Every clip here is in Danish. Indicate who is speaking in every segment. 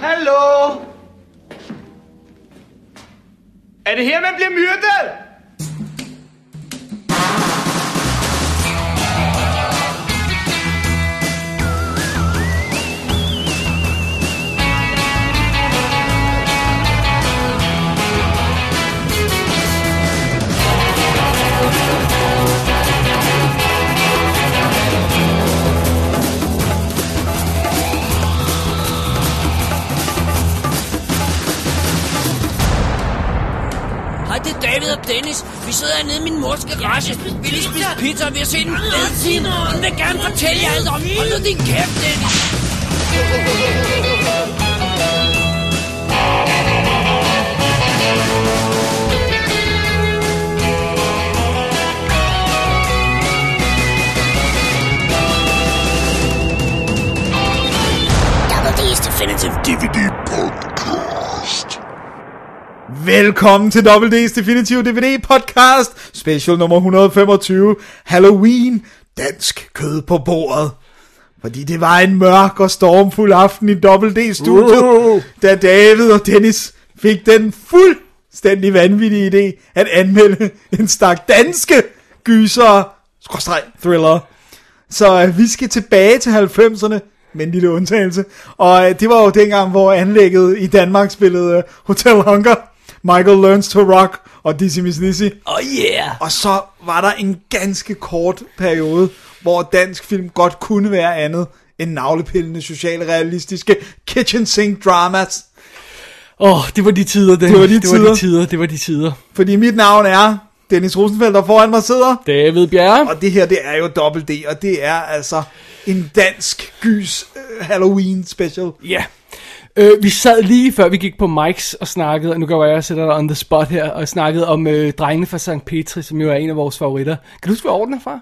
Speaker 1: Hallo? Er det her, man bliver myrdet?
Speaker 2: Hej, det er David og Dennis. Vi sidder nede i min mors garage. Vi lige spise pizza, og vi har set en fed time. Hun vil gerne fortælle jer alt om. Hold nu din kæft, Dennis.
Speaker 3: Double D's Definitive DVD Podcast.
Speaker 4: Velkommen til WD's Definitive DVD Podcast, special nummer 125, Halloween, dansk kød på bordet. Fordi det var en mørk og stormfuld aften i WD Studio, uh. da David og Dennis fik den fuldstændig vanvittige idé at anmelde en stak danske gyser, skråstreg, thriller. Så øh, vi skal tilbage til 90'erne, med en lille undtagelse. Og øh, det var jo dengang, hvor anlægget i Danmark spillede øh, Hotel Hunger, Michael Learns to Rock og Dizzy Miss Lizzy.
Speaker 2: Oh yeah.
Speaker 4: Og så var der en ganske kort periode, hvor dansk film godt kunne være andet end navlepillende, socialrealistiske kitchen sink dramas.
Speaker 5: Åh, oh, det var de tider, Dennis.
Speaker 4: Det var de
Speaker 5: Det
Speaker 4: tider.
Speaker 5: var de tider, det var de tider.
Speaker 4: Fordi mit navn er Dennis Rosenfeldt, og foran mig sidder...
Speaker 5: David Bjerre.
Speaker 4: Og det her, det er jo dobbelt D, og det er altså en dansk gys øh, Halloween special.
Speaker 5: Ja. Øh, vi sad lige før vi gik på Mike's og snakkede, og nu går jeg og sætter dig on the spot her, og snakkede om øh, drengene fra St. Petri, som jo er en af vores favoritter. Kan du huske, hvor orden er fra?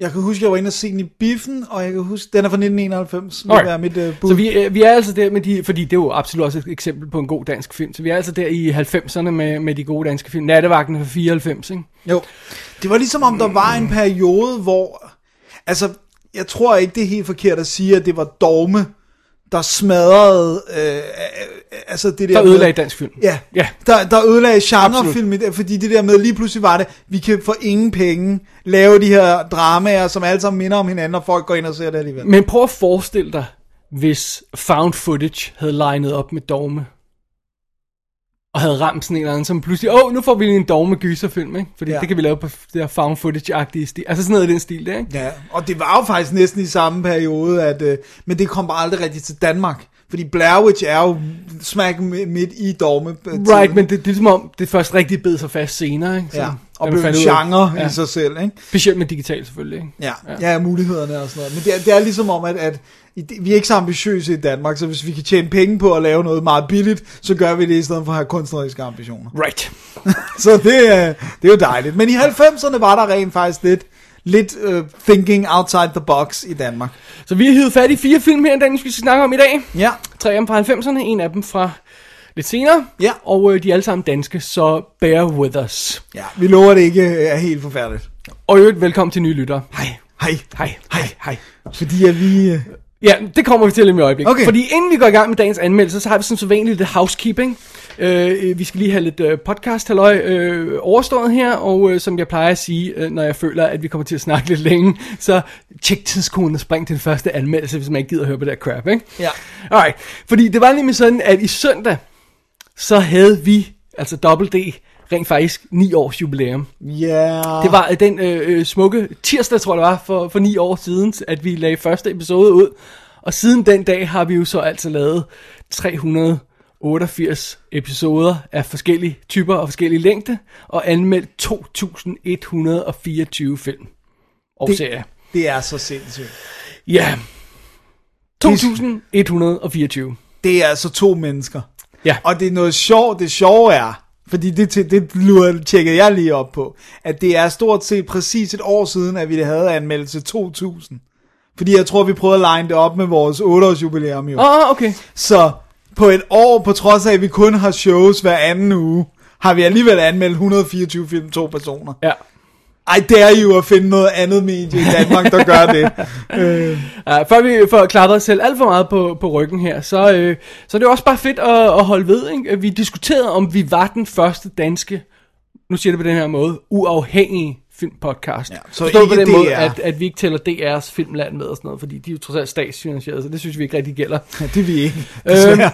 Speaker 4: Jeg kan huske, jeg var inde og se den i biffen, og jeg kan huske, den er fra 1991, vil
Speaker 5: Alright.
Speaker 4: være mit uh, bud.
Speaker 5: Så vi, øh, vi er altså der med de, fordi det er jo absolut også et eksempel på en god dansk film, så vi er altså der i 90'erne med, med de gode danske film. Nattevagten fra 94, ikke?
Speaker 4: Jo. Det var ligesom om, der var en periode, hvor... Altså, jeg tror ikke, det er helt forkert at sige, at det var dogme, der smadrede... Øh, øh, altså det der
Speaker 5: Der
Speaker 4: med-
Speaker 5: ødelagde dansk film.
Speaker 4: Ja,
Speaker 5: Ja.
Speaker 4: Der, der ødelagde genrefilm, i det, fordi det der med, lige pludselig var det, vi kan for ingen penge lave de her dramaer, som alle sammen minder om hinanden, og folk går ind og ser det alligevel.
Speaker 5: Men prøv at forestille dig, hvis found footage havde legnet op med dogme. Og havde ramt sådan en eller anden, som pludselig, åh, oh, nu får vi lige en dogme gyserfilm, ikke? Fordi
Speaker 4: Ja.
Speaker 5: ja. det kan vi lave på det her found footage-agtige stil. Altså sådan noget i den stil der, ikke?
Speaker 4: Ja, og det var jo faktisk næsten i samme periode, at, øh, men det kom bare aldrig rigtigt til Danmark. Fordi Blair Witch er jo smack mi- midt i dogme. øh,
Speaker 5: Right, men det, det er som om, det først rigtig bed sig fast senere, ikke?
Speaker 4: Ja,
Speaker 5: Sådan,
Speaker 4: og
Speaker 5: da
Speaker 4: blev
Speaker 5: man
Speaker 4: en
Speaker 5: fandt ud af-
Speaker 4: genre ja.
Speaker 5: ja.
Speaker 4: i sig selv, ikke?
Speaker 5: Specielt med digital selvfølgelig, ikke?
Speaker 4: Ja, ja, ja mulighederne og sådan noget. Men det er, det er ligesom om, at, at i det- vi er ikke så ambitiøse i Danmark, så hvis vi kan tjene penge på at lave noget meget billigt, så gør vi det i stedet for at have kunstneriske ambitioner.
Speaker 5: Right.
Speaker 4: Så det, er- det er jo dejligt. Men i 90'erne var der rent faktisk lidt, lidt uh, thinking outside the box i Danmark.
Speaker 5: Så vi har hivet fat i fire film her, den vi skal snakke om i dag.
Speaker 4: Ja,
Speaker 5: Tre af dem fra 90'erne, en af dem fra lidt senere.
Speaker 4: Ja.
Speaker 5: Og øh, de er alle sammen danske, så bear with us.
Speaker 4: ja vi lover det ikke øh, er helt forfærdeligt.
Speaker 5: Og i øvrigt, velkommen til nye lyttere.
Speaker 4: Hej, hej,
Speaker 5: Hej, hej, hej.
Speaker 4: fordi at vi... øh,
Speaker 5: Ja, det kommer vi til lige om i øjeblikket.
Speaker 4: Okay.
Speaker 5: Fordi inden vi går i gang med dagens anmeldelse, så har vi som så vanligt lidt housekeeping. Øh, øh, vi skal lige have lidt øh, podcast halløj øh, overstået her, og øh, som jeg plejer at sige, øh, når jeg føler, at vi kommer til at snakke lidt længe, så tjek tidskoden og spring til den første anmeldelse, hvis man ikke gider at høre på det her crap, ikke?
Speaker 4: Ja.
Speaker 5: Alright, fordi det var nemlig sådan, at i søndag, så havde vi, altså Double D, rent faktisk 9 års jubilæum.
Speaker 4: Ja,
Speaker 5: Det var øh, den øh, øh, smukke tirsdag, tror jeg det var, for, for ni år siden, at vi lagde første episode ud. Og siden den dag har vi jo så altså lavet 388 episoder af forskellige typer og forskellige længde, og anmeldt 2124 film og
Speaker 4: Det-
Speaker 5: serier.
Speaker 4: det er så sindssygt.
Speaker 5: Ja. 2124.
Speaker 4: Det er altså to mennesker.
Speaker 5: Ja.
Speaker 4: Og det er noget sjovt, det sjove er, fordi det, det, det lurer- tjekkede jeg lige op på, at det er stort set præcis et år siden, at vi havde anmeldelse 2000. Fordi jeg tror, vi prøvede at line det op med vores 8-års jubilæum jo.
Speaker 5: Åh, oh, okay.
Speaker 4: Så på et år, på trods af, at vi kun har shows hver anden uge, har vi alligevel anmeldt 124 film to personer.
Speaker 5: Ja.
Speaker 4: I dare you at finde noget andet medie i Danmark, der gør det. øh,
Speaker 5: Ja, før vi får klappet os selv alt for meget på, på ryggen her, så, øh, så er det jo også bare fedt at, at holde ved. Ikke? At Vi diskuterede, om vi var den første danske, nu siger jeg det på den her måde, uafhængige filmpodcast. Ja,
Speaker 4: så
Speaker 5: på
Speaker 4: ikke
Speaker 5: den måde,
Speaker 4: DR.
Speaker 5: at, at vi ikke tæller DR's filmland med og sådan noget, fordi de er jo trods alt statsfinansieret, så det synes vi ikke rigtig gælder.
Speaker 4: det er vi ikke.
Speaker 5: Øhm,
Speaker 4: Desværre.
Speaker 5: det er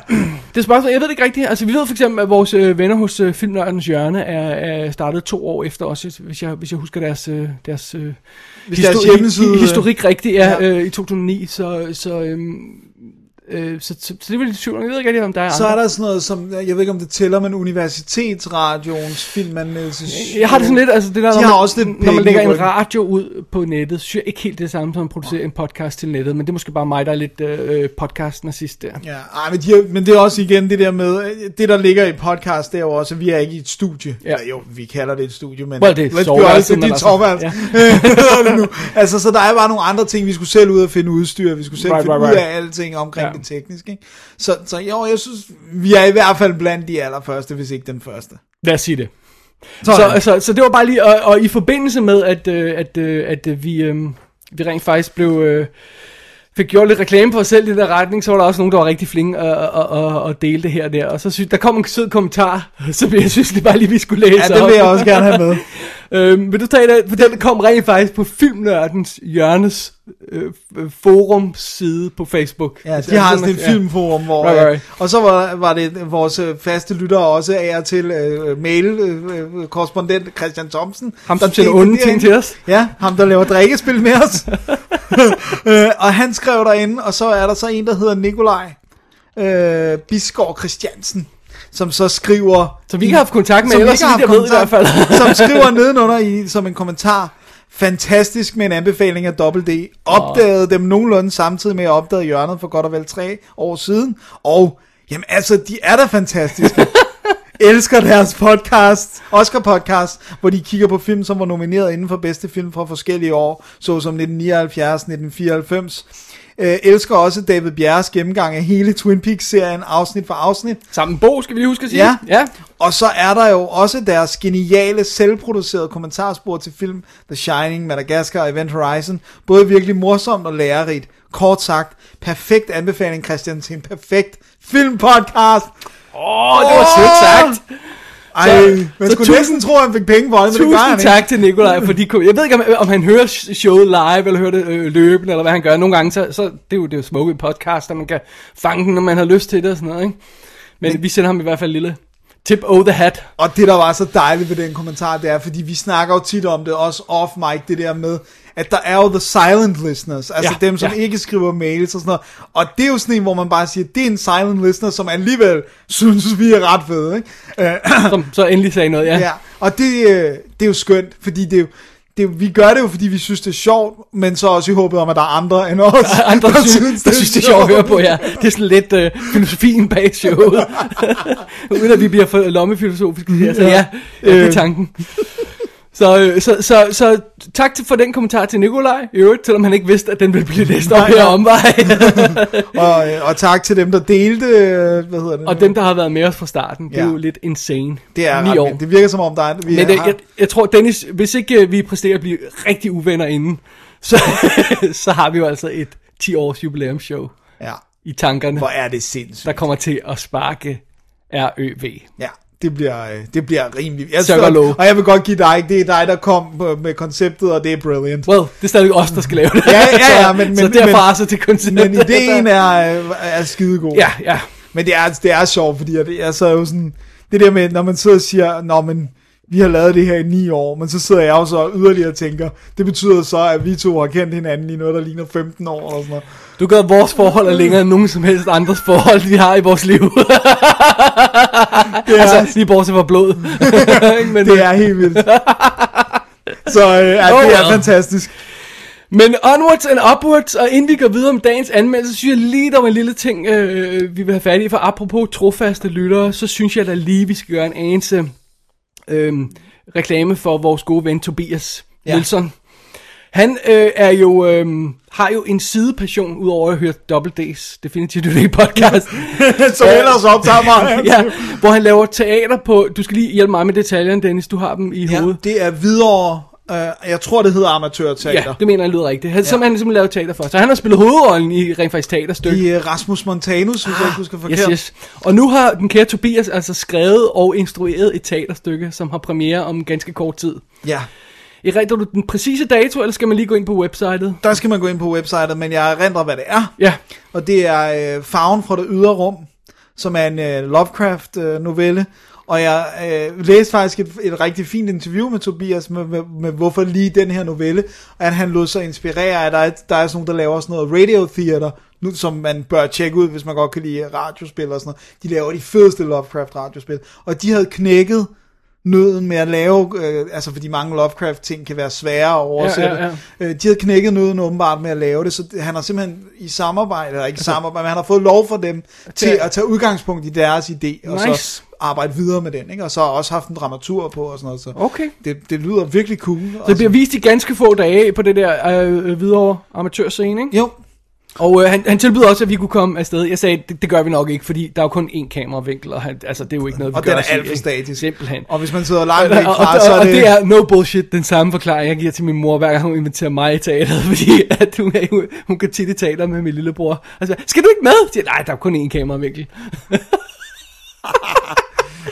Speaker 5: spørgsmålet, jeg ved det ikke rigtigt. Altså, vi ved for eksempel, at vores øh, venner hos øh, Filmnørdens Hjørne er, er startet to år efter os, hvis jeg, hvis jeg husker deres, øh, deres, øh,
Speaker 4: Hvis deres hjemmeside, øh,
Speaker 5: historik rigtigt er
Speaker 4: ja.
Speaker 5: ja. øh, i 2009, så, så, øhm, øh, så, så, så det var lidt tvivl. Jeg ved ikke rigtig, om der er
Speaker 4: Så
Speaker 5: andre.
Speaker 4: er der sådan noget som, jeg ved ikke om det tæller, men Universitetsradioens filmanmeldelse.
Speaker 5: Jeg har det sådan lidt, altså det der,
Speaker 4: De
Speaker 5: når,
Speaker 4: har
Speaker 5: man,
Speaker 4: også lidt
Speaker 5: når
Speaker 4: penge
Speaker 5: man lægger
Speaker 4: i
Speaker 5: en
Speaker 4: ryggen.
Speaker 5: radio ud på nettet, synes jeg ikke helt det samme, som at producere en podcast til nettet, men det er måske bare mig, der er lidt øh, podcasten og sidst der.
Speaker 4: Ja, ej, men, de har, men det er også igen det der med, øh, det der ligger i podcast, det er jo også, at vi er ikke i et studie.
Speaker 5: Ja.
Speaker 4: Ja. Eller, jo, vi kalder det et studie, men
Speaker 5: Well, det er
Speaker 4: let's be
Speaker 5: soveværelset,
Speaker 4: honest, det er
Speaker 5: men
Speaker 4: dit
Speaker 5: altså-
Speaker 4: soveværelse.
Speaker 5: Ja.
Speaker 4: Hvad det nu? altså, så der er bare nogle andre ting, vi skulle selv ud og finde udstyr, vi skulle selv
Speaker 5: Right,
Speaker 4: finde
Speaker 5: right,
Speaker 4: ud af
Speaker 5: right.
Speaker 4: alting omkring
Speaker 5: Ja.
Speaker 4: ja. det tekniske. Ikke? Så, så jo, jeg synes, vi er i hvert fald blandt de allerførste, hvis ikke den første.
Speaker 5: Lad os sige det. Så,
Speaker 4: Sådan.
Speaker 5: altså, så det var bare lige, og, og i forbindelse med, at, øh, at, øh, at øh, vi, øh, vi rent faktisk blev, øh, fik gjort lidt reklame for os selv i den der retning, så var der også nogen, der var rigtig flinke og, og, og, og dele det her og der. Og så synes, der kom en sød kommentar, som jeg synes lige bare lige, vi skulle læse
Speaker 4: Ja, det
Speaker 5: op.
Speaker 4: vil jeg også gerne have med.
Speaker 5: Øhm, vil du tage det? For den kom rent faktisk på Filmnørdens Jørnes øh, forums side på Facebook.
Speaker 4: Ja,
Speaker 5: Hvis
Speaker 4: de har
Speaker 5: jeg-
Speaker 4: sådan et filmforum, hvor...
Speaker 5: Right,
Speaker 4: Right,
Speaker 5: right.
Speaker 4: Og så var, var det vores øh, faste lytter også af og til uh, mail-korrespondent øh, Christian Thomsen.
Speaker 5: Ham, der
Speaker 4: Det-
Speaker 5: sender onde
Speaker 4: det er
Speaker 5: ting
Speaker 4: en-
Speaker 5: til os.
Speaker 4: Ja, ham der laver drikkespil med os. øh, og han skrev derinde, og så er der så en, der hedder Nikolaj øh, Biskov Christiansen, som så skriver...
Speaker 5: Som vi ikke har haft kontakt med, ellers så vidt jeg ved i hvert fald.
Speaker 4: som skriver nedenunder i, som en kommentar, fantastisk med en anbefaling af Double D, opdagede oh. dem nogenlunde samtidig med at opdage hjørnet for godt og vel tre år siden, og jamen altså, de er da fantastiske. elsker deres podcast, Oscar podcast, hvor de kigger på film, som var nomineret inden for bedste film fra forskellige år, såsom 1979, 1994. Øh, elsker også David Bjerres gennemgang af hele Twin Peaks-serien, afsnit for afsnit.
Speaker 5: Sammen Bo, skal vi lige huske at sige.
Speaker 4: Ja.
Speaker 5: ja.
Speaker 4: Og så er der jo også deres geniale, selvproducerede kommentarspor til film The Shining, Madagascar og Event Horizon. Både virkelig morsomt og lærerigt. Kort sagt, perfekt anbefaling, Christian, til en perfekt filmpodcast.
Speaker 5: Åh, det var sødt sagt.
Speaker 4: Ej,
Speaker 5: Så-
Speaker 4: så, man
Speaker 5: så
Speaker 4: skulle
Speaker 5: tusind-
Speaker 4: næsten tro, at han fik penge for det, men det gør han
Speaker 5: Tusind
Speaker 4: ikke.
Speaker 5: tak til Nikolaj for de kom- Jeg ved ikke, om, om han hører sh- showet live, eller hører det øh, løbende, eller hvad han gør. Nogle gange, så, så det er jo det er jo smukke i podcast, at man kan fange den, når man har lyst til det og sådan noget. Ikke? Men, Men vi sender ham i hvert fald en lille tip over the hat.
Speaker 4: Og det, der var så dejligt ved den kommentar, det er, fordi vi snakker jo tit om det, også off mic, det der med, at der er jo the silent listeners, altså
Speaker 5: Ja,
Speaker 4: ja, dem, som
Speaker 5: ja.
Speaker 4: ja. ikke skriver mails og sådan noget. Og det er jo sådan en, hvor man bare siger, det er en silent listener, som alligevel synes, vi er ret fede, ikke?
Speaker 5: Som så endelig sagde noget, ja.
Speaker 4: Ja, og det, øh, det er jo skønt, fordi det er jo, det, er jo- vi gør det jo, fordi vi synes, det er sjovt, men så også i håbet om, at der er andre end os,
Speaker 5: Andre der synes, der synes, det er sjovt at høre på, ja. Det er sådan lidt øh, filosofien bag showet. Uden at vi bliver for lommefilosofiske. her, Så ja, Øh. ja det er tanken. Så, øh, så, så, så tak til- for den kommentar til Nikolaj, i øvrigt, selvom han ikke vidste, at den ville blive læst op
Speaker 4: Nej,
Speaker 5: her
Speaker 4: nej.
Speaker 5: omvej.
Speaker 4: og, øh, og tak til dem, der delte, øh, hvad hedder det?
Speaker 5: Og
Speaker 4: nu?
Speaker 5: dem, der har været med os fra starten, det er
Speaker 4: Ja.
Speaker 5: jo lidt insane.
Speaker 4: det er
Speaker 5: Ni
Speaker 4: ret
Speaker 5: år.
Speaker 4: vildt. Det virker som om, der er... Vi
Speaker 5: Men det,
Speaker 4: har-
Speaker 5: jeg, jeg tror, Dennis, hvis ikke øh, vi præsterer at blive rigtig uvenner inden, så, så har vi jo altså et 10-års jubilæumsshow
Speaker 4: ja.
Speaker 5: i tankerne,
Speaker 4: Hvor er det sindssygt.
Speaker 5: der kommer til at sparke RØV.
Speaker 4: Ja, det bliver, øh, det bliver rimelig... Jeg
Speaker 5: Sukker low.
Speaker 4: og jeg vil godt give dig, det er dig, der kom øh, med konceptet, og det er brilliant.
Speaker 5: Well, det er stadig os, der skal lave det.
Speaker 4: Ja, ja, ja, men-
Speaker 5: så, så
Speaker 4: men-
Speaker 5: derfra
Speaker 4: men-
Speaker 5: så til konceptet.
Speaker 4: Men ideen er, øh, er skidegod.
Speaker 5: Ja, ja.
Speaker 4: Men det er, det er sjovt, fordi jeg, jeg sad jo sådan... Det der med, når man sidder og siger, Nå, men vi har lavet det her i ni år, men så sidder jeg jo så yderligere og tænker, det betyder så, at vi to har kendt hinanden i noget, der ligner 15 år eller sådan noget.
Speaker 5: Du gør vores forhold er længere end nogen som helst andres forhold, vi har i vores liv.
Speaker 4: Det er,
Speaker 5: altså, lige bortset fra blod. men,
Speaker 4: det er helt vildt. Så øh, ja,
Speaker 5: Oh,
Speaker 4: det er
Speaker 5: well.
Speaker 4: fantastisk.
Speaker 5: Men onwards and upwards, og inden vi går videre om dagens anmeldelse, så synes jeg lige, der var en lille ting, øh, vi vil have fat i. For apropos trofaste lyttere, så synes jeg da lige, vi skal gøre en anelse øh, reklame for vores gode ven Tobias ja. Nielsen. Han øh, er jo, øh, har jo en sidepassion, udover at høre Double D's Definitive Duty podcast.
Speaker 4: Som
Speaker 5: Ja.
Speaker 4: ellers optager mig.
Speaker 5: ja, hvor han laver teater på, du skal lige hjælpe mig med detaljerne, Dennis, du har dem i ja. hovedet.
Speaker 4: det er videre Øh, jeg tror, det hedder amatørteater.
Speaker 5: Ja, det mener jeg lyder rigtigt. Han, ja. som, han ligesom lavet teater for. Så han har spillet hovedrollen i rent faktisk teaterstykke.
Speaker 4: I øh, Rasmus Montanus, hvis ah, jeg ikke husker forkert.
Speaker 5: Yes, yes. Og nu har den kære Tobias altså skrevet og instrueret et teaterstykke, som har premiere om ganske kort tid.
Speaker 4: Ja.
Speaker 5: Erindrer du den præcise dato, eller skal man lige gå ind på websitet?
Speaker 4: Der skal man gå ind på websitet, men jeg erindrer, hvad det er.
Speaker 5: Ja,
Speaker 4: Og det er øh, Farven fra det ydre rum, som er en øh, Lovecraft-novelle. og jeg øh, læste faktisk et, et rigtig fint interview med Tobias, med, med, med hvorfor lige den her novelle, at han lod sig inspirere, at der er, der er sådan nogen, der laver sådan noget radio theater, nu, som man bør tjekke ud, hvis man godt kan lide radiospil og sådan noget. De laver de fedeste Lovecraft-radiospil, og de havde knækket nøden med at lave, øh, altså fordi mange Lovecraft-ting kan være svære at oversætte.
Speaker 5: Ja, ja,
Speaker 4: Øh, de havde knækket nøden åbenbart med at lave det, så det- han har simpelthen i samarbejde, eller ikke samarbejde, men han har fået lov for dem til at tage udgangspunkt i deres idé, og så
Speaker 5: Nice.
Speaker 4: arbejde videre med den, ikke? og så har også haft en dramatur på og sådan noget, så
Speaker 5: Okay.
Speaker 4: det, det lyder virkelig cool.
Speaker 5: så det bliver vist i ganske få dage på det der øh, videre amatørscene, ikke?
Speaker 4: Jo,
Speaker 5: Og øh, han, han tilbyder også, at vi kunne komme afsted. Jeg sagde, det, det gør vi nok ikke, fordi der er jo kun én kameravinkel, og han, altså, det er jo ikke noget, vi
Speaker 4: og
Speaker 5: gør
Speaker 4: den er
Speaker 5: os i,
Speaker 4: alt for
Speaker 5: ikke?
Speaker 4: statisk.
Speaker 5: Simpelthen.
Speaker 4: Og hvis man sidder langt
Speaker 5: Og,
Speaker 4: væk
Speaker 5: og,
Speaker 4: fra, så
Speaker 5: og, og
Speaker 4: er
Speaker 5: det
Speaker 4: det...
Speaker 5: er no bullshit den samme forklaring, jeg giver til min mor, hver gang hun inviterer mig i teateret, fordi at hun, er, jo- hun kan tit i teater med min lillebror. Altså, skal du ikke med? Jeg siger, Nej, der er kun én kameravinkel.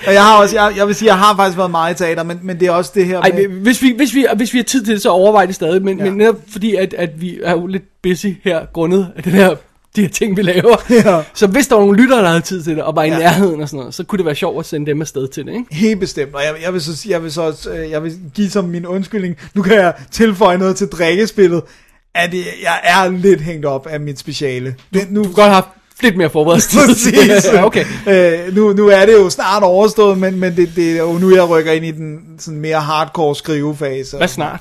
Speaker 4: Og jeg har også, jeg, jeg vil sige, jeg har faktisk været meget i teater, men, men det er også det her
Speaker 5: Ej,
Speaker 4: med...
Speaker 5: men hvis vi, hvis, vi, hvis vi har tid til det, så overvejer det stadig, men,
Speaker 4: Ja.
Speaker 5: ja. men netop fordi, at, at vi er jo lidt busy her, grundet af den her, de her ting, vi laver.
Speaker 4: Ja.
Speaker 5: Så hvis der var nogle lyttere, der havde tid til det, og var i
Speaker 4: Ja.
Speaker 5: ja. nærheden og sådan noget, så kunne det være sjovt at sende dem afsted til det, ikke?
Speaker 4: Helt bestemt, og jeg, jeg vil så, sige- jeg vil så også, øh, jeg vil give som min undskyldning, nu kan jeg tilføje noget til drikkespillet, at jeg jeg er lidt hængt op af mit speciale. Det, nu,
Speaker 5: Du kunne godt have haft lidt mere forberedelse.
Speaker 4: Præcis.
Speaker 5: ja, okay.
Speaker 4: Øh, nu, nu er det jo snart overstået, men, men det, det er jo nu, jeg rykker ind i den sådan mere hardcore skrivefase.
Speaker 5: Hvad snart?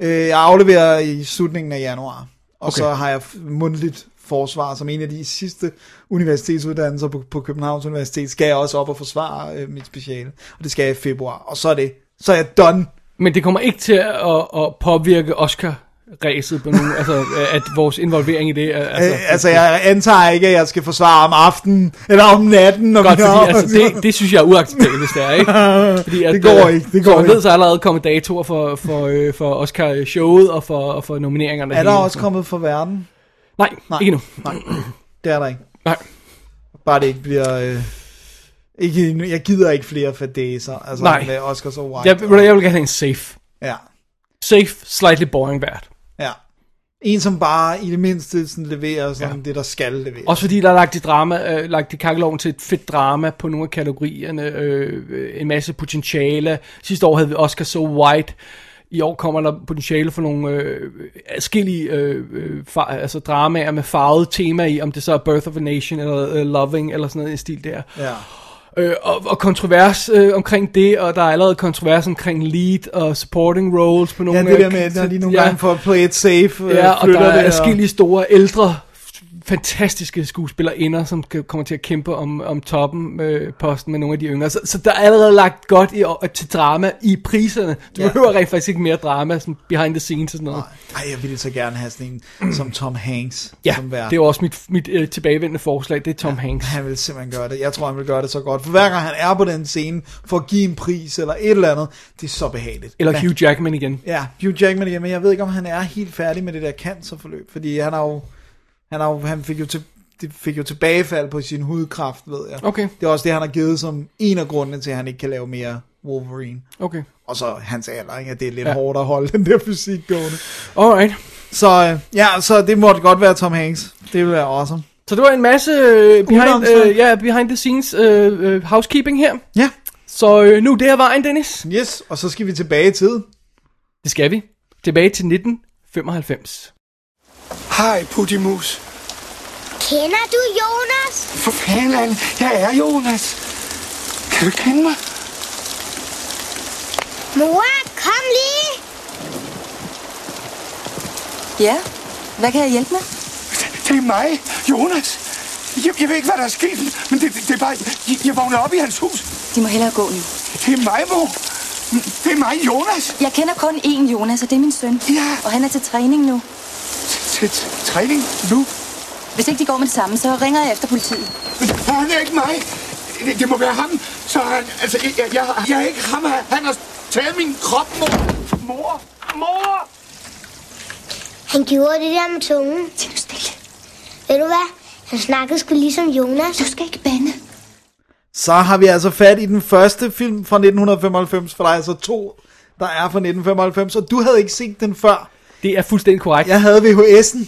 Speaker 4: Øh, jeg afleverer i slutningen af januar, og okay.
Speaker 5: Okay.
Speaker 4: så har jeg f- mundtligt forsvar som en af de sidste universitetsuddannelser på, på Københavns Universitet, skal jeg også op og forsvare øh, mit speciale, og det skal jeg i februar, og så er det, så er jeg done.
Speaker 5: Men det kommer ikke til at, at påvirke Oscar ræset på nogen, altså at vores involvering i det er, altså,
Speaker 4: Øh, altså, jeg antager ikke, at jeg skal forsvare om aftenen, eller om natten, når
Speaker 5: godt,
Speaker 4: vi har-
Speaker 5: fordi altså, det, det synes jeg er uacceptabelt, hvis det er, ikke? Fordi, at, øh,
Speaker 4: Det går ikke, det går
Speaker 5: Så man
Speaker 4: ikke.
Speaker 5: ved, så er allerede kommet datoer for, for, øh, for Oscar-showet og for, og for nomineringerne.
Speaker 4: Er der
Speaker 5: hele.
Speaker 4: også kommet for verden?
Speaker 5: Nej,
Speaker 4: Nej.
Speaker 5: Nej, ikke nu.
Speaker 4: Nej, det er der ikke.
Speaker 5: Nej.
Speaker 4: Bare det ikke bliver... Øh, ikke, jeg gider ikke flere fadæser, altså
Speaker 5: Nej.
Speaker 4: med Oscars og White.
Speaker 5: Jeg, ved du hvad, jeg vil gerne have en safe.
Speaker 4: Ja,
Speaker 5: Safe, slightly boring vært.
Speaker 4: ja. En, som bare i det mindste sådan, leverer sådan ja. det, der skal levere.
Speaker 5: Også fordi der er lagt i, drama, øh, lagt i kakkeloven til et fedt drama på nogle af kategorierne. Øh, øh, en masse potentiale. Sidste år havde vi Oscar So White. I år kommer der potentiale for nogle øh, forskellige øh, øh, far, altså dramaer med farvet tema i, om det så er Birth of a Nation eller øh, Loving eller sådan noget i den stil der.
Speaker 4: Ja.
Speaker 5: Øh, og, og kontrovers øh, omkring det, og der er allerede kontrovers omkring lead og supporting roles på nogle
Speaker 4: ja, det der
Speaker 5: af-
Speaker 4: med, når de nogle
Speaker 5: Ja.
Speaker 4: gange får play it safe, øh,
Speaker 5: Ja, og der
Speaker 4: flytter
Speaker 5: er
Speaker 4: det, og...
Speaker 5: forskellige store ældre fantastiske skuespillerinder, som kan- kommer til at kæmpe om, om toppen øh, posten med nogle af de yngre. Så, så der er allerede lagt godt i, og, til drama i priserne. Du
Speaker 4: Ja.
Speaker 5: ja. behøver rent faktisk ikke mere drama, sådan behind the scenes og sådan noget.
Speaker 4: Ej, jeg ville så gerne have sådan en som Tom Hanks.
Speaker 5: Ja,
Speaker 4: som
Speaker 5: det er jo også mit, mit øh, tilbagevendende forslag, det er Tom Hanks.
Speaker 4: Han vil simpelthen gøre det. Jeg tror, han vil gøre det så godt. For hver gang han er på den scene, for at give en pris eller et eller andet, det er så behageligt.
Speaker 5: Eller
Speaker 4: Ja.
Speaker 5: Hugh Jackman igen.
Speaker 4: Ja, Hugh Jackman igen, men jeg ved ikke, om han er helt færdig med det der cancerforløb, fordi han har jo, han, har jo, han fik, jo til, det fik jo tilbagefald på sin hudkræft, ved jeg.
Speaker 5: Okay.
Speaker 4: Det er også det, han har givet som en af grundene til, at han ikke kan lave mere Wolverine.
Speaker 5: Okay.
Speaker 4: Og så hans alder, ikke? at det er lidt ja.
Speaker 5: Ja.
Speaker 4: hårdt at holde den der fysik gående.
Speaker 5: Alright.
Speaker 4: Så øh, ja, så det måtte godt være Tom Hanks. Det ville være awesome.
Speaker 5: Så det var en masse øh, behind,
Speaker 4: Udenomslag.
Speaker 5: øh, ja, behind the scenes øh, øh, housekeeping her.
Speaker 4: Ja,
Speaker 5: Så øh, nu er det her vejen, Dennis.
Speaker 4: yes, og så skal vi tilbage i tiden.
Speaker 5: Det skal vi. Tilbage til 1995.
Speaker 6: Hej, Puttimus.
Speaker 7: Kender du Jonas?
Speaker 6: For fanden, jeg er Jonas. Kan du ikke kende mig?
Speaker 7: Mor, kom lige!
Speaker 8: Ja, hvad kan jeg hjælpe med?
Speaker 6: Det er mig, Jonas. Jeg, jeg ved ikke, hvad der er sket, men det, det, det er bare... Jeg, jeg vågner op i hans hus.
Speaker 8: De må hellere gå nu.
Speaker 6: Det er mig, mor. Det er mig, Jonas.
Speaker 8: Jeg kender kun én Jonas, og det er min søn.
Speaker 6: Ja.
Speaker 8: Og han er til træning nu.
Speaker 6: Til t- træning nu.
Speaker 8: Hvis ikke de går med det samme, så ringer jeg efter politiet.
Speaker 6: Men Han er ikke mig. Det, det må være ham. Så han... Altså, jeg, jeg, jeg, jeg er ikke ham. Han har taget min krop, mor. Mor.
Speaker 1: mor!
Speaker 7: Han gjorde det der med tungen.
Speaker 8: Til nu stille.
Speaker 7: Ved du hvad? Han snakkede sgu ligesom Jonas.
Speaker 8: Du skal ikke bande.
Speaker 4: Så har vi altså fat i den første film fra 1995, for der er altså to, der er fra 1995, og du havde ikke set den før.
Speaker 5: Det er fuldstændig korrekt. Ja.
Speaker 4: Jeg havde VHS'en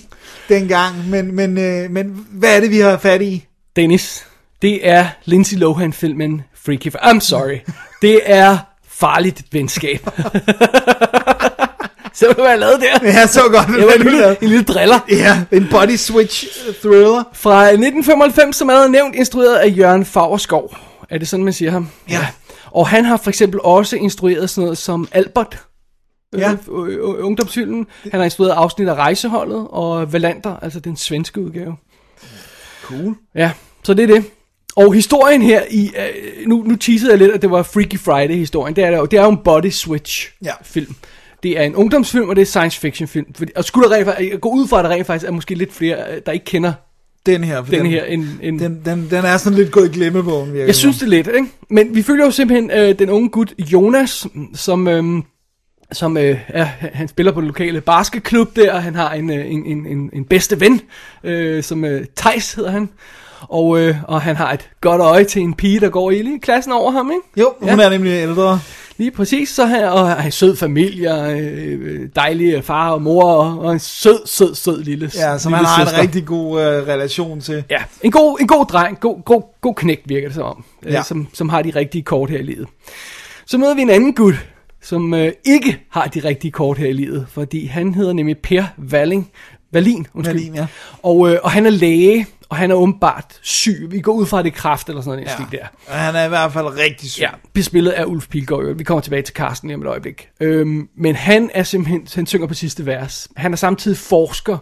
Speaker 4: dengang, men, men, øh, men hvad er det, vi har fat i?
Speaker 5: Dennis, det er Lindsay Lohan-filmen Freaky Fri- I'm sorry. Det er farligt venskab. Så hvad jeg lavede der?
Speaker 4: Jeg så godt,
Speaker 5: Det var
Speaker 4: hvad
Speaker 5: en
Speaker 4: du
Speaker 5: lille,
Speaker 4: lavede.
Speaker 5: en lille driller.
Speaker 4: Ja, en body switch thriller.
Speaker 5: Fra 1995, som allerede nævnt, instrueret af Jørgen Fagerskov. Er det sådan, man siger ham?
Speaker 4: Ja.
Speaker 5: Og han har for eksempel også instrueret sådan noget som Albert.
Speaker 4: Ja.
Speaker 5: Ja. Øh, øh, ungdomshylden. Han har instrueret afsnit af Rejseholdet og Valander, altså den svenske udgave.
Speaker 4: Cool.
Speaker 5: Ja, så det er det. Og historien her i, øh, nu, nu teasede jeg lidt, at det var Freaky Friday-historien. Det er, det, jo. det er jo en body
Speaker 4: Ja.
Speaker 5: switch-film. Det er en ungdomsfilm, og det er science fiction-film. Fordi- Og skulle der rent, fa- jeg går ud fra, at der rent faktisk er måske lidt flere, øh, der ikke kender
Speaker 4: Den her. for
Speaker 5: den her end... end
Speaker 4: Den, den, den er sådan lidt gået i glemmebogen, virker
Speaker 5: jeg synes det er lidt, ikke? Men vi følger jo simpelthen øh, den unge gut Jonas, som, øh, som øh, er, han spiller på den lokale basketklub der, og han har en, øh, en, en, en, en bedste ven, øh, som øh, Tejs hedder han. Og, øh, og han har et godt øje til en pige, der går i lige klassen over ham, ikke?
Speaker 4: Jo, hun ja. er nemlig ældre.
Speaker 5: Lige præcis, så han, og han har en sød familie, og, øh, dejlige far og mor, og, og en sød, sød, sød lille
Speaker 4: Ja, som
Speaker 5: lille
Speaker 4: han har
Speaker 5: søster.
Speaker 4: en rigtig god øh, relation til.
Speaker 5: Ja, en god, en god dreng, god, god, god knægt virker det som om, ja.
Speaker 4: Ja.
Speaker 5: øh, som, som har de rigtige kort her i livet. Så møder vi en anden gut, som øh, ikke har de rigtige kort her i livet, fordi han hedder nemlig Per Valling, Valin, undskyld.
Speaker 4: Wallin, ja.
Speaker 5: og, øh, og han er læge, og han er åbenbart syg. Vi går ud fra, at det er kraft eller sådan noget, ja. der.
Speaker 4: Og han er i hvert fald rigtig syg.
Speaker 5: Ja, bespillet af Ulf Pilgaard. i øvrigt. Vi kommer tilbage til Carsten lige om et øjeblik. Øhm, men han er simpelthen, han synger på sidste vers. Han er samtidig forsker,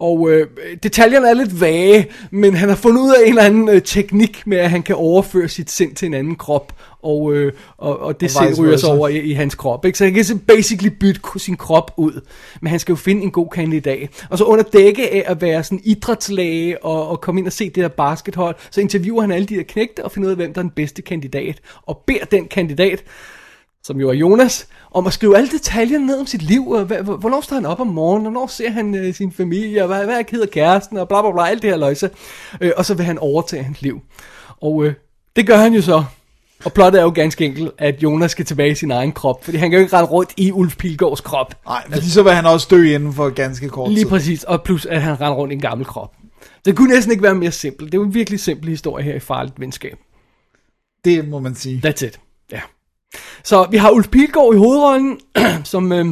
Speaker 5: og øh, detaljerne er lidt vage, men han har fundet ud af en eller anden øh, teknik med, at han kan overføre sit sind til en anden krop, og, øh, og, og det
Speaker 4: Og
Speaker 5: sind
Speaker 4: vice
Speaker 5: ryger sig
Speaker 4: versa.
Speaker 5: over i, i hans krop. Ikke? Så han kan sim- basically bytte k- sin krop ud, men han skal jo finde en god kandidat. Og så under dække af at være sådan idrætslæge og, og komme ind og se det der baskethold, så interviewer han alle de der knægte og finder ud af, hvem der er den bedste kandidat, og beder den kandidat, som jo er Jonas, om at skrive alle detaljerne ned om sit liv. Og hva- hv- hvornår står han op om morgenen? Hvornår ser han øh, sin familie? Og hvad, hvad er ked af kæresten? Og bla bla bla, alt det her løjse. Øh, og så vil han overtage hans liv. Og øh, det gør han jo så. Og plottet er jo ganske enkelt, at Jonas skal tilbage i sin egen krop. Fordi han kan jo ikke rende rundt i Ulf Pilgaards krop.
Speaker 4: Nej, fordi så vil han også dø inden for ganske kort
Speaker 5: Lige
Speaker 4: tid.
Speaker 5: præcis, og plus at han render rundt i en gammel krop. Det kunne næsten ikke være mere simpelt. Det er jo en virkelig simpel historie her i Farligt Venskab.
Speaker 4: Det må man sige.
Speaker 5: That's it. Ja. Så vi har Ulf Pilgaard i hovedrollen, som øh,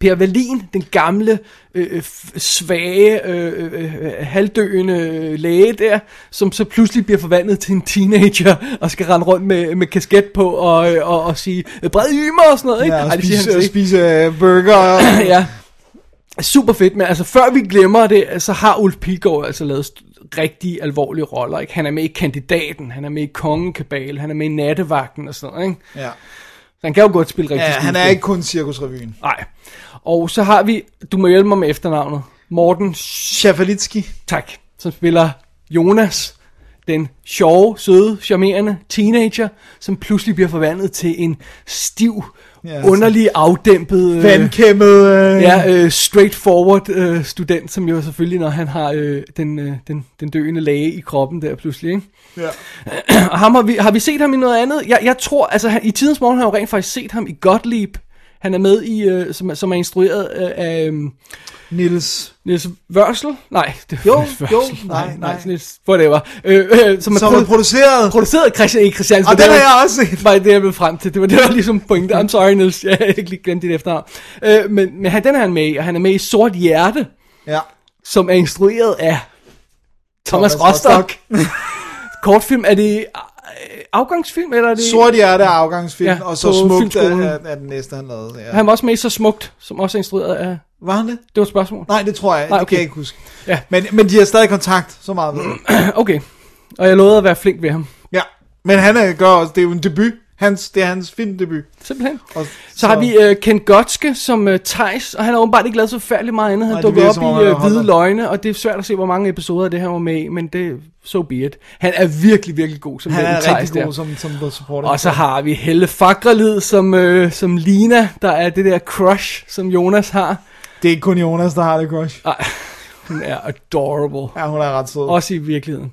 Speaker 5: Per Wallin, den gamle, øh, øh, f- svage, øh, øh, øh, halvdøende øh, læge der, som så pludselig bliver forvandlet til en teenager, og skal rende rundt med, med kasket på og, øh, og, og sige, øh, bred ymer og sådan noget, ikke?
Speaker 4: Ja, og
Speaker 5: Ej, det
Speaker 4: spise,
Speaker 5: siger han så
Speaker 4: og
Speaker 5: ikke.
Speaker 4: spise øh, burger. Og,
Speaker 5: ja. Super fedt, men altså før vi glemmer det, så har Ulf Pilgaard altså lavet st- rigtig alvorlige roller. Ikke? Han er med i Kandidaten, han er med i Kongekabale, han er med i Nattevagten og sådan noget. Ikke?
Speaker 4: ja.
Speaker 5: Så han kan jo godt spille rigtig
Speaker 4: ja, han er
Speaker 5: skuespil.
Speaker 4: ikke kun cirkusrevyen.
Speaker 5: Nej. Og så har vi, du må hjælpe mig med efternavnet, Morten Sch-
Speaker 4: Schafalitski.
Speaker 5: Tak, som spiller Jonas, den sjove, søde, charmerende teenager, som pludselig bliver forvandlet til en stiv,
Speaker 4: Ja,
Speaker 5: ja,
Speaker 4: altså-
Speaker 5: underlig, afdæmpet... øh,
Speaker 4: Vandkæmmet. Øh,
Speaker 5: Ja, øh, straightforward øh, student, som jo selvfølgelig, når han har øh, den, øh, den, den døende læge i kroppen der pludselig, ikke?
Speaker 4: ja.
Speaker 5: Og ham har, vi, har vi set ham i noget andet? Jeg, jeg tror, altså han, i tidens morgen har jeg jo rent faktisk set ham i Gottlieb. Han er med i, øh, som, er- som er instrueret øh, af øhm,
Speaker 4: Nils.
Speaker 5: Niels Wørsel. Nej, det
Speaker 4: Jo,
Speaker 5: Niels
Speaker 4: jo,
Speaker 5: Wørsel.
Speaker 4: nej, nej.
Speaker 5: Niels, whatever. Øh, øh, som er,
Speaker 4: Som
Speaker 5: produ-
Speaker 4: er produceret.
Speaker 5: produceret af Christian E. Christiansen.
Speaker 4: Og
Speaker 5: Det
Speaker 4: den
Speaker 5: var-
Speaker 4: har jeg også set.
Speaker 5: var det, jeg blev frem til. Det var det, der var ligesom pointe. I'm sorry, Niels. Jeg har ikke lige glemt dit efternavn. Øh, men, men han, den er han med i, og han er med i Sort Hjerte
Speaker 4: Ja.
Speaker 5: som er instrueret af Thomas,
Speaker 4: Thomas
Speaker 5: Thomas Rostock. Kortfilm, er det øh, afgangsfilm, eller er det...
Speaker 4: Sort hjerte er afgangsfilm,
Speaker 5: Ja,
Speaker 4: og så
Speaker 5: på
Speaker 4: smukt
Speaker 5: filmskolen.
Speaker 4: er, er, den næste, han lavede. Ja.
Speaker 5: Han var også med i Så Smukt, som også er instrueret af...
Speaker 4: Var han det?
Speaker 5: Det var et spørgsmål.
Speaker 4: Nej, det tror jeg.
Speaker 5: Nej,
Speaker 4: Nej, okay. Det kan
Speaker 5: okay.
Speaker 4: jeg ikke huske.
Speaker 5: Ja.
Speaker 4: Men, men de har stadig kontakt, så meget. ved jeg.
Speaker 5: Okay, og jeg lovede at være flink ved ham.
Speaker 4: Ja. Men han er, gør øh, også, det er jo en debut. Hans, det er hans filmdebut.
Speaker 5: Simpelthen.
Speaker 4: Og
Speaker 5: Så har vi øh, Ken Gotske som øh, Tejs, og han har åbenbart ikke lavet så forfærdeligt meget andet. Han
Speaker 4: Nej, det
Speaker 5: dukker
Speaker 4: virker,
Speaker 5: op
Speaker 4: som om
Speaker 5: i
Speaker 4: han
Speaker 5: øh,
Speaker 4: holder-
Speaker 5: Hvide Løgne, og det er svært at se, hvor mange episoder af det her var med i, men det so be it. Han er virkelig, virkelig god som
Speaker 4: Han
Speaker 5: den
Speaker 4: er
Speaker 5: Theis
Speaker 4: rigtig
Speaker 5: der.
Speaker 4: god som, som the supporter.
Speaker 5: Og så har vi Helle Fagrelid som, øh, som Lina, der er det der crush, som Jonas har.
Speaker 4: Det er ikke kun Jonas, der har det crush.
Speaker 5: Ej, hun er adorable.
Speaker 4: Ja, hun er ret sød.
Speaker 5: Også i virkeligheden.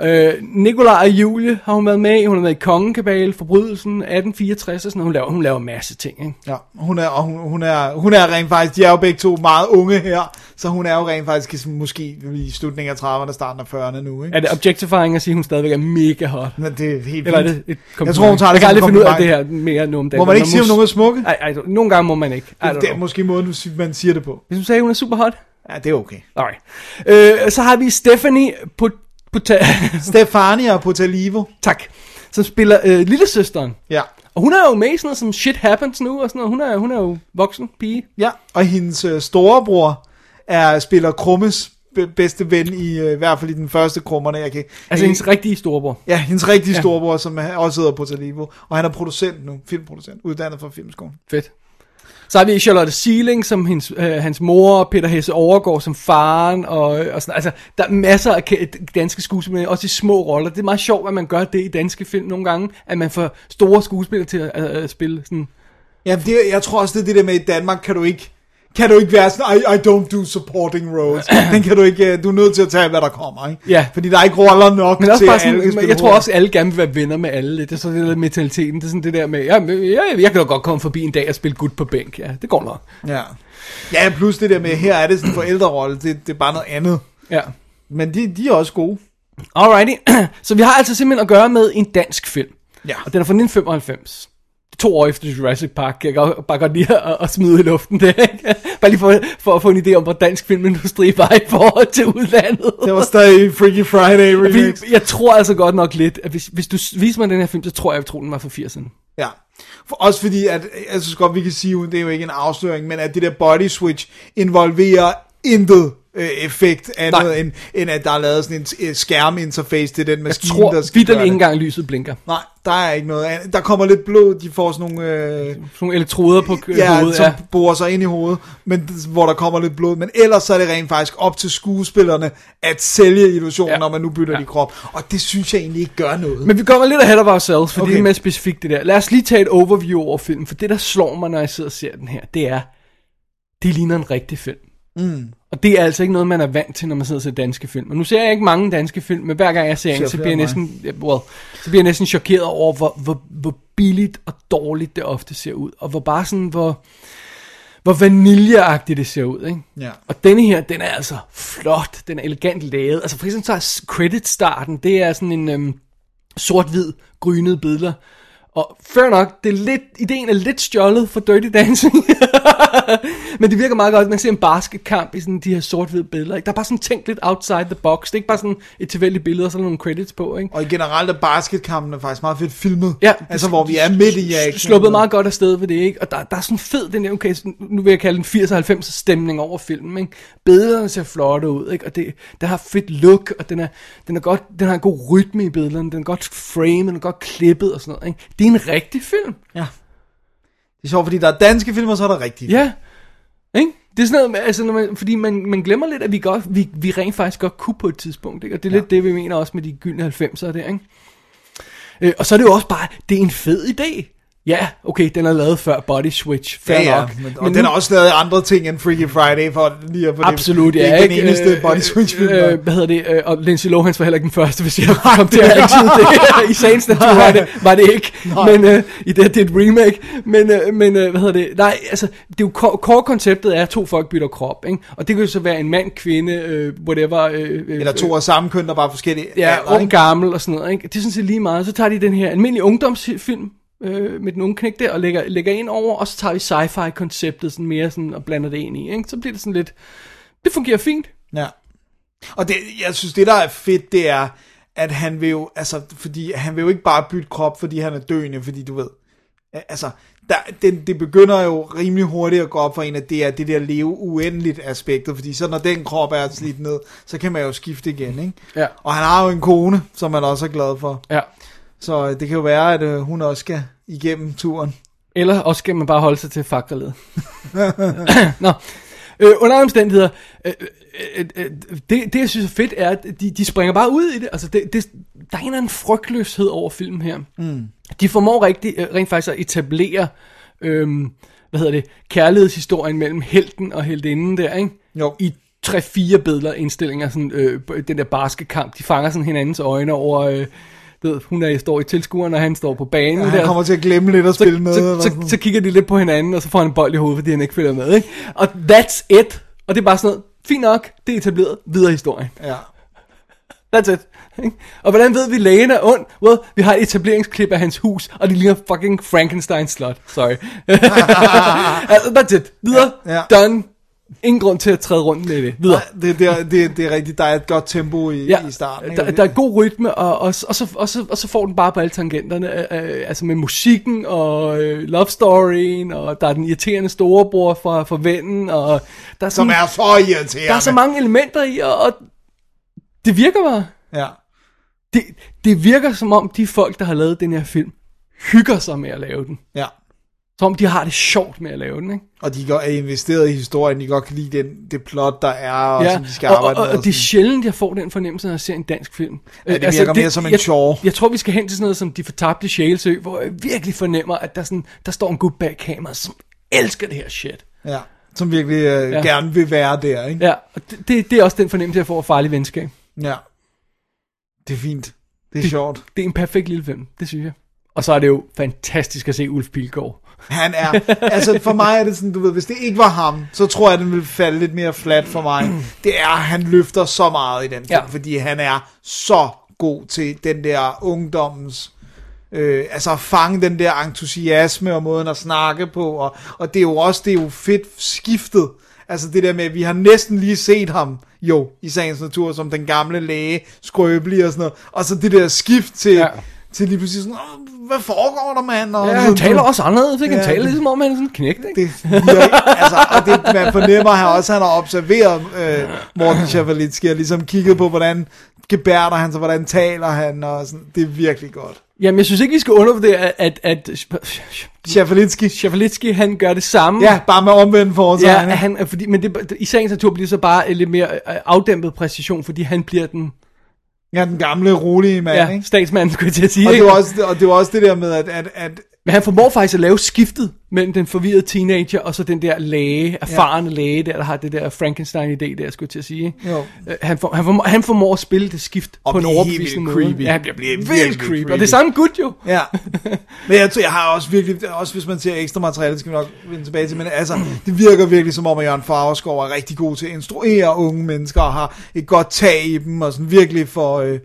Speaker 5: Ja. Øh, Nikolaj og Julie har hun været med i. Hun har været i Kongekabale, Forbrydelsen, 1864 og sådan noget. Hun laver, hun laver en masse ting, ikke?
Speaker 4: Ja, hun er, og hun, hun, er, hun er rent faktisk, de er jo begge to meget unge her, så hun er jo rent faktisk sådan måske i slutningen af 30'erne, starten af 40'erne nu, ikke?
Speaker 5: Er det objectifying at sige, at hun stadigvæk er mega hot?
Speaker 4: Men det er helt
Speaker 5: Eller er
Speaker 4: vildt.
Speaker 5: det et
Speaker 4: Jeg
Speaker 5: kompliment?
Speaker 4: tror, hun tager det
Speaker 5: Jeg
Speaker 4: som
Speaker 5: kan aldrig
Speaker 4: en
Speaker 5: finde ud af det her
Speaker 4: kompliment.
Speaker 5: mere nu om dagen.
Speaker 4: Må man ikke sige, om nogen er smukke?
Speaker 5: Ej, ej, nogle gange må man ikke. Ej,
Speaker 4: Det er måske måden, du siger- man siger det på.
Speaker 5: Hvis du sagde, at hun er super hot?
Speaker 4: Ja, det er okay.
Speaker 5: Alright. Øh, så har vi Stephanie på... på
Speaker 4: Stefania Potalivo.
Speaker 5: tak. Som spiller øh, lillesøsteren.
Speaker 4: Ja.
Speaker 5: Og hun er jo med i sådan noget som Shit Happens nu, og sådan noget. Hun er, hun er jo voksen pige.
Speaker 4: ja, og hendes øh, storebror er, spiller Krummes be- bedste ven i, øh, i hvert fald i den første krummerne. Jeg kan, jeg
Speaker 5: Altså
Speaker 4: kan-
Speaker 5: hendes rigtige storebror.
Speaker 4: Ja, hendes rigtige
Speaker 5: Ja.
Speaker 4: ja. storebror, som er- også hedder Potalivo, og han er producent nu, filmproducent, uddannet fra Filmskolen.
Speaker 5: Fedt. Så har vi Charlotte Seeling som hendes, øh, hans mor, og Peter Hesse Overgaard som faren, og, og sådan, altså, der er masser af ke- danske skuespillere, også i små roller. Det er meget sjovt, at man gør det i danske film nogle gange, at man får store skuespillere til at, at, at spille sådan.
Speaker 4: Ja, det, jeg tror også, det er det der med, at i Danmark kan du ikke, kan du ikke være sådan, I, I don't do supporting roles. Den kan du ikke, øh, du er nødt til at tage, hvad der kommer, ikke?
Speaker 5: Ja.
Speaker 4: Fordi der er ikke roller nok
Speaker 5: Men også
Speaker 4: til,
Speaker 5: bare
Speaker 4: at alle kan
Speaker 5: sådan,
Speaker 4: spille
Speaker 5: jeg tror
Speaker 4: hovedroller.
Speaker 5: også, at alle gerne vil være venner med alle. lidt. Det er sådan det der mentaliteten. Det er sådan det der med, ja, men jeg, jeg kan da godt komme forbi en dag og spille gut på bænk. Ja, det går nok.
Speaker 4: Ja. ja, plus det der med, her er det sådan en forældrerolle, det, det er bare noget andet.
Speaker 5: Ja.
Speaker 4: Men de, de er også gode.
Speaker 5: Alrighty. Så vi har altså simpelthen at gøre med en dansk film.
Speaker 4: Ja.
Speaker 5: Og den er fra 1995. To år efter Jurassic Park, kan jeg godt- bare godt lige at, at smide i luften der, ikke? Bare lige for, for at få en idé om, hvor dansk filmindustri var i forhold til udlandet.
Speaker 4: Det var stadig Freaky Friday remakes.
Speaker 5: Fordi jeg tror altså godt nok lidt, at hvis, hvis du s- viser mig den her film, så tror jeg, at den var fra 80'erne.
Speaker 4: Ja. For, også fordi, at jeg synes godt, vi kan sige, uden- det er jo ikke en afsløring, men at det der body switch involverer intet øh, effekt
Speaker 5: Nej.
Speaker 4: andet, end, end, at der er lavet sådan en øh, skærminterface til den
Speaker 5: Jeg
Speaker 4: maskine,
Speaker 5: tror
Speaker 4: der skal
Speaker 5: vidt
Speaker 4: gøre
Speaker 5: ikke
Speaker 4: det.
Speaker 5: engang lyset blinker.
Speaker 4: Nej, der er ikke noget andet. Der kommer lidt blod, de får sådan nogle... Øh,
Speaker 5: Sådan nogle elektroder på kø-
Speaker 4: ja,
Speaker 5: hovedet.
Speaker 4: som
Speaker 5: Ja.
Speaker 4: borer sig ind i hovedet, men, d- hvor der kommer lidt blod. Men ellers så er det rent faktisk op til skuespillerne at sælge illusionen,
Speaker 5: Ja.
Speaker 4: ja. når man nu bytter
Speaker 5: Ja.
Speaker 4: ja. de krop. Og det synes jeg egentlig ikke gør noget.
Speaker 5: Men vi kommer lidt ahead of ourselves, for okay. det er
Speaker 4: Okay.
Speaker 5: mere specifikt det der. Lad os lige tage et overview over filmen, for det der slår mig, når jeg sidder og ser den her, det er, det ligner en rigtig film. Mm. Og det er altså ikke noget, man er vant til, når man sidder og ser danske film. Og nu ser jeg ikke mange danske film, men hver gang jeg ser en,
Speaker 4: Ser
Speaker 5: så
Speaker 4: flere
Speaker 5: bliver jeg,
Speaker 4: end
Speaker 5: næsten, ja, well, så bliver jeg næsten chokeret over, hvor, hvor, hvor billigt og dårligt det ofte ser ud. Og hvor bare sådan, hvor, hvor vaniljeagtigt det ser ud, ikke?
Speaker 4: Ja.
Speaker 5: Og denne her, den er altså flot, den er elegant lavet. Altså for eksempel så er s- credit-starten, det er sådan en øhm, sort-hvid, grynede billeder. Og fair nok, det er lidt, ideen er lidt stjålet for Dirty Dancing. Men det virker meget godt, at man ser en basketkamp i sådan de her sort-hvide billeder. Ikke? Der er bare sådan tænkt lidt outside the box. Det er ikke bare sådan et tilfældigt billede og sådan nogle credits på. Ikke?
Speaker 4: Og generelt er basketkampene faktisk meget fedt filmet.
Speaker 5: Ja.
Speaker 4: Altså, hvor vi er midt i action.
Speaker 5: sluppet meget godt afsted ved det, ikke? Og der, der er sådan fed, den der, okay, sådan, nu vil jeg kalde den 80-90 stemning over filmen, ikke? Billederne ser flotte ud, ikke? Og det, den har fedt look, og den, er, den, er godt, den har en god rytme i billederne, den er godt framet, den er godt klippet og sådan noget, ikke? Det er en rigtig film,
Speaker 4: Ja. Det er sjovt, fordi der er danske film, og så er der rigtige
Speaker 5: ja. Ikke? Det er sådan noget, med- altså, når man, fordi man, man glemmer lidt, at vi, godt, vi, vi rent faktisk godt kunne på et tidspunkt, ikke? Og det er ja. lidt det, vi mener også med de gyldne 90'ere der, ikke? Øh, og så er det jo også bare, det er en fed idé. Ja, okay, den er lavet før Body Switch, fair
Speaker 4: Ja, ja.
Speaker 5: nok.
Speaker 4: Men, og men den
Speaker 5: nu-
Speaker 4: har også lavet andre ting end Freaky Friday, for lige at få
Speaker 5: Absolut,
Speaker 4: det.
Speaker 5: ja.
Speaker 4: Det er ikke den eneste
Speaker 5: Øh,
Speaker 4: body switch film.
Speaker 5: Øh,
Speaker 4: Øh,
Speaker 5: øh, hvad hedder det? Øh, Og Lindsay Lohan var heller ikke den første, hvis jeg kom til at actionede det. I sagens natur var det, var det ikke. Men øh, i det her, det er et remake. Men, øh, men øh, hvad hedder det? Nej, altså, det er jo core- core-konceptet er, at to folk bytter krop, ikke? Og det kan jo så være en mand, kvinde, øh, whatever. Øh, øh,
Speaker 4: Eller to af samme køn, der bare er forskellige.
Speaker 5: Ja,
Speaker 4: aldre,
Speaker 5: ung,
Speaker 4: ikke?
Speaker 5: gammel og sådan noget. Ikke? Det er sådan set lige meget. Så tager de den her almindelige ungdomsfilm øh, med den unge knæk der og lægger, lægger ind over, og så tager vi sci-fi-konceptet sådan mere sådan, og blander det ind i. Ikke? Så bliver det sådan lidt... Det fungerer fint.
Speaker 4: Ja. Og det, jeg synes, det der er fedt, det er, at han vil jo, altså, fordi han vil jo ikke bare bytte krop, fordi han er døende, fordi du ved, altså, der, den, det begynder jo rimelig hurtigt at gå op for en, at det er det der leve uendeligt aspektet, fordi så når den krop er slidt ned, så kan man jo skifte igen, ikke?
Speaker 5: Ja.
Speaker 4: Og han har jo en kone, som han også er glad for.
Speaker 5: Ja.
Speaker 4: Så det kan jo være, at øh, hun også skal igennem turen.
Speaker 5: Eller også skal man bare holde sig til fakrelet. Nå. Øh, under alle omstændigheder, øh, øh, øh, det, det jeg synes er fedt er, at de, de springer bare ud i det. Altså, det, det, der er en eller anden frygtløshed over filmen her. Mm. De formår rigtig, øh, rent faktisk at etablere, øh, hvad hedder det, kærlighedshistorien mellem helten og heltinden der, ikke?
Speaker 4: Jo.
Speaker 5: I tre fire billeder indstillinger, sådan, øh, den der barske kamp. De fanger sådan hinandens øjne over, øh, du ved, hun er, står i tilskueren, og han står på banen.
Speaker 4: Ja,
Speaker 5: der.
Speaker 4: han kommer til at glemme lidt at spille med.
Speaker 5: Så,
Speaker 4: eller
Speaker 5: så,
Speaker 4: sådan
Speaker 5: så kigger de lidt på hinanden, og så får han en bold i hovedet, fordi han ikke følger med. Ikke? Og that's it. Og det er bare sådan noget, fint nok, det er etableret, videre historien.
Speaker 4: noget. Ja.
Speaker 5: That's it. Ikke? Og hvordan ved vi, at lægen er ond? Well, vi har et etableringsklip af hans hus, og det ligner fucking Frankenstein slot. Sorry. altså, that's it. Videre.
Speaker 4: Ja, ja.
Speaker 5: Done. Ingen grund til at træde rundt med det. Videre.
Speaker 4: Nej, det, det, er, det, det er rigtigt. Der er et godt tempo i, ja, i starten. ikke?
Speaker 5: Der, der er god rytme, og, og, og, så, og, så, og så får den bare på alle tangenterne, øh, øh, altså med musikken, og øh, love storyen, og der er den irriterende storebror fra, fra vennen, og der er,
Speaker 4: Som
Speaker 5: sådan,
Speaker 4: er så irriterende.
Speaker 5: der er så mange elementer i, og, og det virker bare.
Speaker 4: Ja.
Speaker 5: Det, det virker som om de folk, der har lavet den her film, hygger sig med at lave den.
Speaker 4: ja.
Speaker 5: Som om de har det sjovt med at lave den, ikke?
Speaker 4: Og de godt- er investeret i historien. De godt kan lide den, det plot, der er, og ja, som de skal
Speaker 5: og, og,
Speaker 4: arbejde
Speaker 5: og,
Speaker 4: med.
Speaker 5: og det er sjældent, jeg får den fornemmelse, når jeg ser en dansk film. Ja,
Speaker 4: det virker mere som en
Speaker 5: jeg,
Speaker 4: chore.
Speaker 5: Jeg tror, vi skal hen til sådan noget som De Fortabte Sjælesø, hvor jeg virkelig fornemmer, at der, sådan, der står en gut bag kameraet, som elsker det her shit.
Speaker 4: sådan. ja. Som virkelig øh, ja. gerne vil være der, ikke?
Speaker 5: Ja, og det, det, det er også den fornemmelse, jeg får af farlig venskab.
Speaker 4: Ja. Det er fint. Det er sjovt.
Speaker 5: Det er en perfekt lille film, det synes jeg. Og så er det jo fantastisk at se Ulf Pilgaard.
Speaker 4: Han er, altså for mig er det sådan, du ved, hvis det ikke var ham, så tror jeg, den ville falde lidt mere flat for mig. Det er, han løfter så meget i den film,
Speaker 5: Ja.
Speaker 4: ja. fordi han er så god til den der ungdommens, øh, altså at fange den der entusiasme og måden at snakke på, og, og det er jo også, det er jo fedt skiftet, altså det der med, at vi har næsten lige set ham, jo, i sagens natur, som den gamle læge, skrøbelig og sådan noget, og så det der skift til,
Speaker 5: Ja.
Speaker 4: ja. til lige pludselig sådan, "Åh, hvad foregår der, mand? Og
Speaker 5: Ja,
Speaker 4: sådan,
Speaker 5: han
Speaker 4: du-
Speaker 5: taler også anderledes, ikke? Han
Speaker 4: Ja.
Speaker 5: taler ligesom om, han er sådan en knægt, ikke?
Speaker 4: det virker, altså, og det, man fornemmer her også, at han har observeret øh, Morten Schaffelitski, og ligesom kigget på, hvordan gebærder han sig, hvordan taler han, og sådan, det er virkelig godt.
Speaker 5: Jamen, jeg synes ikke, vi skal undervurdere, at, at, at
Speaker 4: Schaffelitski,
Speaker 5: Schavalitsky, han gør det samme.
Speaker 4: ja, bare med omvendt foran sig.
Speaker 5: Ja, han, han, er- fordi, men det, i sagens natur bliver det så bare en lidt mere øh, afdæmpet præcision, fordi han bliver den
Speaker 4: ja, den gamle, rolige mand,
Speaker 5: ja,
Speaker 4: ja. ikke?
Speaker 5: statsmand, skulle jeg til at sige.
Speaker 4: Og det,
Speaker 5: ikke?
Speaker 4: var også, og det var også det der med, at, at, at
Speaker 5: Men han formår faktisk at lave skiftet mellem den forvirrede teenager og så den der læge, erfarne ja. læge der, der har det der Frankenstein-idé der, skulle jeg til at sige. ikke?
Speaker 4: Jo.
Speaker 5: Øh, Han, for, han, formår, han formår at spille det skift
Speaker 4: Og
Speaker 5: på en
Speaker 4: blive helt vildt
Speaker 5: overbevisende måde.
Speaker 4: creepy.
Speaker 5: Ja, han bliver, bliver vildt,
Speaker 4: Virkelig
Speaker 5: creepy. creepy. Og
Speaker 4: creepy.
Speaker 5: det er samme gut jo.
Speaker 4: Ja. Men jeg, tror, jeg har også virkelig, også hvis man ser ekstra materiale, det skal vi nok vende tilbage til, men altså, det virker virkelig som om, at Jørgen Favreskov er rigtig god til at instruere unge mennesker, og har et godt tag i dem, og sådan virkelig for, øh,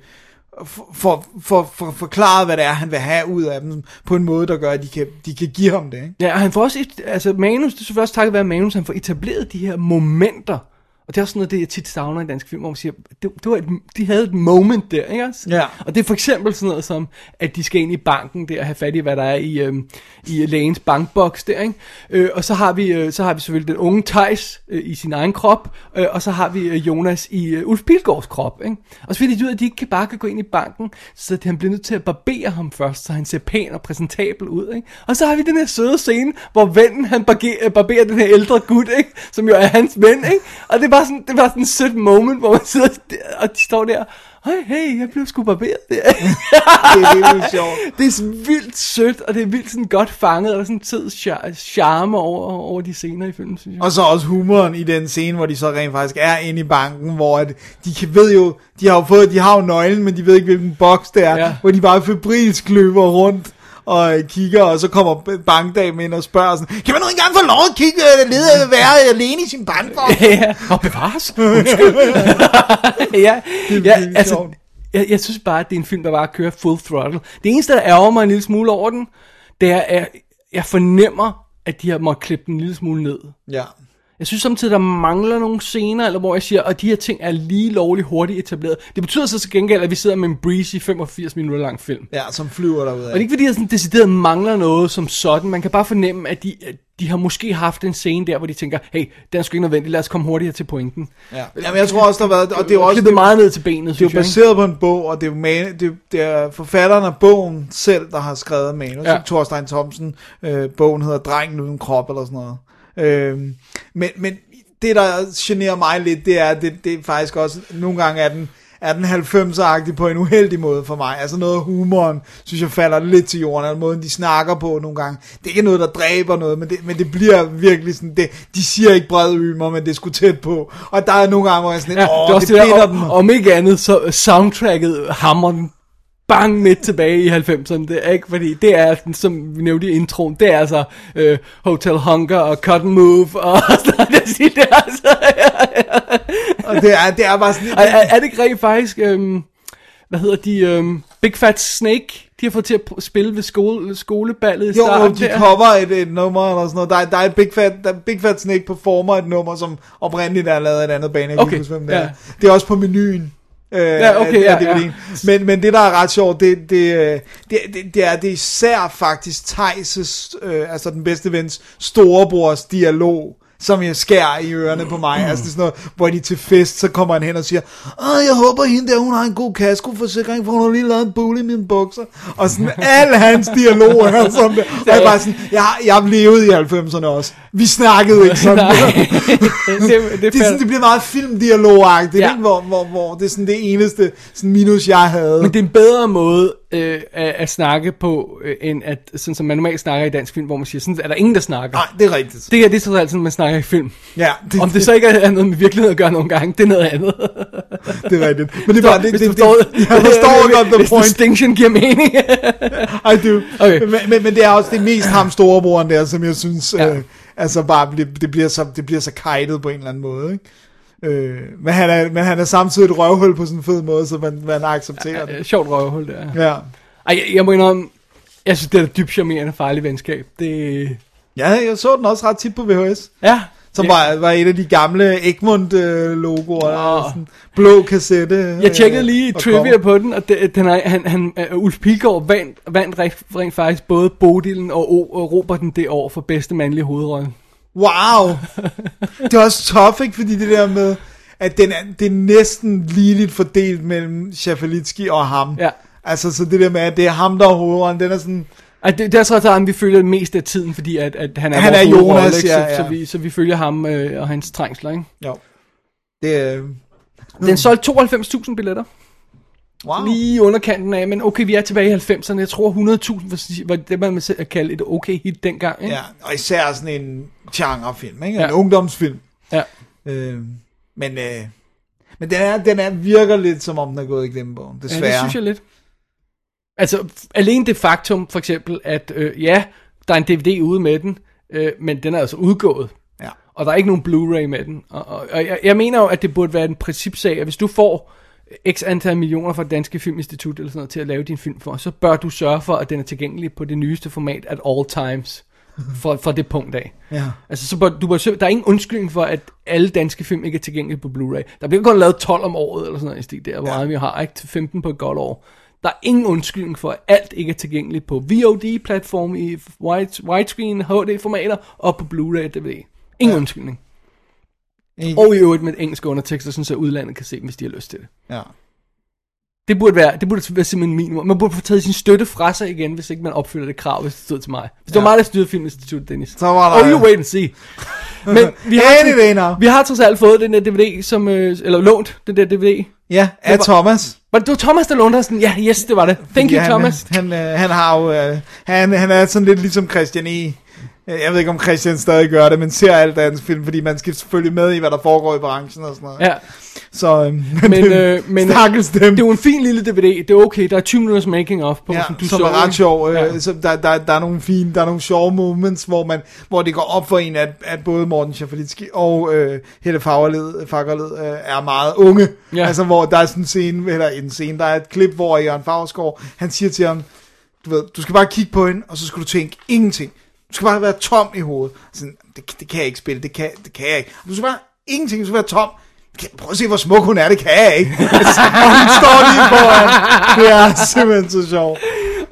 Speaker 4: for, for, for, for forklaret, hvad det er, han vil have ud af dem, på en måde, der gør, at de kan, de kan give ham det, ikke?
Speaker 5: Ja, og han får også et, altså manus, det er selvfølgelig også takket være manus, han får etableret de her momenter. Og det er også noget, det jeg tit savner i dansk film, hvor man siger, det, det var et, de havde et moment der, ikke også?
Speaker 4: Ja.
Speaker 5: Og det er for eksempel sådan noget som, at de skal ind i banken der og have fat i, hvad der er i, øhm, i lægens bankboks der, ikke? Øh, og så har, vi, øh, så har vi selvfølgelig den unge Tejs øh, i sin egen krop, øh, og så har vi øh, Jonas i øh, Ulf Pilgaards krop, ikke? Og så finder de ud af, at de ikke kan bare kan gå ind i banken, så han bliver nødt til at barbere ham først, så han ser pæn og præsentabel ud, ikke? Og så har vi den her søde scene, hvor vennen, han barge- øh, barberer den her ældre gut, ikke? Som jo er hans ven, ikke? Og det var sådan, det var sådan et sødt moment, hvor man sidder der, og de står der, Hey, hey, jeg blev sgu barberet der.
Speaker 4: Det er virkelig sjovt.
Speaker 5: Det er sådan vildt sødt, og det er vildt sådan godt fanget, og der er sådan en tid char- charme over, over de scener i filmen, synes jeg.
Speaker 4: Og så også humoren i den scene, hvor de så rent faktisk er inde i banken, hvor at de kan, ved jo, de har jo fået, de har jo nøglen, men de ved ikke, hvilken boks det er,
Speaker 5: Ja.
Speaker 4: ja. hvor de bare febrilsk løber rundt og øh, kigger, og så kommer bankdamen ind og spørger sådan, kan man nu engang få lov at kigge, øh, lede at være alene i sin bankboks?
Speaker 5: Ja, og bevares. Undskyld. ja,
Speaker 4: Det er
Speaker 5: ja,
Speaker 4: virkelig
Speaker 5: altså,
Speaker 4: sjovt.
Speaker 5: jeg, jeg synes bare, at det er en film, der bare kører full throttle. Det eneste, der ærger mig en lille smule over den, det er, at jeg fornemmer, at de har måttet klippe den en lille smule ned.
Speaker 4: ja.
Speaker 5: Jeg synes samtidig, der mangler nogle scener, eller hvor jeg siger, at de her ting er lige lovligt hurtigt etableret. Det betyder så til gengæld, at vi sidder med en breezy 85 minutter lang film.
Speaker 4: Ja, som flyver
Speaker 5: Og det er
Speaker 4: derude.
Speaker 5: ikke fordi, jeg sådan decideret mangler noget som sådan. Man kan bare fornemme, at de, at de har måske haft en scene der, hvor de tænker, hey, den er sgu ikke nødvendig, lad os komme hurtigere til pointen.
Speaker 4: Ja. Jamen, jeg tror også, der har været... Og det er jo også...
Speaker 5: klippet meget ned til benet,
Speaker 4: Det er
Speaker 5: synes
Speaker 4: jo
Speaker 5: jeg. Ikke?
Speaker 4: baseret på en bog, og det er, jo man, det, er- det er forfatteren af bogen selv, der har skrevet manus.
Speaker 5: Ja.
Speaker 4: Ja. Thorstein Thomsen. Øh, bogen hedder Drengen uden krop, eller sådan noget. Øh, men, men det, der generer mig lidt, det er, at det, det er faktisk også, nogle gange er den, er den 90'er-agtig på en uheldig måde for mig. Altså noget af humoren, synes jeg falder lidt til jorden, eller måden de snakker på nogle gange. Det er ikke noget, der dræber noget, men det, men det bliver virkelig sådan, det, de siger ikke brede ymer, men det er sgu tæt på. Og der er nogle gange, hvor jeg er sådan lidt,
Speaker 5: Ja,
Speaker 4: åh,
Speaker 5: det er også det,
Speaker 4: binder
Speaker 5: der,
Speaker 4: dem.
Speaker 5: om, om ikke andet, så soundtracket hammer den bang midt tilbage i 90'erne. Det er ikke, fordi det er, den, som vi nævnte i introen, det er altså øh, Hotel Hunger og Cotton Move og sådan noget. Det er- det er altså,
Speaker 4: Og det er, det er bare sådan lidt...
Speaker 5: er, er, er det ikke rent faktisk, øhm, hvad hedder de, øhm, Big Fat Snake, de har fået til at pr- spille ved skole, skoleballet i
Speaker 4: Jo, jo,
Speaker 5: starten
Speaker 4: de
Speaker 5: der?
Speaker 4: cover et, et nummer eller sådan noget. Der, er- der er et Big Fat, der, Big Fat Snake performer et nummer, som oprindeligt er lavet af et andet bane. Jeg kan
Speaker 5: Okay,
Speaker 4: okay. huske, hvem det
Speaker 5: ja.
Speaker 4: er. Det er også på menuen. Øh,
Speaker 5: Ja, okay,
Speaker 4: af- af
Speaker 5: ja, ja.
Speaker 4: DVD'en. Men, men det, der er ret sjovt, det, det, øh, det, det, det er det er især faktisk Thijs' øh, altså den bedste vens, storebrors dialog, som jeg skærer i ørerne på mig. Altså det er sådan noget, hvor de er til fest, så kommer han hen og siger, Åh, jeg håber hende der, hun har en god kaskoforsikring, for hun har lige lavet en bule i mine bukser. Og sådan, al hans dialog er sådan der. Og jeg er bare sådan, jeg, jeg levede i 90'erne også. Vi snakkede ikke sådan
Speaker 5: Nej,
Speaker 4: der.
Speaker 5: det, er- det,
Speaker 4: Det, er sådan, det
Speaker 5: det,
Speaker 4: bliver meget filmdialogagtigt,
Speaker 5: Ja.
Speaker 4: ja. ikke? Hvor, hvor, hvor det er sådan det eneste sådan minus, jeg havde.
Speaker 5: men det er en bedre måde øh, at, at snakke på, øh, end at, sådan som man normalt snakker i dansk film, hvor man siger, sådan er der ingen, der snakker.
Speaker 4: Nej, det er rigtigt.
Speaker 5: Det her, det er så altid, man snakker i film.
Speaker 4: Ja, det,
Speaker 5: Om det så ikke er noget med virkeligheden at gøre nogle gange, det er noget andet.
Speaker 4: det er rigtigt. Men det er bare, det,
Speaker 5: Hvis
Speaker 4: det,
Speaker 5: du
Speaker 4: det,
Speaker 5: forstår
Speaker 4: det, jeg forstår godt the
Speaker 5: Hvis
Speaker 4: point.
Speaker 5: distinction giver mening.
Speaker 4: I do.
Speaker 5: Okay.
Speaker 4: Men, men, men det er også det mest ham storebroren der, som jeg synes,
Speaker 5: Ja.
Speaker 4: ja. øh, altså bare, bliver- det bliver, så, det bliver så kajtet på en eller anden måde, ikke? Øh, men, han er, men han er samtidig et røvhul på sådan en fed måde, så man, man accepterer det.
Speaker 5: Øh, Sjovt røvhul, det er.
Speaker 4: Ja.
Speaker 5: Ej, jeg, jeg må indrømme, jeg synes, det er et dybt charmerende farligt venskab. Det...
Speaker 4: ja, jeg så den også ret tit på VHS,
Speaker 5: Ja.
Speaker 4: som
Speaker 5: jeg,
Speaker 4: var, var et af de gamle Egmont-logoer,
Speaker 5: Åh.
Speaker 4: øh, sådan blå kassette. øh,
Speaker 5: jeg tjekkede lige
Speaker 4: og
Speaker 5: trivia
Speaker 4: cover.
Speaker 5: på den, og det, den er, han, han, øh, Ulf Pilgaard vandt, vandt rent, rent faktisk både Bodilen og, o, og Roberten det år for bedste mandlige hovedrolle.
Speaker 4: Wow! Det er også tough, ikke? Fordi det der med, at den er, det er næsten ligeligt fordelt mellem Schaffelitski og ham.
Speaker 5: Ja.
Speaker 4: Altså, så det der med, at det er ham, der er hovedånden, den er sådan...
Speaker 5: Ej, det, det er så også ham, vi følger mest af tiden, fordi at, at han er
Speaker 4: Han er
Speaker 5: vores hovedrolle,
Speaker 4: Jonas,
Speaker 5: ikke?
Speaker 4: ja, ja.
Speaker 5: Så, så, vi, så vi følger ham øh, og hans trængsler, ikke?
Speaker 4: Jo. Det er... Mm.
Speaker 5: Den solgte 92.000 billetter.
Speaker 4: Wow.
Speaker 5: Lige i underkanten af, men okay, vi er tilbage i 90'erne. Jeg tror 100.000 var, var det, man ville kalde et okay hit dengang. Ikke?
Speaker 4: Ja, og især sådan en genrefilm, ikke?
Speaker 5: Ja.
Speaker 4: Ja. En ungdomsfilm.
Speaker 5: ja.
Speaker 4: Øh, men øh, men den, er, den er, virker lidt, som om den er gået i glemmebogen, desværre.
Speaker 5: Ja, det synes jeg lidt. Altså, f- alene det faktum, for eksempel, at øh, ja, der er en DVD ude med den, øh, men den er altså udgået.
Speaker 4: Ja.
Speaker 5: Og der er ikke nogen Blu-ray med den. Og, og, og jeg, jeg mener jo, at det burde være en principsag, at hvis du får x antal millioner fra det Danske Filminstitut eller sådan noget til at lave din film for, så bør du sørge for, at den er tilgængelig på det nyeste format at all times. Fra, fra det punkt af.
Speaker 4: Ja.
Speaker 5: Altså, så bør, du bør, sø- der er ingen undskyldning for, at alle danske film ikke er tilgængelige på Blu-ray. Der bliver kun lavet 12 om året, eller sådan noget, i stil der, hvor meget vi har, ikke? Til 15 på et godt år. Der er ingen undskyldning for, at alt ikke er tilgængeligt på VOD-platform i wide- widescreen, HD-formater og på Blu-ray DVD. Ingen ja. undskyldning.
Speaker 4: Ikke?
Speaker 5: Og i øvrigt med engelske undertekster, sådan så udlandet kan se dem, hvis de har lyst til det.
Speaker 4: Ja.
Speaker 5: Det burde være, det burde være simpelthen minimum. Man burde få taget sin støtte fra sig igen, hvis ikke man opfylder det krav, hvis det stod til mig. Hvis det var
Speaker 4: Ja.
Speaker 5: mig, der styrede Filminstituttet, Dennis.
Speaker 4: Så var der...
Speaker 5: Oh, you wait and see. Men vi har,
Speaker 4: Anyway now.
Speaker 5: vi har trods alt fået den der DVD, som, øh, eller lånt den der DVD.
Speaker 4: Ja, af
Speaker 5: var-
Speaker 4: Thomas.
Speaker 5: Var det, det var Thomas, der lånte os den? Ja, yes, det var det. Thank you,
Speaker 4: Ja, han,
Speaker 5: Thomas.
Speaker 4: Han, han, øh, han har jo... Øh, han, han er sådan lidt ligesom Christian E. Øh, Jeg ved ikke, om Christian stadig gør det, men ser alt hans film, fordi man skal selvfølgelig med i, hvad der foregår i branchen og sådan noget.
Speaker 5: Ja,
Speaker 4: Så, øhm,
Speaker 5: men,
Speaker 4: det-
Speaker 5: øh, men øh,
Speaker 4: Stakkels dem.
Speaker 5: det er jo en fin lille DVD. Det er okay. Der er 20 minutters making of på,
Speaker 4: Ja,
Speaker 5: som
Speaker 4: som,
Speaker 5: du
Speaker 4: som
Speaker 5: så.
Speaker 4: er ret
Speaker 5: ikke?
Speaker 4: sjov. Øh,
Speaker 5: Ja.
Speaker 4: ja. så der, der, der, er nogle fine, der er nogle sjove moments, hvor, man, hvor det går op for en, at, at både Morten Schaffelitski og øh, Helle Fagerled, Fagerled øh, er meget unge.
Speaker 5: Ja.
Speaker 4: Ja. Altså, hvor der er sådan en scene, eller en scene, der er et klip, hvor Jørgen Fagerskov, han siger til ham, du ved, du skal bare kigge på hende, og så skal du tænke ingenting. Du skal bare være tom i hovedet. Sådan, det, det kan jeg ikke spille, det kan, det kan jeg ikke. Du skal bare ingenting, du skal være tom. Kan- Prøv at se, hvor smuk hun er, det kan jeg ikke. Altså, og hun står lige foran. Det er simpelthen så sjovt.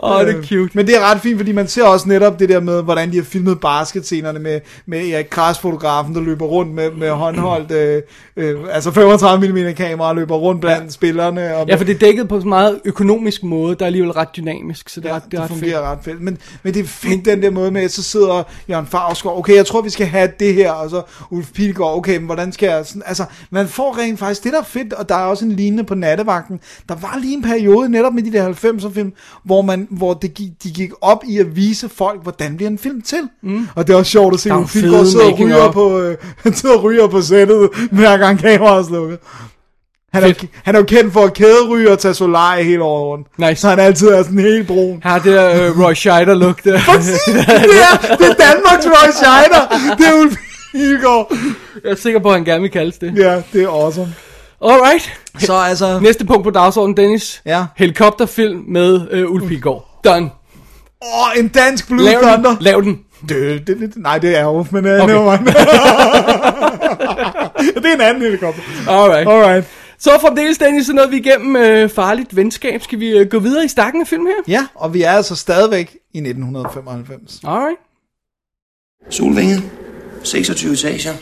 Speaker 5: Åh, det er
Speaker 4: Øh,
Speaker 5: cute.
Speaker 4: Men det er ret fint, fordi man ser også netop det der med, hvordan de har filmet basketscenerne med, med Erik Kras, fotografen, der løber rundt med, med håndholdt, øh, øh, altså 35mm kamera, og løber rundt blandt spillerne. Og
Speaker 5: Ja, for det er dækket på en meget økonomisk måde, der er alligevel ret dynamisk, så det er, ret, det er
Speaker 4: det
Speaker 5: ret fedt.
Speaker 4: fungerer ret fedt. Men, men det er fedt den der måde med, at så sidder Jørgen Favsgaard, okay, jeg tror, vi skal have det her, og så Ulf Pilgaard, okay, men hvordan skal jeg... Sådan, altså, man får rent faktisk, det der er fedt, og der er også en lignende på nattevagten. Der var lige en periode, netop med de der 90'er film, hvor, man, hvor det gik, de gik op i at vise folk, hvordan bliver en film til. Mm. Og det er også sjovt at se
Speaker 5: Der er
Speaker 4: Ulf
Speaker 5: jo
Speaker 4: Pilgaard
Speaker 5: fede
Speaker 4: sidde og
Speaker 5: making
Speaker 4: ryger
Speaker 5: of.
Speaker 4: på, øh, han sidder og ryger på sættet, hver gang kameraet er slukket. Han er, jo- han er jo kendt for at kæderyge og tage solarie hele året rundt.
Speaker 5: Nice.
Speaker 4: Så han altid er sådan helt brun.
Speaker 5: Her er det der øh, Roy Scheider look der.
Speaker 4: Præcis, det er, det er Danmarks Roy Scheider. Det er Ulf Pilgaard.
Speaker 5: Jeg er sikker på, at han gerne vil kaldes det.
Speaker 4: Ja, det er awesome.
Speaker 5: Alright.
Speaker 4: Så altså...
Speaker 5: Næste punkt på dagsordenen, Dennis.
Speaker 4: Ja.
Speaker 5: Helikopterfilm med øh, Ulf Pilgaard. Done.
Speaker 4: Åh, oh, en dansk Blue
Speaker 5: Lav
Speaker 4: Thunder.
Speaker 5: den. Lav den.
Speaker 4: Det, det, det, nej, det er Ulf, men uh, okay.
Speaker 5: Okay.
Speaker 4: nevermind. det er en anden helikopter.
Speaker 5: Alright.
Speaker 4: Alright.
Speaker 5: Så fremdeles, Dennis, så nåede vi igennem øh, farligt venskab. Skal vi øh, gå videre i stakken af film her?
Speaker 4: Ja, og vi er altså stadigvæk i 1995.
Speaker 5: Alright.
Speaker 9: Solvænget. 26 etager.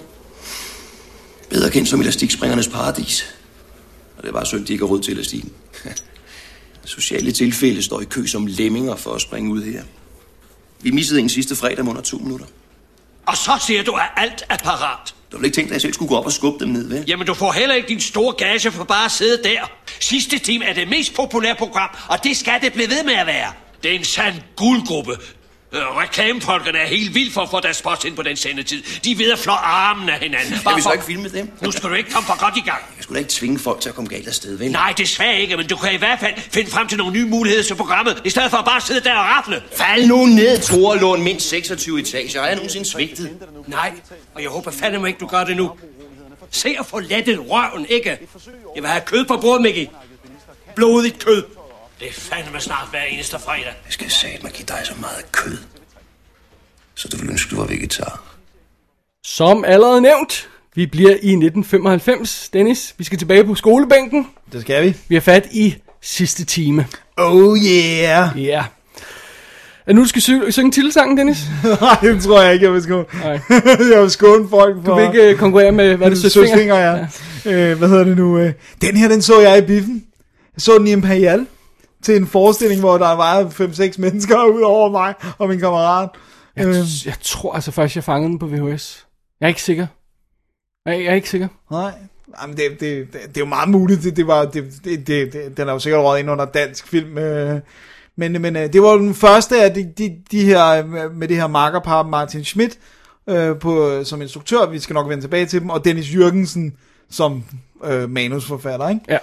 Speaker 9: Bedre kendt som elastikspringernes paradis. Og det var synd, de ikke har råd til elastikken. Sociale tilfælde står i kø som lemminger for at springe ud her. Vi missede en sidste fredag med under to minutter.
Speaker 10: Og så siger du, at alt er parat.
Speaker 9: Du ville ikke tænkt, at jeg selv skulle gå op og skubbe dem ned, vel?
Speaker 10: Jamen, du får heller ikke din store gage for bare at sidde der. Sidste time er det mest populære program, og det skal det blive ved med at være. Det er en sand guldgruppe. Øh, reklamefolkene er helt vilde for at få deres spots ind på den sendetid. De er ved at flå armen af hinanden.
Speaker 9: Kan vi så
Speaker 10: for-
Speaker 9: ikke filme dem?
Speaker 10: Nu skal du ikke komme for godt i gang.
Speaker 9: Jeg skulle da ikke tvinge folk til at komme galt afsted, vel?
Speaker 10: Nej, desværre ikke, men du kan i hvert fald finde frem til nogle nye muligheder til programmet, i stedet for at bare sidde der og rafle.
Speaker 9: Fald nu ned, Torlund, mindst 26 etager. Har jeg nogensinde svigtet?
Speaker 10: Nej, og jeg håber fandeme ikke, du gør det nu. Se at få lettet røven, ikke? Jeg vil have kød på bordet, Mickey. Blodigt kød. Det er fandme snart hver eneste fredag.
Speaker 9: Jeg skal satme give dig så meget kød. Så du vil ønske, du var vegetar.
Speaker 5: Som allerede nævnt, vi bliver i 1995, Dennis. Vi skal tilbage på skolebænken.
Speaker 4: Det skal vi.
Speaker 5: Vi har fat i sidste time.
Speaker 4: Oh yeah.
Speaker 5: Ja. Yeah. Er nu du skal sy- synge titelsangen, Dennis?
Speaker 4: Nej, det tror jeg ikke, jeg vil skåne.
Speaker 5: Nej.
Speaker 4: jeg vil skåne folk for...
Speaker 5: Du vil ikke øh, konkurrere med, hvad er det, søsfinger?
Speaker 4: Søsfinger, ja. ja. Øh, hvad hedder det nu? Øh, den her, den så jeg i biffen. Jeg så den i Imperial til en forestilling, hvor der var 5-6 mennesker ud over mig og min kammerat. Øh,
Speaker 5: Jeg, t- jeg tror altså først, jeg fangede den på VHS. Jeg er ikke sikker. Jeg, jeg er ikke sikker.
Speaker 4: Nej. Jamen, det, det, det, det er jo meget muligt. Det, det var, det, det, det, det, den er jo sikkert røget ind under dansk film. Øh. Men, men øh, det var jo den første af de, de, de her, øh, med det her markerpar Martin Schmidt øh, på, øh, som instruktør. Vi skal nok vende tilbage til dem. Og Dennis Jørgensen som øh, manusforfatter, ikke?
Speaker 5: Ja.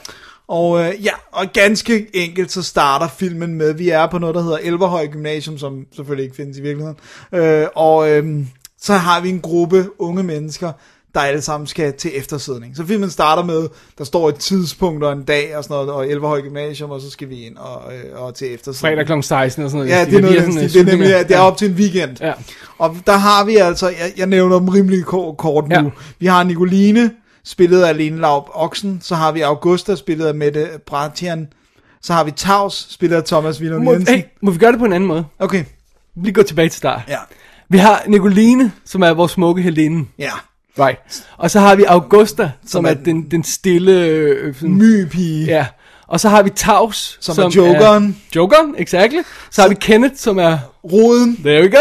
Speaker 4: Og øh, ja, og ganske enkelt så starter filmen med, vi er på noget, der hedder Elverhøj Gymnasium, som selvfølgelig ikke findes i virkeligheden. Øh, og øh, så har vi en gruppe unge mennesker, der alle sammen skal til eftersidning. Så filmen starter med, der står et tidspunkt og en dag og sådan noget, og Elverhøj Gymnasium, og så skal vi ind og, øh, og til eftersidning.
Speaker 5: Fredag kl. 16 og sådan noget.
Speaker 4: Ja,
Speaker 5: Jeg
Speaker 4: det er noget,
Speaker 5: siger,
Speaker 4: af den
Speaker 5: de
Speaker 4: stil.
Speaker 5: sådan,
Speaker 4: det er
Speaker 5: øh,
Speaker 4: nemlig,
Speaker 5: slutninger.
Speaker 4: at det er op til en weekend.
Speaker 5: Ja.
Speaker 4: Og der har vi altså, jeg, jeg nævner dem rimelig ko- kort nu.
Speaker 5: Ja.
Speaker 4: Ja. Vi har Nicoline, spillet af Lene Laub Oksen. Så har vi Augusta, spillet af Mette Bratian. Så har vi Tavs, spillet af Thomas Willum
Speaker 5: Må,
Speaker 4: Jensen.
Speaker 5: hey, må vi gøre det på en anden måde?
Speaker 4: Okay,
Speaker 5: Vi går tilbage til start.
Speaker 4: ja.
Speaker 5: Vi har Nicoline, som er vores smukke Helene.
Speaker 4: ja.
Speaker 5: Right. Og så har vi Augusta, som, som
Speaker 4: Som
Speaker 5: er,
Speaker 4: er
Speaker 5: den, den stille... Øh, sådan,
Speaker 4: Mypige.
Speaker 5: Ja. Og så har vi Tavs, som,
Speaker 4: er jokeren.
Speaker 5: jokeren, exactly. Så har vi Kenneth, som er...
Speaker 4: Roden.
Speaker 5: There we go.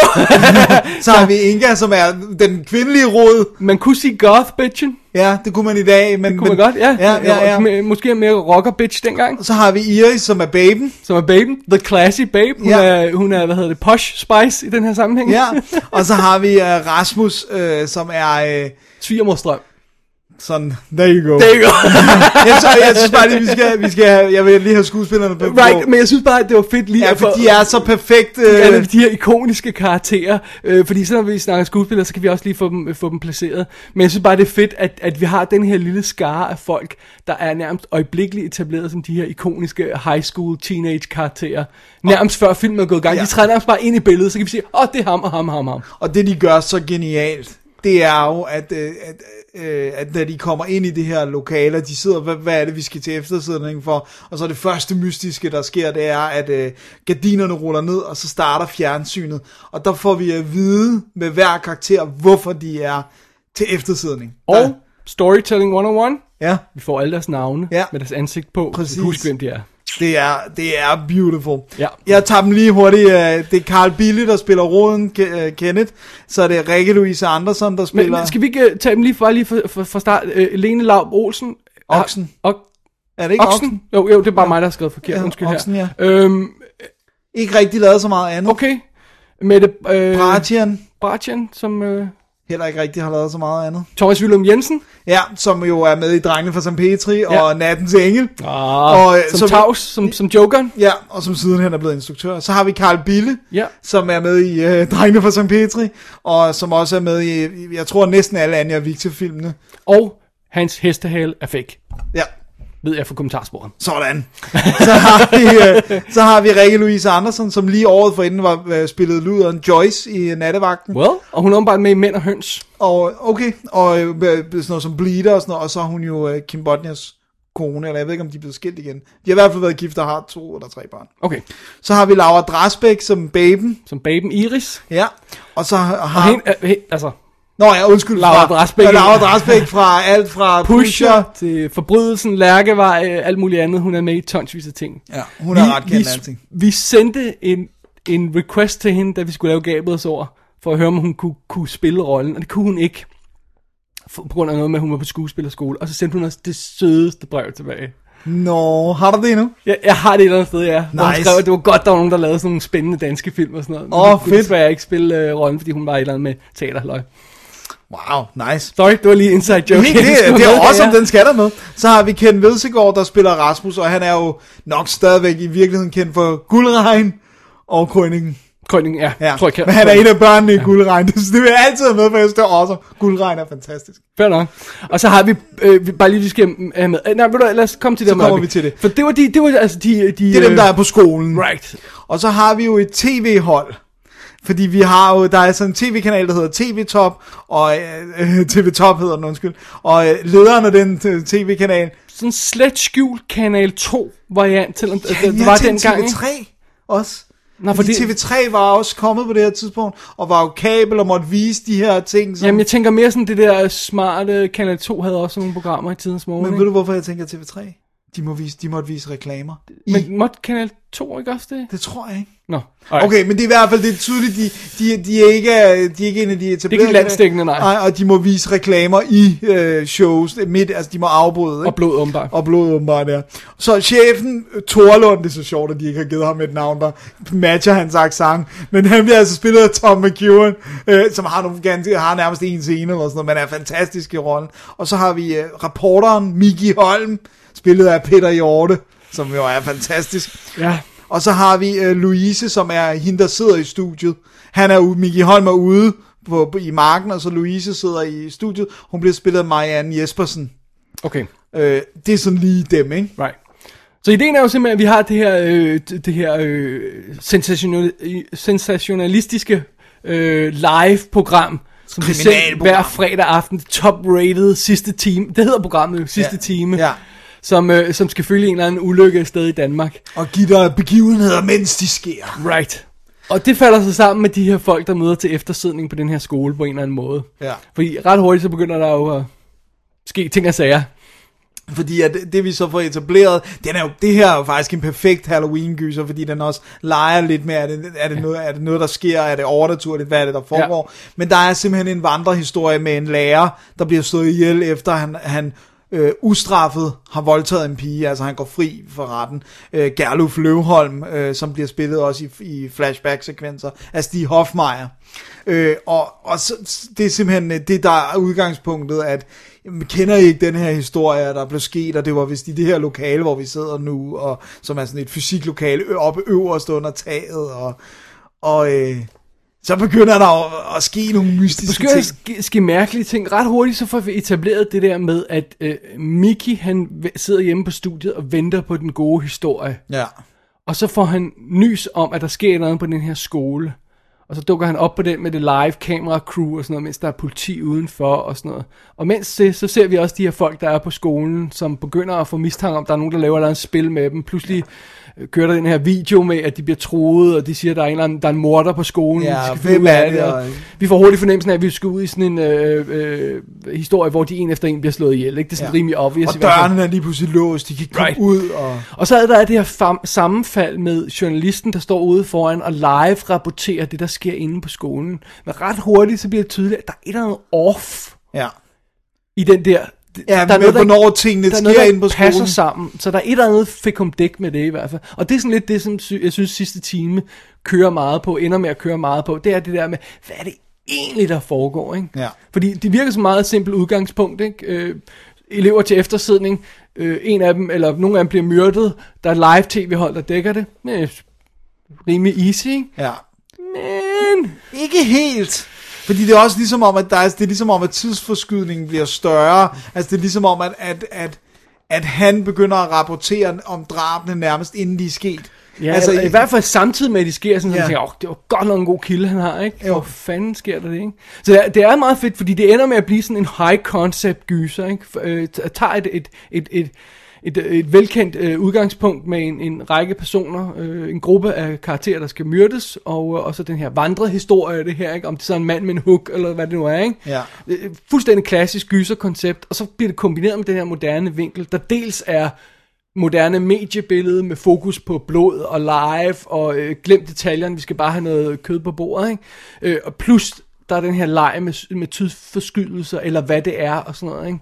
Speaker 4: Så har vi Inga, som er den kvindelige rod.
Speaker 5: man kunne sige goth-bitchen.
Speaker 4: Ja, det kunne man i dag. Men,
Speaker 5: Det kunne
Speaker 4: men,
Speaker 5: man godt, ja.
Speaker 4: ja, ja, ja.
Speaker 5: Må- Måske mere rocker-bitch dengang,
Speaker 4: Så har vi Iris, som er baben.
Speaker 5: som er baben. The classy babe. Hun,
Speaker 4: Ja.
Speaker 5: er, hun er, hvad hedder det, posh spice i den her sammenhæng.
Speaker 4: Ja, og så har vi uh, Rasmus, øh, som er... Øh,
Speaker 5: Svigermorstrøm.
Speaker 4: Sådan, there you go.
Speaker 5: There you go.
Speaker 4: jeg, så, jeg synes bare lige, vi skal, vi skal have, jeg vil lige have skuespillerne på.
Speaker 5: Right, men jeg synes bare, at det var fedt lige
Speaker 4: Ja,
Speaker 5: at få-
Speaker 4: for de er så perfekt. Øh,
Speaker 5: alle de her ikoniske karakterer, øh, fordi så når vi snakker skuespillere, så kan vi også lige få dem, øh, få dem placeret. Men jeg synes bare, det er fedt, at, at vi har den her lille skare af folk, der er nærmest øjeblikkeligt etableret som de her ikoniske high school teenage karakterer. Nærmest før filmen er gået i gang.
Speaker 4: Ja.
Speaker 5: De træder nærmest bare ind i billedet, så kan vi sige, åh, oh, det er ham og ham og ham og ham.
Speaker 4: Og det de gør så genialt, det er jo, at, øh, at, øh, at når de kommer ind i det her lokale, og de sidder, hvad, hvad er det, vi skal til eftersidning for? Og så det første mystiske, der sker, det er, at øh, gardinerne ruller ned, og så starter fjernsynet. Og der får vi at vide med hver karakter, hvorfor de er til eftersidning.
Speaker 5: Og Storytelling 101,
Speaker 4: Ja,
Speaker 5: vi får alle deres navne
Speaker 4: Ja.
Speaker 5: med deres ansigt på.
Speaker 4: Præcis.
Speaker 5: Husk, hvem de er.
Speaker 4: det er, det er beautiful.
Speaker 5: Ja.
Speaker 4: Jeg tager dem lige hurtigt. øh, Det er Carl Billy, der spiller roden, Ke- øh, Kenneth. Så er det Rikke Louise Andersen, der
Speaker 5: Men,
Speaker 4: spiller...
Speaker 5: men skal vi ikke øh, tage dem lige fra, lige fra, fra, fra start? Øh, Lene Laub Olsen.
Speaker 4: Oxen.
Speaker 5: Og,
Speaker 4: Er det ikke
Speaker 5: Oksen?
Speaker 4: Oxen?
Speaker 5: Jo, jo, det er bare mig, der har skrevet forkert.
Speaker 4: Ja,
Speaker 5: Undskyld
Speaker 4: Oksen, ja.
Speaker 5: her. Øhm,
Speaker 4: Ikke rigtig lavet så meget andet.
Speaker 5: okay. Mette øh,
Speaker 4: Bratian
Speaker 5: Bratjen, som... Øh,
Speaker 4: heller ikke rigtig har lavet så meget andet.
Speaker 5: Thomas Willum Jensen.
Speaker 4: Ja, som jo er med i Drengene fra St. Petri ja. og Nattens Engel.
Speaker 5: Ah,
Speaker 4: Og,
Speaker 5: og,
Speaker 4: øh,
Speaker 5: som
Speaker 4: så
Speaker 5: så
Speaker 4: vi-
Speaker 5: Tavs, som, som Jokeren.
Speaker 4: Ja, og som sidenhen er blevet instruktør. Så har vi Karl Bille,
Speaker 5: Ja.
Speaker 4: som er med i øh, Drengene fra St. Petri, og som også er med i, i- jeg tror, næsten alle Anja Victor-filmene.
Speaker 5: Og hans hestehale er fake,
Speaker 4: Ja,
Speaker 5: ved jeg fra kommentarsporet.
Speaker 4: sådan. Så har vi, øh, så har vi Rikke Louise Andersen, som lige året forinden var øh, spillet luderen Joyce i øh, Nattevagten.
Speaker 5: Well? Og hun er åbenbart med i Mænd og Høns.
Speaker 4: Og okay, og øh, øh, sådan noget som Bleeder og sådan noget, og så er hun jo øh, Kim Bodnias kone, eller jeg ved ikke, om de er blevet skilt igen. De har i hvert fald været gift og har to eller tre børn.
Speaker 5: Okay,
Speaker 4: Så har vi Laura Drasbæk som baben,
Speaker 5: som baben Iris.
Speaker 4: ja, og så har...
Speaker 5: Og hende, øh, he, altså,
Speaker 4: Nå ja, undskyld.
Speaker 5: Laura
Speaker 4: fra-
Speaker 5: Drasbæk.
Speaker 4: Ja, Laura Drasbæk fra alt fra Pusher.
Speaker 5: Pusher til Forbrydelsen, Lærkevej, øh, alt muligt andet. Hun er med i tonsvis af ting.
Speaker 4: Ja, hun er ret kendt af alting.
Speaker 5: vi sendte en, en request til hende, da vi skulle lave Gabriels ord, for at høre, om hun kunne, kunne spille rollen, og det kunne hun ikke. For, på grund af noget med, at hun var på skuespillerskole, og så sendte hun os det sødeste brev tilbage.
Speaker 4: Nå, har du det endnu?
Speaker 5: Jeg, jeg har det et eller andet sted, ja. Nice. Hvor hun
Speaker 4: Nice.
Speaker 5: skrev, at det var godt, der var nogen, der lavede sådan nogle spændende danske film og sådan noget. Men
Speaker 4: Åh,
Speaker 5: hun kunne
Speaker 4: fedt.
Speaker 5: desværre ikke spille øh, rollen, fordi hun var et eller andet med teaterløg.
Speaker 4: Wow, nice.
Speaker 5: Sorry, det var lige inside joke.
Speaker 4: Det,
Speaker 5: Jeg skulle
Speaker 4: det, det
Speaker 5: med,
Speaker 4: er awesome,
Speaker 5: ja.
Speaker 4: den skal der med. Så har vi Ken Vedsegaard, der spiller Rasmus, og han er jo nok stadigvæk i virkeligheden kendt for Guldregn og Krøningen.
Speaker 5: Krønningen, ja.
Speaker 4: Ja,
Speaker 5: ja. Tror jeg, kan-
Speaker 4: men han er et af børnene i Guldregn. Det, det vil jeg altid have med, for jeg synes, det er awesome. Guldregn er fantastisk.
Speaker 5: Fair nok. Og så har vi, øh, vi bare lige, vi skal mm, have med. Øh, nej, ved du, hvad, lad os komme til det
Speaker 4: Så
Speaker 5: om
Speaker 4: kommer
Speaker 5: øjeblik.
Speaker 4: vi til det.
Speaker 5: For det var de, det var altså de... de
Speaker 4: Det er dem, der er på skolen.
Speaker 5: Right.
Speaker 4: Og så har vi jo et tv-hold. Fordi vi har jo, der er sådan en tv-kanal, der hedder TV Top, og øh, øh, TV Top hedder den, undskyld. Og øh, lederen af den øh, tv-kanal,
Speaker 5: Sådan en slet skjult kanal 2 variant, selvom ja,
Speaker 4: ja,
Speaker 5: det, det var
Speaker 4: til
Speaker 5: dengang. ikke?
Speaker 4: TV3 også.
Speaker 5: Nå,
Speaker 4: fordi...
Speaker 5: fordi,
Speaker 4: TV3 var også kommet på det her tidspunkt, og var jo kabel og måtte vise de her ting. Som...
Speaker 5: Jamen, jeg tænker mere sådan det der smarte kanal 2 havde også nogle programmer i tidens morgen.
Speaker 4: Men
Speaker 5: ikke?
Speaker 4: ved du, hvorfor jeg tænker TV3? De, må vise, de måtte vise reklamer.
Speaker 5: Men måtte kanal 2 ikke også det?
Speaker 4: Det tror jeg ikke.
Speaker 5: Nå.
Speaker 4: Okay, men det er i hvert fald det er tydeligt, de, de, de, er ikke, øh, de er ikke en af de etablerede.
Speaker 5: Det er ikke landsdækkende, nej.
Speaker 4: nej. Og de må vise reklamer i øh, shows midt, altså de må afbryde. Ikke?
Speaker 5: Og blod åbenbart.
Speaker 4: Og blod åbenbart, ja. Så chefen, øh, Torlund, det er så sjovt, at de ikke har givet ham et navn, der matcher hans accent, men han bliver altså spillet af Tom McEwan, øh, som har, nogle ganske, har nærmest en scene eller sådan noget, men er fantastisk i rollen. Og så har vi øh, reporteren Miki Holm, spillet af Peter Hjorte, som jo er fantastisk.
Speaker 5: Ja.
Speaker 4: Og så har vi øh, Louise, som er hende, der sidder i studiet. Han er ude, Miki Holm er ude på, på, i marken, og så Louise sidder i studiet. Hun bliver spillet af Marianne Jespersen.
Speaker 5: Okay.
Speaker 4: Øh, det er sådan lige dem, ikke?
Speaker 5: Right. Så ideen er jo simpelthen, at vi har det her, øh, det det her øh, sensational, øh, sensationalistiske øh, live-program, som vi ser
Speaker 4: Kriminalprogram.
Speaker 5: hver fredag aften, top-rated sidste time. Det hedder programmet jo, sidste
Speaker 4: Ja.
Speaker 5: time.
Speaker 4: Ja.
Speaker 5: Som, øh, som skal følge en eller anden ulykke et sted i Danmark.
Speaker 4: Og give dig begivenheder, mens de sker.
Speaker 5: Right. Og det falder så sammen med de her folk, der møder til eftersidning på den her skole på en eller anden måde.
Speaker 4: Ja.
Speaker 5: Fordi ret hurtigt så begynder der jo at ske ting og sager.
Speaker 4: Fordi at det, det, vi så får etableret, den er jo, det her er jo faktisk en perfekt Halloween-gyser, fordi den også leger lidt med, er det, er det, noget, er det noget, der sker, er det overnaturligt, hvad er det, der foregår. Ja. Men der er simpelthen en vandrehistorie med en lærer, der bliver slået ihjel, efter han, han øh, ustraffet har voldtaget en pige, altså han går fri for retten. Øh, Gerluf Løvholm, øh, som bliver spillet også i, i flashback-sekvenser, af Stig Hofmeier. Øh, og og så, det er simpelthen øh, det, der er udgangspunktet, at jamen, kender I ikke den her historie, der blev sket, og det var vist i det her lokale, hvor vi sidder nu, og som er sådan et fysiklokale ø- oppe øverst under taget, og, og øh, så begynder der at, at ske nogle mystiske
Speaker 5: Begynder
Speaker 4: ting.
Speaker 5: at ske, ske mærkelige ting. Ret hurtigt så får vi etableret det der med, at øh, Mickey han v- sidder hjemme på studiet og venter på den gode historie.
Speaker 4: Ja.
Speaker 5: Og så får han nys om, at der sker noget på den her skole. Og så dukker han op på den med det live kamera crew og sådan noget, mens der er politi udenfor og sådan noget. Og mens det, så ser vi også de her folk, der er på skolen, som begynder at få mistanke om, at der er nogen, der laver et eller andet spil med dem. Pludselig øh, kører der den her video med, at de bliver troet, og de siger, at der er en, eller anden, der er en morder på skolen.
Speaker 4: Ja,
Speaker 5: vi skal
Speaker 4: hvem
Speaker 5: finde ud af
Speaker 4: er det,
Speaker 5: og
Speaker 4: og-
Speaker 5: Vi får hurtigt fornemmelsen af, at vi skal ud i sådan en øh, øh, historie, hvor de en efter en bliver slået ihjel. Ikke? Det er sådan ja. rimelig obvious. i
Speaker 4: Og
Speaker 5: hvert fald.
Speaker 4: døren er lige pludselig låst, de kan ikke komme
Speaker 5: Right.
Speaker 4: right. ud, og...
Speaker 5: Og så er der det her fam- sammenfald med journalisten, der står ude foran og live rapporterer det, der sker inde på skolen. Men ret hurtigt, så bliver det tydeligt, at der er et eller andet off
Speaker 4: Ja,
Speaker 5: i den der... d-
Speaker 4: ja der men
Speaker 5: der
Speaker 4: hvornår
Speaker 5: ikke-
Speaker 4: tingene
Speaker 5: der er
Speaker 4: sker
Speaker 5: noget, der
Speaker 4: inde på
Speaker 5: ikke passer
Speaker 4: skolen.
Speaker 5: sammen. Så der er et eller andet fikumdik med det i hvert fald. Og det er sådan lidt det, som sy- jeg synes sidste time kører meget på, ender med at køre meget på. Det er det der med, hvad er det egentlig, der foregår? Ikke?
Speaker 4: Ja.
Speaker 5: Fordi det virker som et meget simpelt udgangspunkt. Ikke? Øh, elever til eftersidning, øh, en af dem, eller nogle af dem bliver myrdet, der er live tv-hold, der dækker det. Men, rimelig easy, ikke?
Speaker 4: Ja.
Speaker 5: Men...
Speaker 4: Ikke helt. Fordi det er også ligesom om, at, der er, det er ligesom om, at tidsforskydningen bliver større. Altså det er ligesom om, at, at, at, at han begynder at rapportere om drabene nærmest inden de er sket.
Speaker 5: Ja, altså, i, i
Speaker 4: i-
Speaker 5: hvert fald samtidig med, at det sker, sådan, så
Speaker 4: Ja.
Speaker 5: man tænker, åh, det var godt nok en god kilde, han har, ikke?
Speaker 4: Jo.
Speaker 5: Hvor fanden sker der det, ikke? Så det er, det er meget fedt, fordi det ender med at blive sådan en high concept gyser, ikke? For, øh, t- tager et, et, et, et et, et velkendt øh, udgangspunkt med en, en række personer, øh, en gruppe af karakterer, der skal myrdes, og, øh, og så den her vandrehistorie, det her, ikke? om det så er en mand med en hook, eller hvad det nu er. Ikke?
Speaker 4: Ja.
Speaker 5: Øh, fuldstændig klassisk gyserkoncept, og så bliver det kombineret med den her moderne vinkel, der dels er moderne mediebillede med fokus på blod og live og øh, glem detaljerne, vi skal bare have noget kød på bordet, ikke? Øh, og plus der er den her leg med, med tidsforskydelser eller hvad det er og sådan noget, ikke?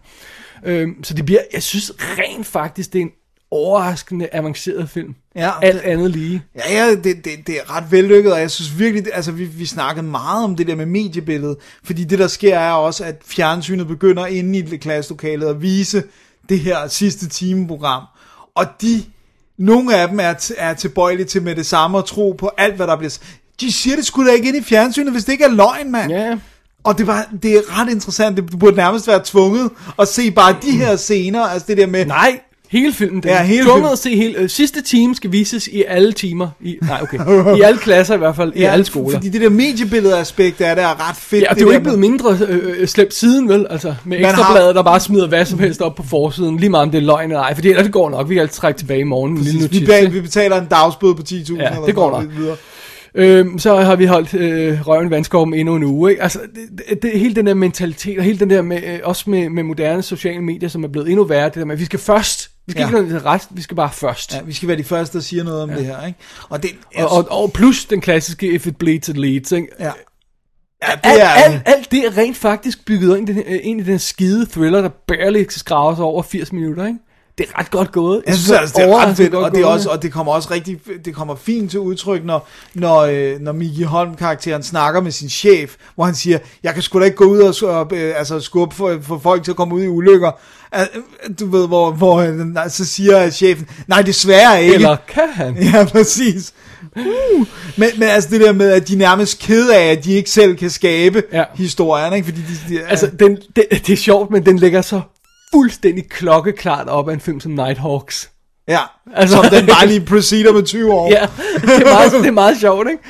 Speaker 5: Øhm, så det bliver, jeg synes rent faktisk, det er en overraskende avanceret film.
Speaker 4: Ja.
Speaker 5: Alt andet lige.
Speaker 4: Ja, ja det, det, det er ret vellykket, og jeg synes virkelig, det- altså vi, vi snakkede meget om det der med mediebilledet, fordi det der sker er også, at fjernsynet begynder inde i klasselokalet at vise det her sidste timeprogram, og de, nogle af dem er, t- er tilbøjelige til med det samme at tro på alt, hvad der bliver s- de siger det skulle da ikke ind i fjernsynet, hvis det ikke er løgn, mand.
Speaker 5: Ja.
Speaker 4: Og det, var, det er ret interessant. Det, du burde nærmest være tvunget at se bare de her scener. Altså det der med,
Speaker 5: Nej, hele filmen. Den
Speaker 4: Ja, hele
Speaker 5: Tvunget
Speaker 4: filmen.
Speaker 5: at se hele, øh, sidste time skal vises i alle timer. I, nej, okay. I alle klasser i hvert fald. I alle skoler.
Speaker 4: Fordi det der mediebillede-aspekt af det er ret fedt.
Speaker 5: Ja, og det er jo
Speaker 4: der
Speaker 5: ikke blevet
Speaker 4: med-
Speaker 5: mindre øh, øh, slemt siden, vel? Altså, med
Speaker 4: Man
Speaker 5: ekstrabladet, har... der bare smider hvad som helst op på forsiden, lige meget om det er løgn eller ej, fordi ellers det går nok, vi kan altid trække tilbage i morgen. en Lille
Speaker 4: Præcis, vi,
Speaker 5: notis,
Speaker 4: bag,
Speaker 5: ikke?
Speaker 4: vi betaler en dagsbøde på 10.000. eller
Speaker 5: det
Speaker 4: sådan
Speaker 5: går
Speaker 4: noget
Speaker 5: nok.
Speaker 4: videre.
Speaker 5: Øhm, så har vi holdt øh, røven i vandskorben endnu en uge. Ikke? Altså, det, det, det, hele den der mentalitet, og hele den der, med, øh, også med, med moderne sociale medier, som er blevet endnu værre, det der med, at vi skal først. Vi skal
Speaker 4: Ja.
Speaker 5: ja. ikke noget ret, vi skal bare først.
Speaker 4: Ja, vi skal være de første, der siger noget om ja. det her. Ikke? Og det,
Speaker 5: Ja. Og, og, og plus den klassiske, if it bleeds, it leads. Ikke?
Speaker 4: ja. ja, det
Speaker 5: Alt,
Speaker 4: er
Speaker 5: alt, alt det er rent faktisk bygget ind, i den, øh, ind i den skide thriller, der barely skraver sig over 80 minutter, ikke? Det er ret godt gået.
Speaker 4: Jeg synes altså, det er ret
Speaker 5: overraskende
Speaker 4: fedt,
Speaker 5: godt
Speaker 4: og det, er
Speaker 5: gået,
Speaker 4: også, og det kommer også rigtig, det kommer fint til udtryk, når, når, øh, når Miki Holm-karakteren snakker med sin chef, hvor han siger, jeg kan sgu da ikke gå ud og skubbe, øh, altså skubbe for, for folk til at komme ud i ulykker. Al- Du ved, hvor, hvor øh, nej, så siger chefen, nej, desværre ikke.
Speaker 5: Eller kan han?
Speaker 4: Ja, præcis. Uh. Men, men altså det der med, at de er nærmest ked af, at de ikke selv kan skabe
Speaker 5: Ja.
Speaker 4: ja. historien, ikke? Fordi de, de,
Speaker 5: Altså, den, den, det er sjovt, men den ligger så fuldstændig klokkeklart op af en film som Nighthawks.
Speaker 4: ja,
Speaker 5: altså-
Speaker 4: altså, som den bare lige proceeder med 20 år.
Speaker 5: Ja, det er meget, det er meget sjovt, ikke?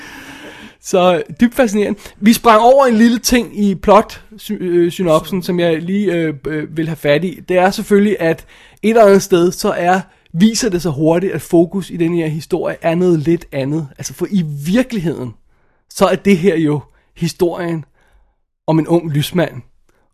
Speaker 5: Så dybt fascinerende. Vi sprang over en lille ting i plot sy- øh, synopsen, som jeg lige øh, øh, vil have fat i. Det er selvfølgelig, at et eller andet sted, så er viser det sig hurtigt, at fokus i den her historie er noget lidt andet. Altså for i virkeligheden, så er det her jo historien om en ung lysmand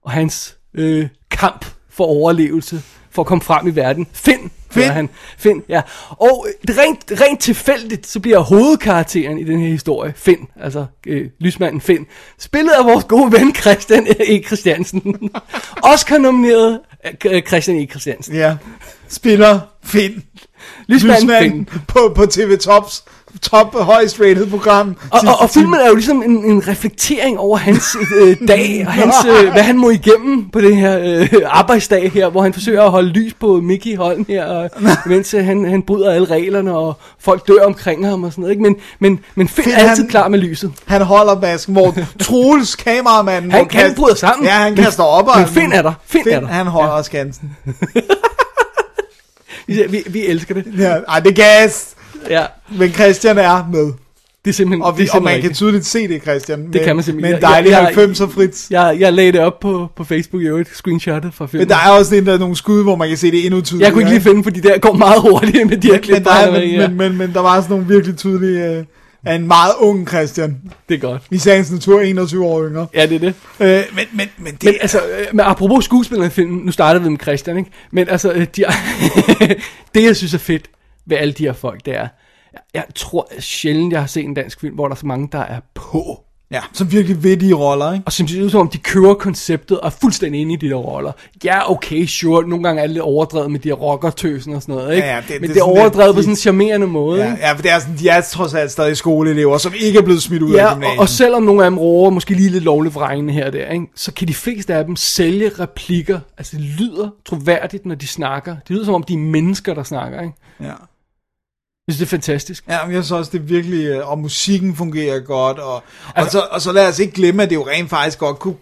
Speaker 5: og hans øh, kamp for overlevelse, for at komme frem i verden. Finn, Finn.
Speaker 4: Finn.
Speaker 5: han. Finn, ja. Og øh, det er rent, rent tilfældigt, så bliver hovedkarakteren i den her historie, Finn, altså øh, lysmanden Finn, spillet af vores gode ven Christian E. Christiansen. Oscar-nomineret øh, Christian E. Christiansen.
Speaker 4: Ja. Spiller Finn.
Speaker 5: Lysmanden
Speaker 4: Lysmanden på, på TV Tops top højst rated program.
Speaker 5: Og, og,
Speaker 4: sidste
Speaker 5: og
Speaker 4: time.
Speaker 5: filmen er jo ligesom en, en reflektering over hans øh, dag, og hans, øh, hvad han må igennem på det her øh, arbejdsdag her, hvor han forsøger at holde lys på Mickey Holm her, og, mens øh, han, han bryder alle reglerne, og folk dør omkring ham og sådan noget. Ikke? Men, men, men Finn
Speaker 4: Finn,
Speaker 5: er altid
Speaker 4: han-
Speaker 5: klar med lyset.
Speaker 4: Han holder masken, hvor Troels kameramanden...
Speaker 5: Han
Speaker 4: må
Speaker 5: kan
Speaker 4: kaste-
Speaker 5: bryde sammen.
Speaker 4: Ja, han
Speaker 5: Men-
Speaker 4: kaster op.
Speaker 5: men Finn er der. Finn er der.
Speaker 4: Han holder ja. skansen.
Speaker 5: Vi, vi, vi elsker det.
Speaker 4: Ja, ej, det er gas.
Speaker 5: Ja,
Speaker 4: Men Christian er med.
Speaker 5: det er simpelthen,
Speaker 4: Og,
Speaker 5: det
Speaker 4: vi,
Speaker 5: er
Speaker 4: og
Speaker 5: simpelthen
Speaker 4: man kan
Speaker 5: rigtigt.
Speaker 4: tydeligt se det, Christian. Det
Speaker 5: kan man simpelthen.
Speaker 4: Men
Speaker 5: Jeg-
Speaker 4: dejlig
Speaker 5: jeg- jeg-
Speaker 4: 90'er Fritz.
Speaker 5: jeg, jeg lagde det op på, på Facebook i øvrigt, screenshotet fra filmen.
Speaker 4: Men der er også en, der er nogle skud, hvor man kan se det endnu tydeligere.
Speaker 5: jeg kunne ikke lige finde, fordi der går meget hurtigt med de her klip.
Speaker 4: men, der
Speaker 5: der
Speaker 4: er,
Speaker 5: er med i, ja.
Speaker 4: men, men, men, men der var også nogle virkelig tydelige... Øh, af en meget ung Christian.
Speaker 5: Det er godt.
Speaker 4: I sagens natur 21 år yngre.
Speaker 5: Ja, det er det.
Speaker 4: Øh, men, men, men det...
Speaker 5: Men altså, øh, men apropos skuespillerne i filmen, nu startede vi med Christian, ikke? Men altså, øh, de, det jeg synes er fedt ved alle de her folk, det er, jeg- jeg tror sjældent, jeg har set en dansk film, hvor der er så mange, der er på.
Speaker 4: ja, så virkelig vittige roller, ikke?
Speaker 5: Og som det ud som om, de kører konceptet og er fuldstændig inde i de der roller. Ja, okay, sure, nogle gange er det lidt overdrevet med de her rockertøsen og sådan noget, ikke?
Speaker 4: Ja, ja, det- det
Speaker 5: men
Speaker 4: er
Speaker 5: det, er
Speaker 4: sådan lidt-
Speaker 5: overdrevet på
Speaker 4: de-
Speaker 5: sådan en charmerende måde, ikke?
Speaker 4: Ja, ja, for det er sådan, de er trods alt stadig skoleelever, som ikke er blevet smidt ud af
Speaker 5: Ja,
Speaker 4: gymnasiet.
Speaker 5: og, og selvom nogle af dem roer måske lige lidt lovligt vrengende her og der, ikke? så kan de fleste af dem sælge replikker. Altså det lyder troværdigt, når de snakker. Det lyder som om, de er mennesker, der snakker. Ikke?
Speaker 4: ja.
Speaker 5: Jeg synes, det er fantastisk.
Speaker 4: Ja, men jeg synes også, det er virkelig, øh, og musikken fungerer godt, og, altså, og, så, og så lad os ikke glemme, at det jo rent faktisk godt kunne,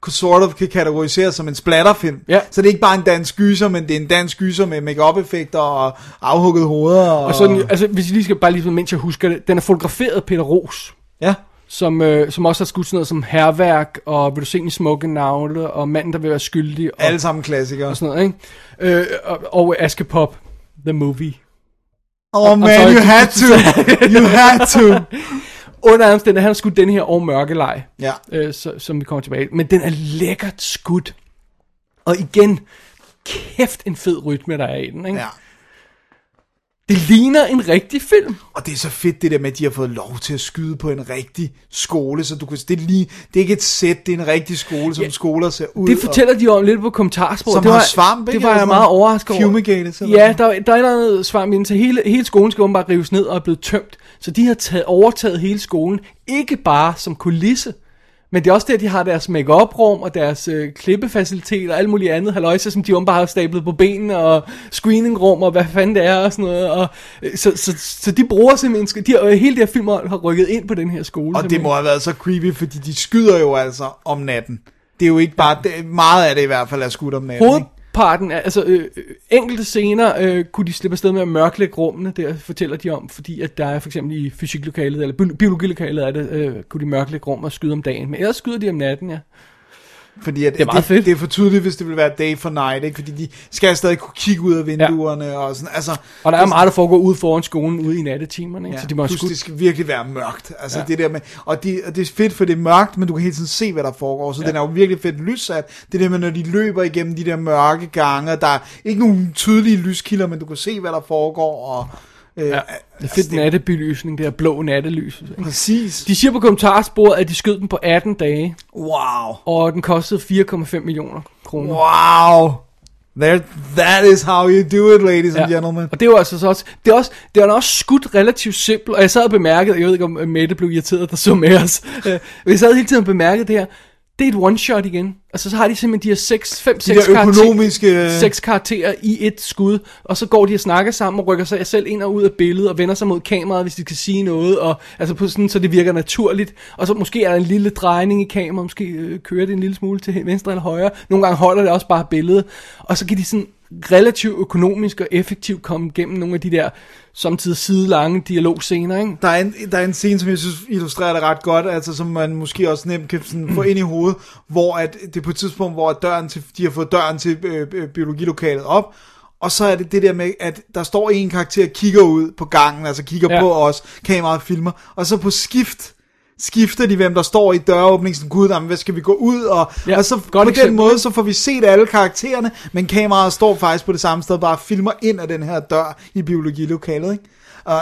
Speaker 4: kunne sort of kan kategoriseres som en splatterfilm.
Speaker 5: Ja.
Speaker 4: Så det er ikke bare en dansk gyser, men det er en dansk gyser med make effekter og afhuggede hoveder. Og,
Speaker 5: Og sådan, altså, hvis I lige skal bare lige, mens jeg husker det, den er fotograferet af Peter Ros,
Speaker 4: ja.
Speaker 5: som, øh, som også har skudt sådan noget som Herværk, og Vil du se min smukke navle, og Manden, der vil være skyldig, og,
Speaker 4: Alle sammen klassikere.
Speaker 5: og sådan noget, ikke? Øh, og, og Aske Pop, The Movie.
Speaker 4: Oh man,
Speaker 5: sorry.
Speaker 4: you had to. You had to.
Speaker 5: Under alle omstændigheder, han har skudt den her og Mørkelej.
Speaker 4: Ja.
Speaker 5: øh, så, som vi kommer tilbage til. Men den er lækkert skudt. Og igen, kæft en fed rytme, der er i den. Ikke?
Speaker 4: ja.
Speaker 5: Det ligner en rigtig film.
Speaker 4: Og det er så fedt det der med, at de har fået lov til at skyde på en rigtig skole, så du kan, det er, lige, det er ikke et sæt, det er en rigtig skole, som ja, skoler ser ud.
Speaker 5: Det fortæller de om lidt på kommentarsporet.
Speaker 4: Som
Speaker 5: det
Speaker 4: har svamp, ikke?
Speaker 5: Det var
Speaker 4: Eller
Speaker 5: jeg
Speaker 4: sådan
Speaker 5: meget
Speaker 4: noget.
Speaker 5: overrasket over.
Speaker 4: Fumigated, eller
Speaker 5: Ja,
Speaker 4: sådan
Speaker 5: der, der er noget svamp inden, så hele, hele skolen skal åbenbart rives ned og er blevet tømt. Så de har taget, overtaget hele skolen, ikke bare som kulisse, men det er også der, de har deres make rum og deres øh, klippefaciliteter og alt muligt andet haløjse, som de åbenbart har stablet på benene, og screeningrum og hvad fanden det er og sådan noget. Og, øh, så, så, så, de bruger simpelthen, sk- de, har- øh, hele det her film har rykket ind på den her skole.
Speaker 4: Og det
Speaker 5: simpelthen.
Speaker 4: må have været så creepy, fordi de skyder jo altså om natten. Det er jo ikke bare, det, meget af det i hvert fald er skudt om natten. ikke?
Speaker 5: Hovedparten af, altså øh, øh, enkelte scener øh, kunne de slippe afsted med at mørklægge rummene, der fortæller de om, fordi at der er for eksempel i fysiklokalet, eller bi- biologilokalet, er det, øh, kunne de mørklægge rum og skyde om dagen, men ellers skyder de om natten, ja.
Speaker 4: Fordi at, det,
Speaker 5: er meget
Speaker 4: det,
Speaker 5: fedt.
Speaker 4: det er for tydeligt, hvis det ville være day for night, ikke? fordi de skal stadig kunne kigge ud af vinduerne ja. og sådan. Altså,
Speaker 5: Og der er meget, der foregår ude foran skolen, ude i nattetimerne, ikke? Ja,
Speaker 4: Ja,
Speaker 5: så de må have
Speaker 4: plus, det
Speaker 5: skudt.
Speaker 4: skal virkelig være mørkt. Altså
Speaker 5: Ja.
Speaker 4: ja. det der med, og, de, og det er fedt, for det er mørkt, men du kan hele tiden se, hvad der foregår. Så ja. den er jo virkelig fedt lyssat. Det der med, når de løber igennem de der mørke gange, og der er ikke nogen tydelige lyskilder, men du kan se, hvad der foregår. Og, øh, ja.
Speaker 5: altså, Det er fedt nattebelysning, det her blå nattelys. Ikke?
Speaker 4: Præcis.
Speaker 5: De siger på kommentarsporet, at de skød den på 18 dage,
Speaker 4: Wow.
Speaker 5: og den kostede 4,5 millioner kroner.
Speaker 4: Wow. There, that is how you do it, ladies and gentlemen.
Speaker 5: Og det var altså så også, det er også, det var også skudt relativt simpelt, og jeg sad og bemærkede, jeg ved ikke om øh, Mette blev irriteret, der så med os, øh, men jeg sad hele tiden og bemærkede det her, det er et one shot igen. Altså så har de simpelthen de her 6, 5, 6
Speaker 4: der økonomiske-
Speaker 5: seks karakterer i et skud, og så går de og snakker sammen og rykker sig selv ind og ud af billedet og vender sig mod kameraet, hvis de kan sige noget, og altså på sådan, så det virker naturligt. Og så måske er der en lille drejning i kameraet, måske øh, kører det en lille smule til venstre eller højre. Nogle gange holder det også bare billedet, og så kan de sådan relativt økonomisk og effektivt komme igennem nogle af de der samtidig sidelange dialogscener, ikke?
Speaker 4: Der er, en, der er en scene, som jeg synes illustrerer det ret godt, altså som man måske også nemt kan sådan få ind i hovedet, hvor at det er på et tidspunkt, hvor døren til, de har fået døren til øh, øh, biologilokalet op, og så er det det der med, at der står en karakter og kigger ud på gangen, altså kigger
Speaker 5: Ja.
Speaker 4: ja. på os, kameraet filmer, og så på skift skifter de, hvem der står i døråbningen, sådan, gud, jamen, hvad skal vi gå ud, og,
Speaker 5: Ja,
Speaker 4: ja, og så
Speaker 5: godt
Speaker 4: på
Speaker 5: eksempel.
Speaker 4: den måde, så får vi set alle karaktererne, men kameraet står faktisk på det samme sted, bare filmer ind af den her dør i biologilokalet, ikke?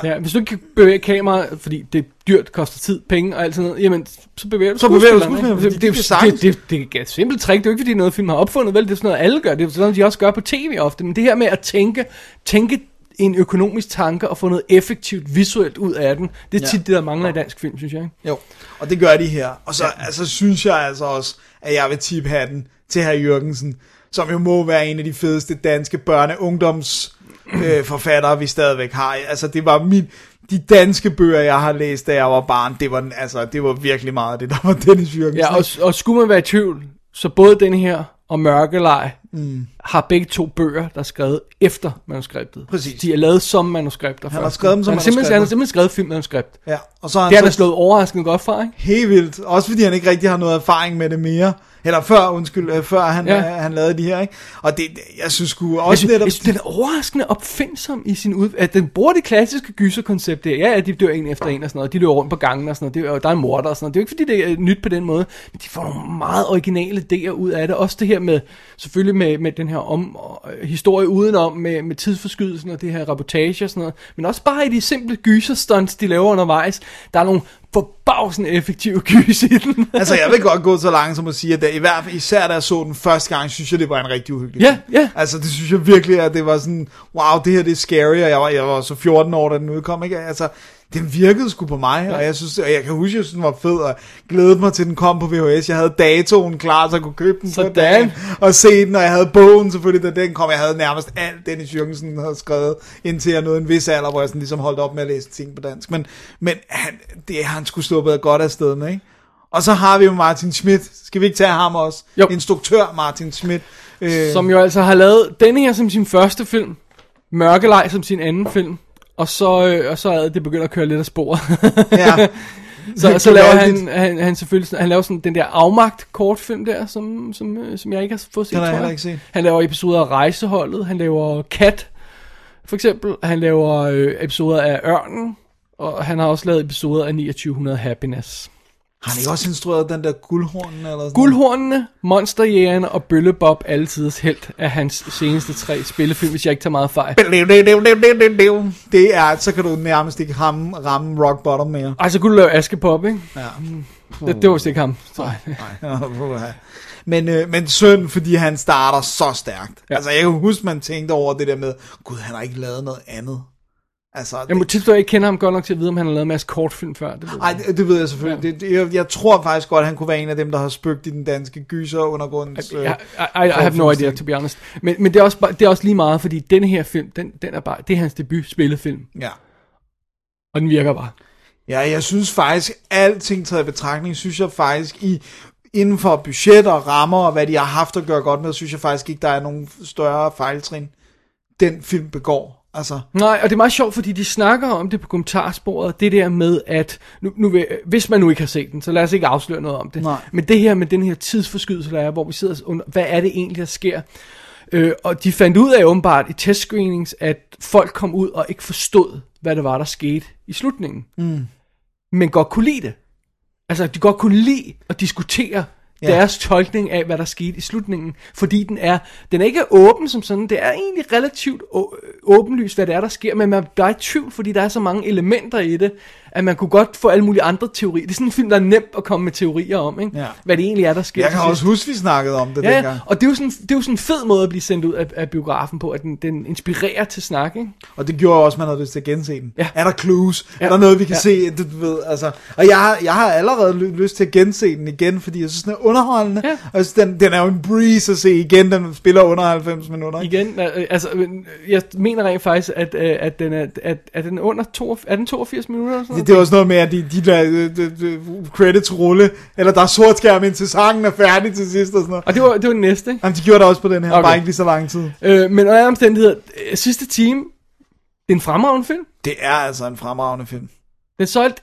Speaker 5: Ja, hvis du ikke kan bevæge kameraet, fordi det er dyrt, koster tid, penge og alt sådan noget, jamen, så bevæger du
Speaker 4: Så bevæger du
Speaker 5: skuespilleren,
Speaker 4: skuespilleren,
Speaker 5: ikke?
Speaker 4: fordi de
Speaker 5: det, det,
Speaker 4: kan
Speaker 5: er jo-
Speaker 4: sagtens-
Speaker 5: det, det, det, er et simpelt trick, det er jo ikke, fordi noget film har opfundet, vel, det er sådan noget, alle gør, det er sådan noget, de også gør på tv ofte, men det her med at tænke, tænke en økonomisk tanke og få noget effektivt visuelt ud af den. Det er
Speaker 4: Ja.
Speaker 5: tit det, der mangler i dansk film, synes jeg. ikke?
Speaker 4: Jo, og det gør de her. Og så ja. altså, synes jeg altså også, at jeg vil tippe hatten til herr Jørgensen, som jo må være en af de fedeste danske børne- og ungdoms øh, forfattere, vi stadigvæk har. Altså, det var min... De danske bøger, jeg har læst, da jeg var barn, det var, den- altså, det var virkelig meget af det, der var Dennis Jørgensen.
Speaker 5: Ja, og, og skulle man være i tvivl, så både den her og Mørkelej mm. har begge to bøger, der er skrevet efter manuskriptet.
Speaker 4: Præcis.
Speaker 5: De er lavet som manuskripter. Han
Speaker 4: har skrevet dem som
Speaker 5: han har
Speaker 4: manuskripter.
Speaker 5: simpelthen, han har simpelthen skrevet filmmanuskript.
Speaker 4: ja. og så har
Speaker 5: Det er
Speaker 4: han
Speaker 5: der
Speaker 4: så
Speaker 5: slået overraskende godt fra, ikke?
Speaker 4: helt vildt. Også fordi han ikke rigtig har noget erfaring med det mere. Eller før, undskyld, øh, før han,
Speaker 5: Ja.
Speaker 4: ja. han lavede de her, ikke? Og det, jeg synes sgu
Speaker 5: Jeg
Speaker 4: også
Speaker 5: synes,
Speaker 4: netop...
Speaker 5: jeg synes, den er overraskende opfindsom i sin ud... At den bruger det klassiske gyserkoncept der. Ja, ja, de dør en efter en og sådan noget. De løber rundt på gangen og sådan noget. Det er, og der er en morder og sådan noget. Det er jo ikke, fordi det er nyt på den måde. Men de får nogle meget originale idéer ud af det. Også det her med, selvfølgelig med, med den her om, og, øh, historie udenom, med, med tidsforskydelsen og det her rapportage og sådan noget. Men også bare i de simple gyserstunts, de laver undervejs. Der er nogle forbavsende effektive gys i den.
Speaker 4: altså, jeg vil godt gå så langt som at sige, at det, i hvert fald, især da jeg så den første gang, synes jeg, det var en rigtig uhyggelig
Speaker 5: Ja,
Speaker 4: film.
Speaker 5: ja.
Speaker 4: Altså, det synes jeg virkelig, at det var sådan, wow, det her det er scary, og jeg var, jeg var så 14 år, da den udkom, ikke? Altså, den virkede sgu på mig, og jeg, synes, og jeg kan huske, at jeg synes, den var fed, og glædede mig til, at den kom på VHS. Jeg havde datoen klar, så jeg kunne købe den
Speaker 5: Sådan.
Speaker 4: på dagen, og se den, og jeg havde bogen selvfølgelig, da den kom. Jeg havde nærmest alt, Dennis Jørgensen havde skrevet, indtil jeg nåede en vis alder, hvor jeg sådan ligesom holdt op med at læse ting på dansk. Men, men han, det, han skulle stå bedre godt af sted med, ikke? Og så har vi jo Martin Schmidt. Skal vi ikke tage ham også?
Speaker 5: Jo.
Speaker 4: Instruktør Martin Schmidt. Øh,
Speaker 5: Som jo altså har lavet denne her som sin første film, Mørkelej som sin anden film, og så, øh, og så er det begyndt at køre lidt af sporet.
Speaker 4: ja.
Speaker 5: så, så laver han, han, han selvfølgelig sådan, han laver sådan den der afmagt kortfilm der, som, som, øh, som jeg ikke har fået set,
Speaker 4: Den har jeg
Speaker 5: tror
Speaker 4: heller ikke set.
Speaker 5: Han laver episoder af Rejseholdet, han laver Kat, for eksempel. Han laver øh, episoder af Ørnen, og han har også lavet episoder af 2900 Happiness.
Speaker 4: Har han ikke også instrueret den der guldhorn? Eller sådan
Speaker 5: Guldhornene, Monsterjægerne og Bøllebob, altidets held, er hans seneste tre spillefilm, hvis jeg ikke tager meget fejl.
Speaker 4: noget? Det er, så kan du nærmest ikke ramme, ramme rock bottom mere.
Speaker 5: Ej, så kunne du lave Askepop, ikke? Ja. Det, det var vist ikke ham. Nej.
Speaker 4: men, øh, men synd, fordi han starter så stærkt.
Speaker 5: Ja.
Speaker 4: Ja. Altså, jeg kan huske, man tænkte over det der med, gud, han har ikke lavet noget andet. Altså,
Speaker 5: Jeg må tilstå, at jeg ikke kender ham godt nok til at vide, om han har lavet en masse kortfilm før. Det ved jeg
Speaker 4: Nej, det, det ved jeg selvfølgelig. Det, det, jeg, jeg tror faktisk godt, at han kunne være en af dem, der har spøgt i den danske gyser undergrunds... øh,
Speaker 5: ikke. I, I, I have no idea, to be honest. Men, men det, er også, bare- det er også lige meget, fordi denne her film, den, den er bare, det er hans debut spillefilm,
Speaker 4: Ja.
Speaker 5: og den virker bare.
Speaker 4: ja, jeg synes faktisk, alting taget i betragtning, synes jeg faktisk, i inden for budget og rammer og hvad de har haft at gøre godt med, synes jeg faktisk ikke, der er nogen større fejltrin, den film begår. Altså,
Speaker 5: Nej, og det er meget sjovt, fordi de snakker om det på kommentarsporet, det der med, at nu, nu vil, hvis man nu ikke har set den, så lad os ikke afsløre noget om det.
Speaker 4: Nej.
Speaker 5: Men det her med den her tidsforskydelse, der er, hvor vi sidder og under, hvad er det egentlig, der sker? Øh, og de fandt ud af åbenbart i testscreenings, at folk kom ud og ikke forstod, hvad det var, der skete i slutningen. Mm. Men godt kunne lide det. Altså, de godt kunne lide at diskutere ja.
Speaker 4: Ja.
Speaker 5: deres tolkning af, hvad der skete i slutningen. Fordi den er, den er ikke åben som sådan. Det er egentlig relativt å- øh, åbenlyst, hvad det er, der sker. Men man bliver i tvivl, fordi der er så mange elementer i det, at man kunne godt få alle mulige andre teorier. Det er sådan en film, der er nemt at komme med teorier om, ikke?
Speaker 4: Ja.
Speaker 5: hvad det egentlig er, der sker.
Speaker 4: jeg
Speaker 5: til
Speaker 4: kan
Speaker 5: sidst.
Speaker 4: også huske, vi snakkede om det ja,
Speaker 5: Ja, ja,
Speaker 4: dengang.
Speaker 5: og det er, jo sådan, det er jo sådan en fed måde at blive sendt ud af, af biografen på, at den, den inspirerer til snak, ikke?
Speaker 4: Og det gjorde også, at man havde lyst til at gense den.
Speaker 5: Ja.
Speaker 4: Ja. Er der clues? Ja.
Speaker 5: Ja.
Speaker 4: Er der noget, vi kan
Speaker 5: Ja.
Speaker 4: ja. se? Du ved, altså. Og jeg har, jeg har allerede ly- lyst til at gense den igen, fordi jeg synes, den er underholdende.
Speaker 5: Ja.
Speaker 4: Ja. Og jeg synes, den, den er jo en breeze at se igen. Den spiller under 90 minutter. Ikke?
Speaker 5: Igen, øh, altså, men, øh, jeg mener rent faktisk, at, øh, at den er, at, at den er under to, er den 82 minutter eller
Speaker 4: Det,
Speaker 5: sådan noget?
Speaker 4: det er også noget med, at de, de der øh, de, de, credits rulle, eller der er sort skærm indtil sangen er færdig til sidst og sådan noget.
Speaker 5: Og det var, det var den næste, ikke?
Speaker 4: Jamen, de gjorde det også på den her,
Speaker 5: Okay.
Speaker 4: okay. bare ikke lige så lang tid.
Speaker 5: Øh, men under alle omstændigheder, øh, sidste time, det er en fremragende film.
Speaker 4: Det er altså en fremragende film.
Speaker 5: Den solgte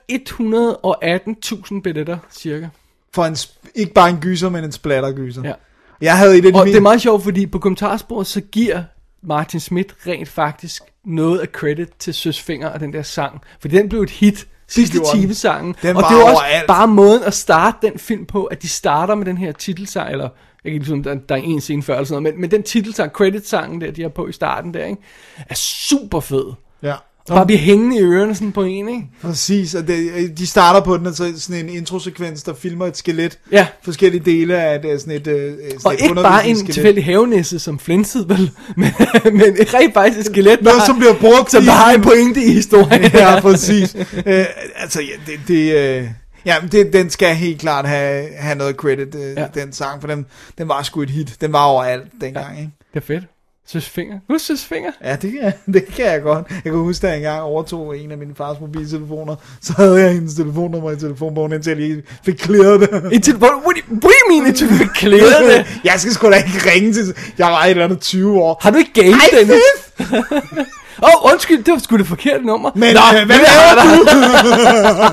Speaker 5: 118.000 billetter, cirka.
Speaker 4: For en, sp- ikke bare en gyser, men en splattergyser.
Speaker 5: Ja.
Speaker 4: Ja. Jeg havde et af de
Speaker 5: Og
Speaker 4: mest-
Speaker 5: det er meget sjovt, fordi på kommentarsporet, så giver Martin Schmidt rent faktisk noget af credit til Søsfinger og den der sang. For den blev et hit. Sidste
Speaker 4: gjorde den.
Speaker 5: time sangen.
Speaker 4: Den
Speaker 5: og
Speaker 4: var
Speaker 5: det var også
Speaker 4: overalt.
Speaker 5: bare måden at starte den film på, at de starter med den her titelsang, eller jeg kan ikke ligesom, der, der er en scene før eller sådan noget, men, men den titelsang, creditsangen der, de har på i starten der, ikke, er super fed.
Speaker 4: Ja.
Speaker 5: Bare blive hængende i ørerne sådan på en, ikke?
Speaker 4: Præcis, og det, øh, de starter på den, og så sådan en introsekvens, der filmer et skelet.
Speaker 5: Ja.
Speaker 4: Forskellige dele af et, øh, sådan et, øh, sådan
Speaker 5: Og
Speaker 4: et
Speaker 5: ikke bare en
Speaker 4: undervisningsskelet.
Speaker 5: tilfældig havenæsse som flinsede, vel? Men, men et rent faktisk et skelet,
Speaker 4: Noget, som bliver brugt
Speaker 5: som
Speaker 4: i-
Speaker 5: der har en pointe i historien.
Speaker 4: ja, præcis. Øh, altså, ja, det... det øh, ja, men det, den skal helt klart have, have noget credit, øh, ja.
Speaker 5: Ja.
Speaker 4: den sang, for den, den var sgu et hit. Den var overalt dengang, ja. ikke?
Speaker 5: Det er fedt. Søs finger. Husk søs finger.
Speaker 4: Ja, det kan, jeg, det kan jeg godt. Jeg kan huske, da jeg engang overtog en af min fars mobiltelefoner, så havde jeg hendes telefonnummer i telefonbogen, indtil jeg lige fik klaret det.
Speaker 5: I til, what, what, do you- what do you mean, at du fik klæder det?
Speaker 4: Jeg skal sgu da ikke ringe til... Jeg var et eller andet 20 år.
Speaker 5: Har du ikke gamet
Speaker 4: Ej,
Speaker 5: den?
Speaker 4: fedt!
Speaker 5: Åh, oh, undskyld, det var sgu det forkerte nummer.
Speaker 4: Men Nå, øh, hvad laver du?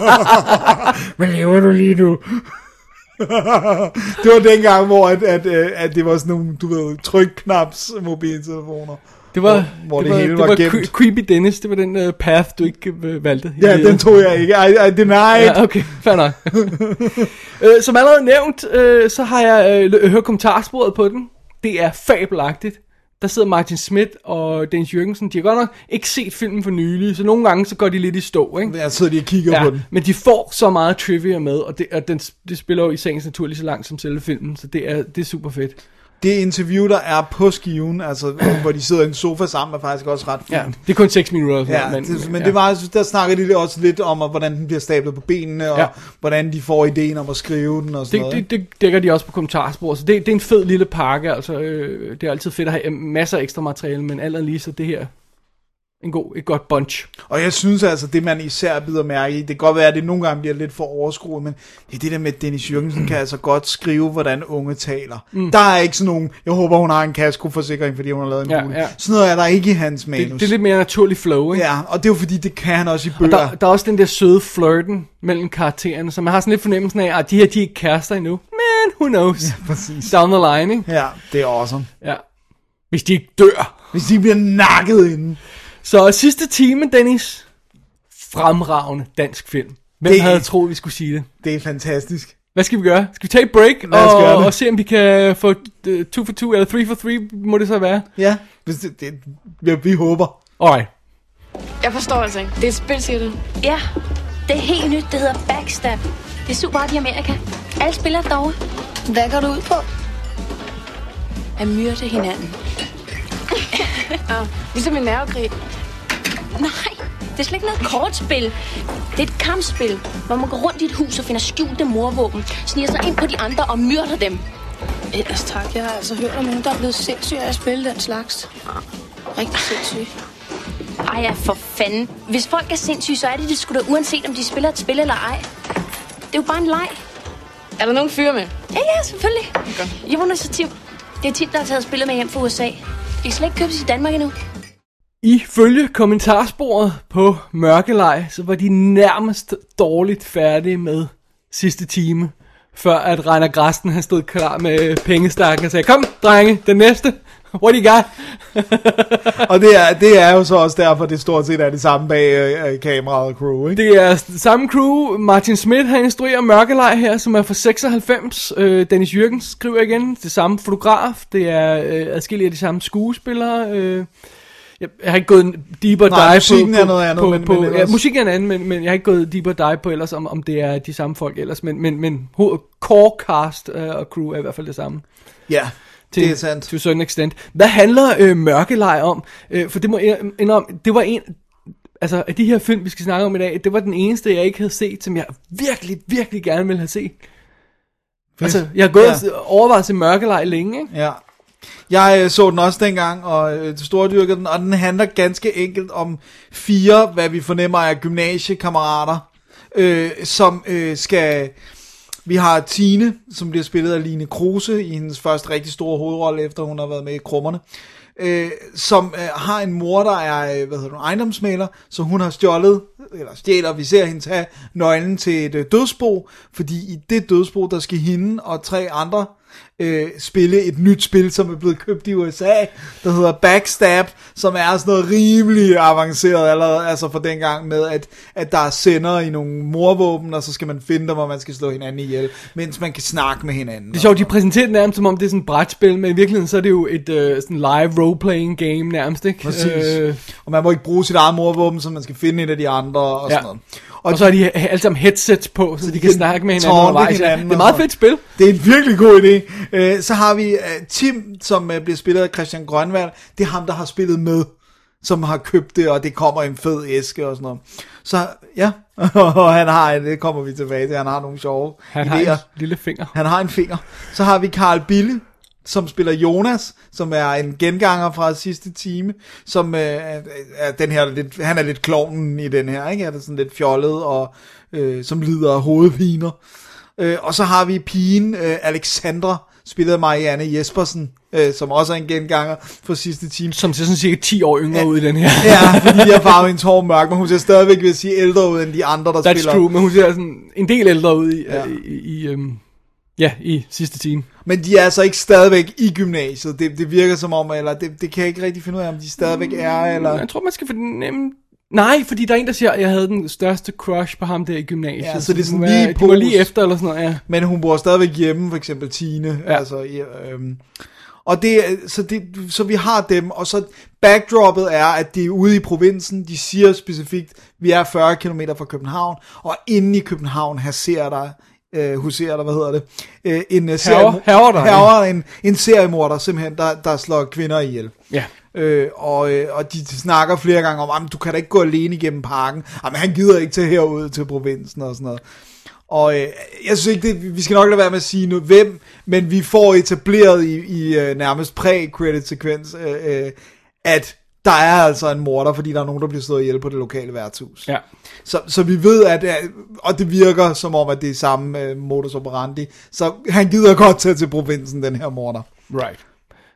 Speaker 4: hvad laver du lige nu? det var dengang, hvor at, at, øh, at det var sådan nogle, du ved, trykknaps mobiltelefoner.
Speaker 5: Det var,
Speaker 4: Hvor- hvor det
Speaker 5: var,
Speaker 4: hele
Speaker 5: det
Speaker 4: var
Speaker 5: var,
Speaker 4: gemt.
Speaker 5: cre- Creepy Dennis, det var den uh, path, du ikke uh, valgte.
Speaker 4: Ja, den tog jeg ikke. I, I deny it.
Speaker 5: Ja, okay, fair nok. øh, som allerede nævnt, øh, så har jeg øh, l- hørt kommentarsporet på den. Det er fabelagtigt. Der sidder Martin Schmidt og Dennis Jørgensen. De har godt nok ikke set filmen for nylig, så nogle gange så går de lidt i stå, ikke?
Speaker 4: Jeg sidder lige og kigger ja. på den.
Speaker 5: men de får så meget trivia med, og det, og den, det spiller jo i sagens natur lige så langt som selve filmen, så det er, det er super fedt.
Speaker 4: Det interview, der er på skiven, altså hvor de sidder i en sofa sammen, er faktisk også ret fint.
Speaker 5: Ja, det er kun 6 minutter. og sådan
Speaker 4: Ja,
Speaker 5: noget,
Speaker 4: men, det, men
Speaker 5: ja.
Speaker 4: det var, jeg synes, der snakkede de også lidt om, at, hvordan den bliver stablet på benene, og ja.
Speaker 5: Ja.
Speaker 4: hvordan de får ideen om at skrive den og sådan
Speaker 5: det,
Speaker 4: noget.
Speaker 5: det, det dækker de også på kommentarspor, så det, det er en fed lille pakke, altså øh, det er altid fedt at have øh, masser af ekstra materiale, men alt andet lige så det her en god, et godt bunch.
Speaker 4: Og jeg synes altså, det man især bider mærke i, det kan godt være, at det nogle gange bliver lidt for overskruet, men det er det der med, at Dennis Jørgensen kan altså godt skrive, hvordan unge taler. Mm. Der er ikke sådan nogen, jeg håber, hun har en kaskoforsikring, fordi hun har lavet en
Speaker 5: Ja,
Speaker 4: kugle.
Speaker 5: ja.
Speaker 4: Sådan noget er der ikke i hans
Speaker 5: Det,
Speaker 4: manus.
Speaker 5: det er lidt mere naturlig flow, ikke?
Speaker 4: Ja, og det er jo fordi, det kan han også i
Speaker 5: Og
Speaker 4: bøger.
Speaker 5: der, der er også den der søde flirten mellem karaktererne, så man har sådan lidt fornemmelsen af, at de her de er ikke kærester endnu, men who knows, ja,
Speaker 4: præcis.
Speaker 5: down the line, ikke?
Speaker 4: Ja, det er awesome.
Speaker 5: Ja. Hvis de ikke dør.
Speaker 4: Hvis de bliver nakket inden.
Speaker 5: Så sidste time, Dennis, fremragende dansk film. Hvem
Speaker 4: Det-
Speaker 5: det... havde troet, vi skulle sige det?
Speaker 4: Det er fantastisk.
Speaker 5: Hvad skal vi gøre? Skal vi tage et break
Speaker 4: Lad os gøre det.
Speaker 5: og, og se, om vi kan få 2 for 2 eller 3 for 3, må det så være?
Speaker 4: Ja, hvis det, det, ja, vi håber.
Speaker 5: Alright.
Speaker 11: Jeg forstår altså ikke. Det er et spil, siger du.
Speaker 8: Ja, det er helt nyt. Det hedder Backstab. Det er super i Amerika. Alle spiller derovre.
Speaker 7: Hvad går du ud på?
Speaker 11: At myrde hinanden. og, ligesom en nervekrig.
Speaker 8: Nej, det er slet ikke noget kortspil. Det er et kampspil, hvor man går rundt i et hus og finder skjulte morvåben, sniger sig ind på de andre og myrder dem.
Speaker 11: Ellers tak. Jeg har altså hørt om nogen, der er blevet sindssyg af at spille den slags. Rigtig sindssyg.
Speaker 8: Ej, ja, for fanden. Hvis folk er sindssyge, så er de det sgu da uanset, om de spiller et spil eller ej. Det er jo bare en leg.
Speaker 11: Er der nogen fyre med?
Speaker 8: Ja, ja, selvfølgelig. Okay. Jonas og Tim. Det er tit, der har taget spillet med hjem fra USA. Det kan slet ikke købes i Danmark endnu.
Speaker 5: Ifølge kommentarsporet på Mørkelej, så var de nærmest dårligt færdige med sidste time, før at Reiner Grasten han stod klar med pengestakken og sagde, kom drenge, den næste, what do you got?
Speaker 4: Og det er, det er jo så også derfor, det stort set er det samme bag øh, øh, kameraet og crew, ikke?
Speaker 5: Det er samme crew. Martin Schmidt har instrueret Mørkelej her, som er fra 96. Øh, Dennis Jørgens skriver igen. Det samme fotograf. Det er øh, adskillige af de samme skuespillere. Øh, jeg, jeg har ikke gået en deeper
Speaker 4: Nej,
Speaker 5: dive
Speaker 4: musikken
Speaker 5: på,
Speaker 4: er noget andet,
Speaker 5: på,
Speaker 4: men-
Speaker 5: på,
Speaker 4: men
Speaker 5: ja,
Speaker 4: ellers-
Speaker 5: musikken er en anden, men, men jeg har ikke gået deeper dive på ellers, om, om det er de samme folk ellers. Men, men, men ho- core cast øh, og crew er i hvert fald det samme.
Speaker 4: Ja,
Speaker 5: Til,
Speaker 4: det er sandt.
Speaker 5: To a certain extent. Hvad handler øh, Mørkelej om? Øh, for det må jeg indrømme, det var en... Altså, af de her film, vi skal snakke om i dag, det var den eneste, jeg ikke havde set, som jeg virkelig, virkelig gerne ville have set. Altså, jeg har gået
Speaker 4: Ja.
Speaker 5: ja. og overvejet til Mørkelej længe, ikke?
Speaker 4: Ja. Jeg øh, så den også dengang, og øh, stordyrkede den, og den handler ganske enkelt om fire, hvad vi fornemmer er gymnasiekammerater, øh, som øh, skal... Vi har Tine, som bliver spillet af Line Kruse i hendes første rigtig store hovedrolle, efter hun har været med i Krummerne, øh, som øh, har en mor, der er øh, hvad hedder hun, ejendomsmaler, så hun har stjålet, eller stjæler, vi ser hende tage nøglen til et øh, dødsbo, fordi i det dødsbo, der skal hende og tre andre øh, spille et nyt spil, som er blevet købt i USA, der hedder Backstab, som er sådan noget rimelig avanceret allerede, altså for dengang med, at, at der er sender i nogle morvåben, og så skal man finde dem, og man skal slå hinanden ihjel, mens man kan snakke med hinanden.
Speaker 5: Det er sjovt, de præsenterer det nærmest som om det er sådan et brætspil, men i virkeligheden så er det jo et øh, sådan live role-playing game nærmest, ikke?
Speaker 4: Præcis. Øh... Og man må ikke bruge sit eget morvåben, så man skal finde et af de andre og ja. sådan noget.
Speaker 5: Og, og så har de he- alle sammen headsets på, så, så de kan snakke med hinanden
Speaker 4: tårne
Speaker 5: undervejs. Ja,
Speaker 4: hinanden
Speaker 5: Det er
Speaker 4: og
Speaker 5: meget
Speaker 4: sådan.
Speaker 5: fedt spil.
Speaker 4: Det er en virkelig god idé. Øh, Så har vi øh, Tim, som øh, bliver spillet af Christian Grønvald. Det er ham, der har spillet med, som har købt det, og det kommer i en fed æske og sådan noget. Så ja, og han har, det kommer vi tilbage til, han har nogle sjove
Speaker 5: Han har
Speaker 4: idéer.
Speaker 5: en lille finger.
Speaker 4: Han har en finger. Så har vi Karl Bille, som spiller Jonas, som er en genganger fra sidste time, som øh, er- er den her lidt, han er lidt klovnen i den her, ikke? Han er sådan lidt fjollet og øh, som lider af hovedpiner. Øh, og så har vi pigen øh, Alexandra, spillet af Marianne Jespersen, øh, som også er en genganger fra sidste time.
Speaker 5: Som ser sådan cirka 10 år yngre ud i den her.
Speaker 4: Ja, fordi jeg farvet hendes hår mørk, men hun ser stadigvæk, vil jeg sige, ældre ud end de andre, der
Speaker 5: That's
Speaker 4: spiller.
Speaker 5: true, men hun ser sådan en del ældre ud i,
Speaker 4: Ja.
Speaker 5: ja. i, i, øhm, ja, i sidste time.
Speaker 4: Men de er altså ikke stadigvæk i gymnasiet. Det, det virker som om, eller det, det kan jeg ikke rigtig finde ud af, om de stadigvæk er, eller...
Speaker 5: Jeg tror, man skal fornemme... Nej, fordi der er en, der siger, at jeg havde den største crush på ham der i gymnasiet.
Speaker 4: Ja, så det er sådan
Speaker 5: må
Speaker 4: lige
Speaker 5: være- det var
Speaker 4: pose.
Speaker 5: lige efter eller sådan noget, ja.
Speaker 4: Men hun bor stadigvæk hjemme, for eksempel Tine. Ja. Altså, ja, øhm. Og det, er- så, det, så vi har dem, og så backdroppet er, at det er ude i provinsen. De siger specifikt, vi er 40 km fra København, og inde i København ser der øh, huserer der, hvad hedder det, øh, en, øh, seriemo-
Speaker 5: hærger der, ja.
Speaker 4: hærger, en, en seriemorder simpelthen, der, der slår kvinder ihjel.
Speaker 5: Ja.
Speaker 4: Øh, og, øh, og de snakker flere gange om, "Jamen, du kan da ikke gå alene igennem parken. Jamen, han gider ikke tage herud til provinsen og sådan noget. Og øh, jeg synes ikke, det, vi skal nok lade være med at sige nu, hvem, men vi får etableret i, i øh, nærmest præ-credit-sekvens, øh, øh, at der er altså en morder, fordi der er nogen, der bliver slået ihjel på det lokale værtshus.
Speaker 5: Ja.
Speaker 4: Så, så vi ved, at, øh, og det virker som om, at det er samme øh, modus operandi, så han gider godt tage til provinsen, den her morder.
Speaker 5: Right.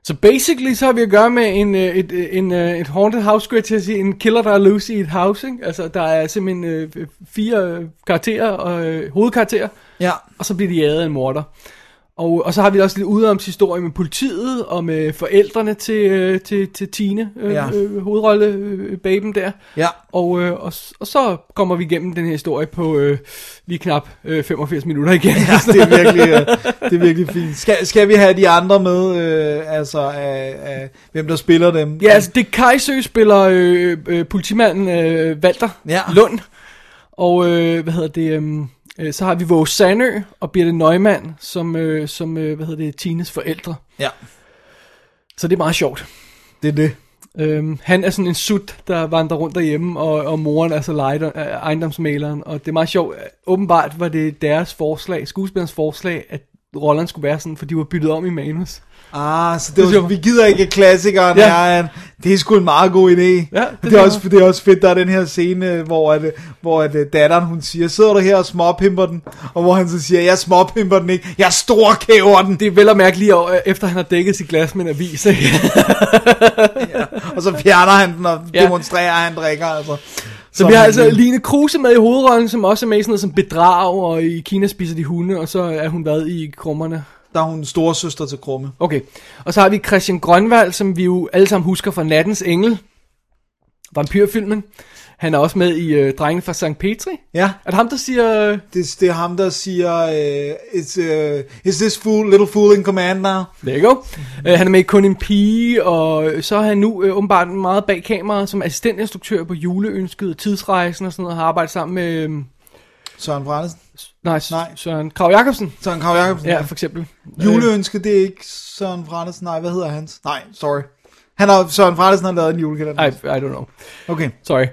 Speaker 5: Så basically, så har vi at gøre med en, øh, et, øh, en, øh, et haunted house, skulle jeg til at sige, en killer, der er loose i et house, ikke? Altså, der er simpelthen øh, fire øh, karakterer, og, øh, hovedkarakterer,
Speaker 4: Ja.
Speaker 5: og så bliver de jaget af en morder. Og, og så har vi også lidt udeoms historie med politiet og med forældrene til, øh, til, til Tine, øh,
Speaker 4: Ja.
Speaker 5: ja. øh, hovedrolle øh, baben der.
Speaker 4: Ja.
Speaker 5: Og, øh, og, s- og så kommer vi igennem den her historie på øh, lige knap øh, 85 minutter igen.
Speaker 4: Ja, det er virkelig, øh, det er virkelig fint. Skal, skal vi have de andre med, øh, altså øh, øh, hvem der spiller dem?
Speaker 5: Ja, altså det er Kajsø spiller øh, øh, politimanden øh, Walter
Speaker 4: Ja.
Speaker 5: ja. Lund. Og øh, hvad hedder det? øhm, Øh, så har vi Våge Sandø og Birte Neumann, som, øh, som øh, hvad hedder det, Tines forældre.
Speaker 4: ja,
Speaker 5: Så det er meget sjovt.
Speaker 4: det er det.
Speaker 5: Øhm, han er sådan en sut, der vandrer rundt derhjemme, og, og moren er så lejder, øh, ejendomsmaleren. Og det er meget sjovt. øh, Åbenbart var det deres forslag, skuespillernes forslag, at rollerne skulle være sådan, for de var byttet om i manus.
Speaker 4: Ah, så det var,
Speaker 5: Det er
Speaker 4: sådan, vi gider ikke at klassikeren
Speaker 5: Ja.
Speaker 4: ja. er, det er sgu en meget god idé.
Speaker 5: Ja,
Speaker 4: det,
Speaker 5: det
Speaker 4: det, er
Speaker 5: er
Speaker 4: også, det er også fedt, der er den her scene, øh, hvor, at, øh, hvor at, øh, datteren hun siger, sidder du her og småpimper den? Og hvor han så siger, jeg småpimper den ikke, jeg storkæver den.
Speaker 5: Det er vel at mærke lige over, efter han har dækket sit glas med en avis, ikke?
Speaker 4: Og så fjerner han den og
Speaker 5: Ja.
Speaker 4: demonstrerer, at han drikker. Altså.
Speaker 5: Så vi har altså Line Kruse med i hovedrollen, som også er med i sådan noget som bedrag, og i Kina spiser de hunde, og så er hun været i krummerne.
Speaker 4: Der er hun storesøster til Krumme.
Speaker 5: Okay, og så har vi Christian Grønvald, som vi jo alle sammen husker fra Nattens Engel, vampyrfilmen. Han er også med i øh, Drengene fra St. Petri.
Speaker 4: Ja.
Speaker 5: Er det ham, der siger... øh,
Speaker 4: Det, det er ham, der siger, uh, it's, uh, is this fool, little fool in command now?
Speaker 5: There you go. Øh, han er med i Kun en pige, og så er han nu øh, åbenbart meget bag kamera som assistentinstruktør på juleønsket, tidsrejsen og sådan noget, har arbejdet sammen med... Øh,
Speaker 4: Søren Brandesen.
Speaker 5: nej,
Speaker 4: Nej.
Speaker 5: nej, Søren Krav Jacobsen.
Speaker 4: Søren Krav Jacobsen.
Speaker 5: Ja, for eksempel.
Speaker 4: Juleønske, det er ikke Søren Brandesen. Nej, hvad hedder hans? Nej, sorry. Han har, Søren Brandesen har lavet en julekalender.
Speaker 5: Øh, I, I don't know.
Speaker 4: Okay.
Speaker 5: Sorry.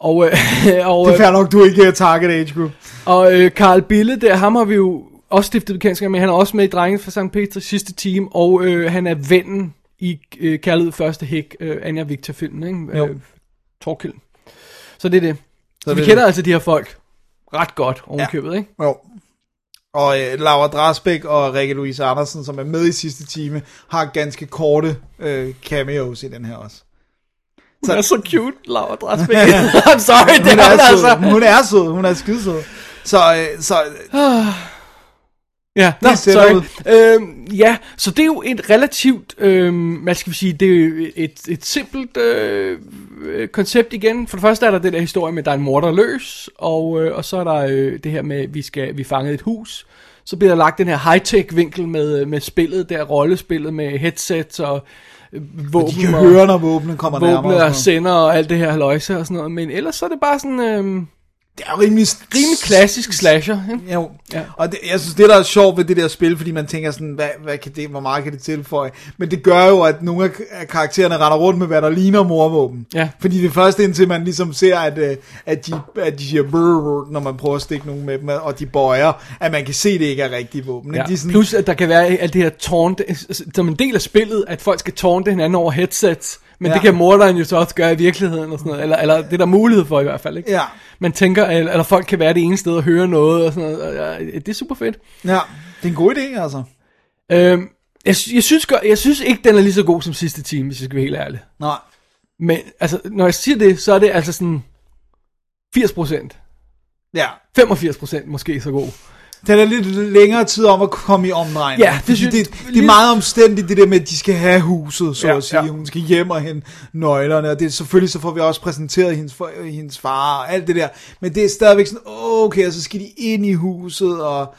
Speaker 5: Og, øh, og,
Speaker 4: Det er
Speaker 5: øh,
Speaker 4: fair nok, du er ikke øh, target age group.
Speaker 5: og øh, Carl Bille, der, ham har vi jo også stiftet bekendtskab med. Han er også med i Drengen fra St. Petri sidste time, og øh, han er vennen i øh, Kærlighed Første Hæk, øh, Anja Victor filmen, ikke?
Speaker 4: Jo.
Speaker 5: Øh, Torkild. Så det er det. Så,
Speaker 4: det
Speaker 5: vi
Speaker 4: er
Speaker 5: kender
Speaker 4: det.
Speaker 5: altså de her folk ret godt ovenkøbet, ja. ikke?
Speaker 4: Jo. Og øh, Laura Drasbæk og Rikke Louise Andersen, som er med i sidste time, har ganske korte øh, cameos i den her også.
Speaker 5: Så. Hun er så cute, Laura Drasbæk. I'm sorry, det
Speaker 4: Hun
Speaker 5: er hun
Speaker 4: er
Speaker 5: altså.
Speaker 4: sød, hun er sød, hun er skidesød. Så, øh, så øh,
Speaker 5: Ja, Nå,
Speaker 4: Det ser
Speaker 5: sorry.
Speaker 4: ud.
Speaker 5: Øhm, ja, så det er jo et relativt, øhm, hvad skal vi sige, det er jo et, et simpelt øh, øh, koncept igen. For det første er der den der historie med, at der er en morder løs, og, øh, og så er der øh, det her med, at vi, skal, vi fangede et hus. Så bliver der lagt den her high-tech vinkel med, øh, med spillet der, rollespillet med headsets og øh, våben.
Speaker 4: De kan høre, når våbnene kommer nærmere.
Speaker 5: våbne og
Speaker 4: og sådan
Speaker 5: sender og alt det her haløjse og sådan noget. Men ellers så er det bare sådan... Øhm,
Speaker 4: det er jo rimelig...
Speaker 5: Rimelig klassisk slasher. Ikke?
Speaker 4: noget. Jo.
Speaker 5: Ja.
Speaker 4: Ja. Og det, jeg synes, det der er sjovt ved det der spil, fordi man tænker sådan, hvad, hvad kan det, hvor meget kan det tilføje? Men det gør jo, at nogle af af karaktererne render rundt med, hvad der ligner morvåben.
Speaker 5: Ja.
Speaker 4: Fordi det første indtil man ligesom ser, at, øh, at, de, at de siger, brrr, når man prøver at stikke nogen med dem, og de bøjer, at man kan se, at det ikke er rigtige våben. ikke?
Speaker 5: Ja.
Speaker 4: De er sådan,
Speaker 5: Plus at der kan være alt det her taunt, som en del af spillet, at folk skal taunte hinanden over headsets. Men ja.
Speaker 4: Ja.
Speaker 5: det kan morderen jo så også gøre i virkeligheden og sådan noget. Eller, eller det er der mulighed for i hvert fald. Ikke?
Speaker 4: Ja.
Speaker 5: Man tænker, eller, eller folk kan være det ene sted og høre noget og sådan noget. og, ja, Det er super fedt.
Speaker 4: ja, det er en god idé, altså.
Speaker 5: Øhm, jeg, sy- jeg, synes, godt- jeg synes ikke, den er lige så god som sidste time, hvis jeg skal være helt ærlig.
Speaker 4: Nej.
Speaker 5: Men altså, når jeg siger det, så er det altså sådan 80 procent.
Speaker 4: Ja.
Speaker 5: 85 procent måske så god.
Speaker 4: Den er lidt længere tid om at komme i omdrejning.
Speaker 5: Ja, det
Speaker 4: Fordi
Speaker 5: synes-
Speaker 4: det, det er meget omstændigt, det der med, at de skal have huset, så ja, at sige. Ja. Hun skal hjem og hente nøglerne, og det, er- selvfølgelig så får vi også præsenteret hendes, for, hendes far og alt det der. Men det er stadigvæk sådan, "Åh, okay, og så skal de ind i huset, og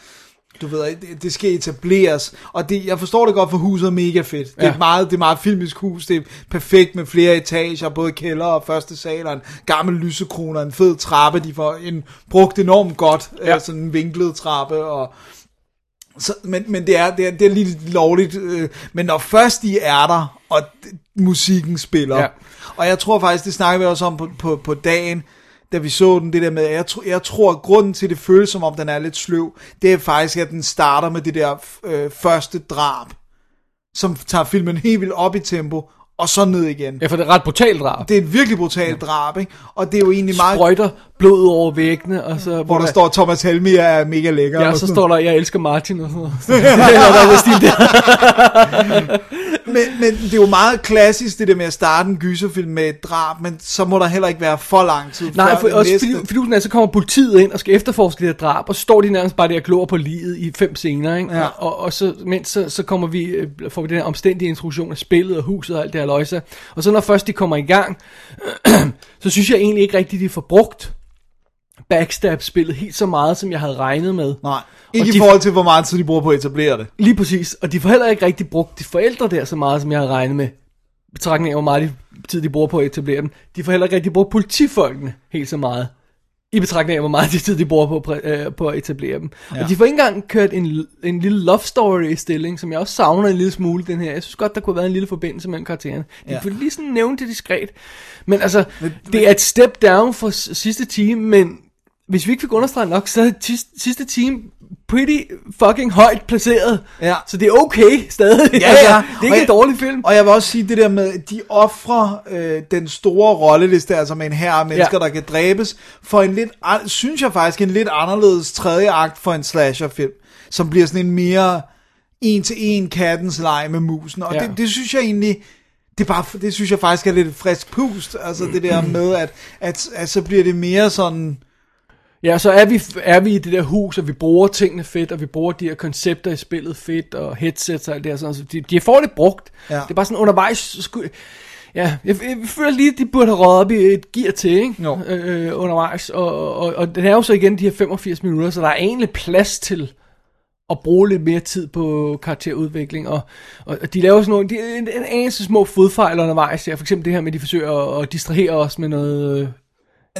Speaker 4: du ved, det, det skal etableres. Og det, jeg forstår det godt, for huset er mega fedt. Det er,
Speaker 5: Ja.
Speaker 4: et meget, det er meget filmisk hus, det er perfekt med flere etager, både kælder og første sal, og en gammel lysekroner, en fed trappe, de får en, brugt enormt godt,
Speaker 5: Ja.
Speaker 4: ja. sådan en vinklet trappe, og så, men, men det er, det er, det er lige lovligt. Øh, men når først de er der, og d- musikken spiller,
Speaker 5: Ja.
Speaker 4: ja. og jeg tror faktisk, det snakker vi også om på, på, på dagen, da vi så den, det der med, at jeg, tro, jeg tror, at grunden til, at det føles som om, den er lidt sløv, det er faktisk, at den starter med det der øh, første drab, som tager filmen helt vildt op i tempo, og så ned igen.
Speaker 5: Ja, for det er ret brutalt drab.
Speaker 4: Det er et virkelig brutalt drab, ikke? Og det er jo egentlig meget...
Speaker 5: Sprøjter blod ud over væggene, og så...
Speaker 4: hvor der står, Thomas Helmi er mega lækker.
Speaker 5: Ja,
Speaker 4: og
Speaker 5: så
Speaker 4: sådan
Speaker 5: står der, jeg elsker Martin og sådan noget. Eller noget af den stil der.
Speaker 4: men, men det er jo meget klassisk, det der med at starte en gyserfilm med et drab, men så må der heller ikke være for lang tid.
Speaker 5: Nej,
Speaker 4: før
Speaker 5: for,
Speaker 4: den
Speaker 5: også
Speaker 4: næste.
Speaker 5: fordi, fordi sådan, er, så kommer politiet ind og skal efterforske det her drab, og så står de nærmest bare der og glor på livet i fem scener, ikke?
Speaker 4: Ja.
Speaker 5: Og, og så, mens så, så kommer vi, øh, får vi den her omstændige introduktion af spillet og huset og alt det her løjse. Og så når først de kommer i gang, så synes jeg egentlig ikke rigtigt, de får brugt backstab-spillet helt så meget, som jeg havde regnet med.
Speaker 4: Nej, ikke
Speaker 5: Og
Speaker 4: i
Speaker 5: de-
Speaker 4: forhold til, hvor meget tid de bruger på at etablere det.
Speaker 5: Lige præcis, og de får heller ikke rigtig brugt de forældre der så meget, som jeg havde regnet med. Betragtning af, hvor meget de- tid de bruger på at etablere dem. De får heller ikke rigtig brugt politifolkene helt så meget. I betragtning af, hvor meget de tid de bruger på, at præ- øh, på at etablere dem. Ja.
Speaker 4: Ja.
Speaker 5: Og de får ikke engang kørt en, en lille love story i stilling, som jeg også savner en lille smule, den her. Jeg synes godt, der kunne have været en lille forbindelse mellem karaktererne. De ja.
Speaker 4: Ja.
Speaker 5: får lige sådan nævnt det diskret. Men altså, men, det er et step down fra s- sidste time, men hvis vi ikke fik understreget nok, så er tis- sidste time pretty fucking højt placeret.
Speaker 4: Ja.
Speaker 5: Så det er okay stadig.
Speaker 4: Ja,
Speaker 5: Altså,
Speaker 4: ja.
Speaker 5: Det er ikke
Speaker 4: Og
Speaker 5: en
Speaker 4: jeg-
Speaker 5: dårlig film.
Speaker 4: Og jeg vil også sige det der med, at de offrer øh, den store rolleliste, altså med en her af mennesker,
Speaker 5: Ja.
Speaker 4: ja. der kan dræbes, for en lidt, an- synes jeg faktisk, en lidt anderledes tredje akt for en slasherfilm, som bliver sådan en mere en til en kattens leg med musen. Og
Speaker 5: Ja.
Speaker 4: ja. det, det synes jeg egentlig, det, er bare, det synes jeg faktisk er lidt frisk pust, altså det der med, at, at, at så bliver det mere sådan,
Speaker 5: Ja, så er vi, er vi i det der hus, og vi bruger tingene fedt, og vi bruger de her koncepter i spillet fedt, og headsets og alt det her. Sådan, så altså, de, de får det brugt.
Speaker 4: Ja.
Speaker 5: Det er bare sådan undervejs... så Skulle, ja, jeg, jeg, føler lige, at de burde have røget op i et gear til, ikke?
Speaker 4: Jo.
Speaker 5: Øh, undervejs. Og, og, og den er jo så igen de her 85 minutter, så der er egentlig plads til at bruge lidt mere tid på karakterudvikling, og, og, og de laver sådan nogle, de, en, en anelse små fodfejl undervejs, ja, for eksempel det her med, at de forsøger at, at distrahere os med noget, øh,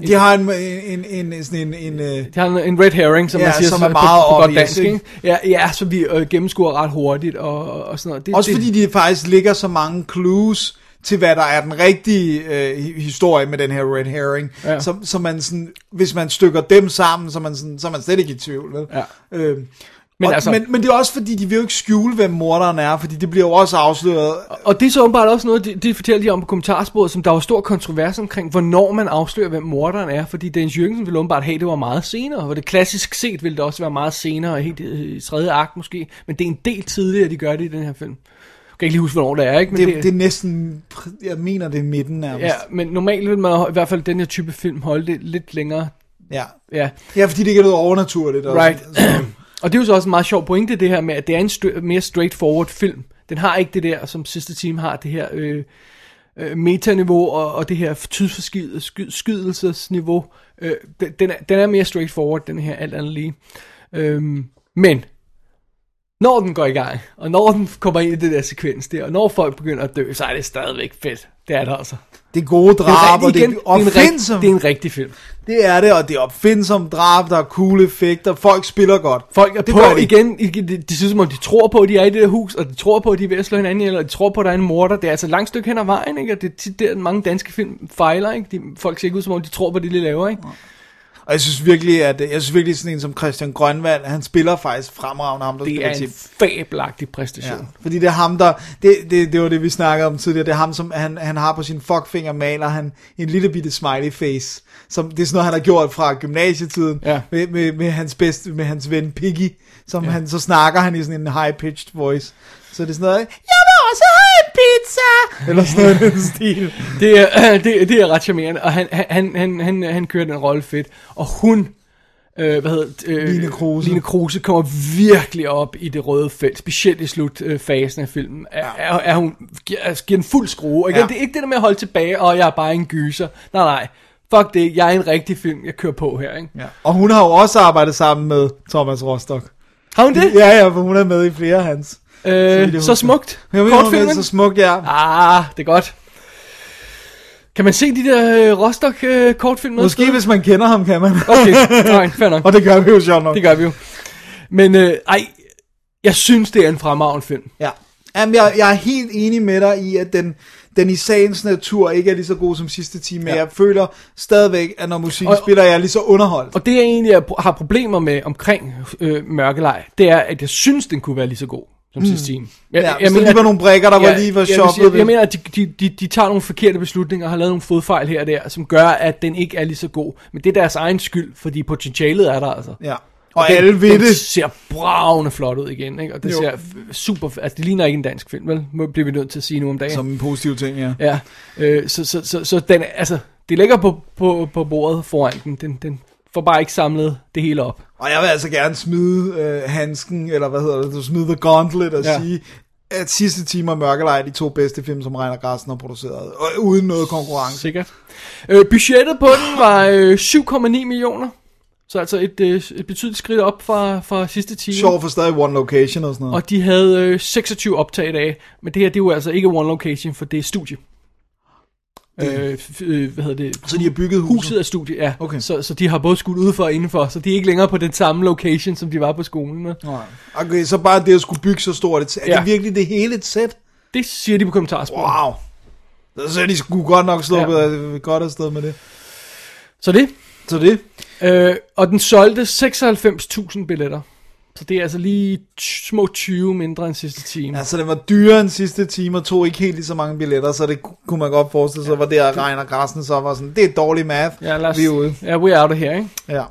Speaker 4: de har en, en, en, en, sådan en, en øh,
Speaker 5: de har en, en red herring, som
Speaker 4: Ja,
Speaker 5: man siger
Speaker 4: som
Speaker 5: så
Speaker 4: er meget
Speaker 5: på, på godt
Speaker 4: obvious,
Speaker 5: dansk,
Speaker 4: ikke?
Speaker 5: ikke? Ja, ja, som vi øh, gennemskuer ret hurtigt og, og- og sådan noget. Det,
Speaker 4: Også
Speaker 5: det,
Speaker 4: fordi de faktisk ligger så mange clues til, hvad der er den rigtige øh, hi- historie med den her red herring.
Speaker 5: Ja.
Speaker 4: Ja. Så, så man sådan, hvis man stykker dem sammen, så er man, sådan, så er man slet ikke i tvivl. Vel?
Speaker 5: Ja.
Speaker 4: Øh,
Speaker 5: Men
Speaker 4: men, og,
Speaker 5: altså-
Speaker 4: altså... men, men det er også fordi, de vil jo ikke skjule, hvem morderen er, fordi det bliver jo også afsløret.
Speaker 5: Og det er så åbenbart også noget, de, de fortæller de om på kommentarsporet, som der var stor kontrovers omkring, hvornår man afslører, hvem morderen er. Fordi Dennis Jørgensen ville åbenbart have, at det var meget senere. Og det klassisk set ville det også være meget senere, helt øh, i tredje akt måske. Men det er en del tidligere, de gør det i den her film. Jeg kan ikke lige huske, hvornår det er, ikke? Men
Speaker 4: Det, det er næsten, pr- jeg mener, det er midten nærmest.
Speaker 5: ja, men normalt vil man i hvert fald den her type film holde det lidt længere.
Speaker 4: Ja,
Speaker 5: Ja,
Speaker 4: ja fordi det ikke er noget overnaturligt. og
Speaker 5: Right.
Speaker 4: sådan- altså.
Speaker 5: Og det er jo så også en meget sjov pointe, det her med, at det er en st- mere straightforward film. Den har ikke det der, som sidste time har, det her øh, øh, metaniveau og, og det her tidsforskydelsesniveau. Øh, den, den, er, den er mere straightforward, den her alt andet lige. Øhm, men når den går i gang, og når den kommer ind i det der sekvens der, og når folk begynder at dø, så er det stadigvæk fedt. Det er det altså.
Speaker 4: Det er gode
Speaker 5: Det er
Speaker 4: drab,
Speaker 5: rigtig-
Speaker 4: og Ah, det er
Speaker 5: igen, det er en rigtig-
Speaker 4: opfindsomt.
Speaker 5: det er en rigtig film.
Speaker 4: Det er det, og det er opfindsomt drab, der er cool effekter, folk spiller godt.
Speaker 5: Folk er
Speaker 4: det
Speaker 5: det på
Speaker 4: gør de.
Speaker 5: igen, igen de, de synes som om de tror på, at de er i det der hus, og de tror på, at de er ved at slå hinanden ihjel, og de tror på, at der er en morder. Det er altså et langt stykke hen ad vejen, ikke? og det er tit der, mange danske film fejler. Ikke? De, folk ser ikke ud som om, de tror på det, de laver. Ikke?
Speaker 4: Og jeg synes virkelig, at jeg synes virkelig sådan en som Christian Grønvald, han spiller faktisk fremragende ham, der
Speaker 5: Det
Speaker 4: spiller
Speaker 5: er en
Speaker 4: Tim.
Speaker 5: fabelagtig præstation. Ja.
Speaker 4: Fordi det er ham, der... Det, det, det var det, vi snakkede om tidligere. Det er ham, som han, han har på sin fuckfinger, maler han en lille bitte smiley face. Som, det er sådan noget, han har gjort fra gymnasietiden
Speaker 5: Ja.
Speaker 4: med, med, med, hans bedste, med hans ven Piggy. Som ja. han, så snakker han i sådan en high-pitched voice. Så det er sådan noget... Jeg vil også have en pizza! Eller sådan noget i den stil.
Speaker 5: Det er, det, det er ret charmerende, og han, han- han, han, han, han kører den rolle fedt. Og hun, øh, hvad hedder det, øh,
Speaker 4: Line Kruse.
Speaker 5: Line Kruse kommer virkelig op i det røde felt, specielt i slutfasen af filmen. Er, er, er hun, giver, altså, giver den fuld skrue. Og igen,
Speaker 4: Ja.
Speaker 5: ja. det er ikke det der med at holde tilbage, og jeg er bare en gyser. Nej, nej. Fuck det, jeg er en rigtig film, jeg kører på her, ikke?
Speaker 4: Ja. Og hun har jo også arbejdet sammen med Thomas Rostock.
Speaker 5: Har hun det?
Speaker 4: Ja, ja, for hun er med i flere af hans.
Speaker 5: Øh,
Speaker 4: vidt jeg
Speaker 5: så
Speaker 4: husker.
Speaker 5: smukt.
Speaker 4: Jeg mener, hun er med i
Speaker 5: Kortfilmen?
Speaker 4: så smukt, ja.
Speaker 5: Ah, det er godt. Kan man se de der øh, Rostock-kortfilm?
Speaker 4: Måske hvis man kender ham, kan man.
Speaker 5: Okay, nej, fair nok.
Speaker 4: Og det gør vi jo sjovt nok.
Speaker 5: Det gør vi jo. Men øh, ej, jeg synes, det er en fremragende film.
Speaker 4: Ja. Jamen, jeg, jeg er helt enig med dig i, at den, den i sagens natur ikke er lige så god som sidste time, men ja. jeg føler stadigvæk, at når musikken
Speaker 5: Og-
Speaker 4: spiller, jeg er lige så underholdt.
Speaker 5: Og det, jeg egentlig er- har problemer med omkring øh, Mørkelej, det er, at jeg synes, den kunne være lige så god som sidste time. Jeg,
Speaker 4: Hmm. Ja, hvis der lige var nogle brikker, der var lige var
Speaker 5: jeg, vil
Speaker 4: shoppet
Speaker 5: sige, jeg,
Speaker 4: ved.
Speaker 5: jeg mener, at de, de, de, de tager nogle forkerte beslutninger og har lavet nogle fodfejl her og der, som gør, at den ikke er lige så god. Men det er deres egen skyld, fordi potentialet er der altså.
Speaker 4: Ja. Og alle ved
Speaker 5: den
Speaker 4: det.
Speaker 5: ser bravende flot ud igen, ikke? Og det
Speaker 4: Jo.
Speaker 5: jo. ser f- super... Altså, det ligner ikke en dansk film, vel? Må- Bliver vi nødt til at sige nu om dagen.
Speaker 4: Som en positiv ting, ja.
Speaker 5: Ja, øh, så, så, så, så den, er- altså, det ligger på, på, på bordet foran den. den. Den får bare ikke samlet det hele op.
Speaker 4: Og jeg vil altså gerne smide øh, handsken, eller hvad hedder det, smide The Gauntlet og ja.
Speaker 5: Ja.
Speaker 4: sige, at sidste time og Mørkelej er de to bedste film, som Reiner Grassen har produceret. Og uden noget konkurrence.
Speaker 5: Sikkert. Øh, budgettet på den var øh, 7,9 millioner. Så altså et, øh, et betydeligt skridt op fra, fra sidste time.
Speaker 4: Sjov for stadig One Location og sådan noget.
Speaker 5: Og de havde øh, 26 optag i dag. Men det her, det er jo altså ikke one location, for det er studie. Øh, f- øh, hvad hedder det?
Speaker 4: Så de har bygget huset?
Speaker 5: Huset er studie, ja.
Speaker 4: Okay.
Speaker 5: Så, så de har både skudt udenfor og indenfor, så de er ikke længere på den samme location, som de var på skolen. Nej.
Speaker 4: Okay, så bare det at skulle bygge så stort et sæt. Er
Speaker 5: Ja.
Speaker 4: det virkelig det hele et sæt?
Speaker 5: Det siger de på kommentarsporet.
Speaker 4: Wow. Så er de sgu godt nok sluppet ja. godt afsted med det.
Speaker 5: Så det.
Speaker 4: Så det.
Speaker 5: Øh, og den solgte 96.000 billetter. Så det er altså lige t- små 20 mindre end sidste time.
Speaker 4: Altså, den var dyrere end sidste time, og tog ikke helt lige så mange billetter, så det ku- kunne man godt forestille sig, ja. var der Reiner Grassen så var sådan, det er dårlig math,
Speaker 5: Ja, lad os...
Speaker 4: vi er ude.
Speaker 5: Ja, we're out of here, ikke?
Speaker 4: Ja.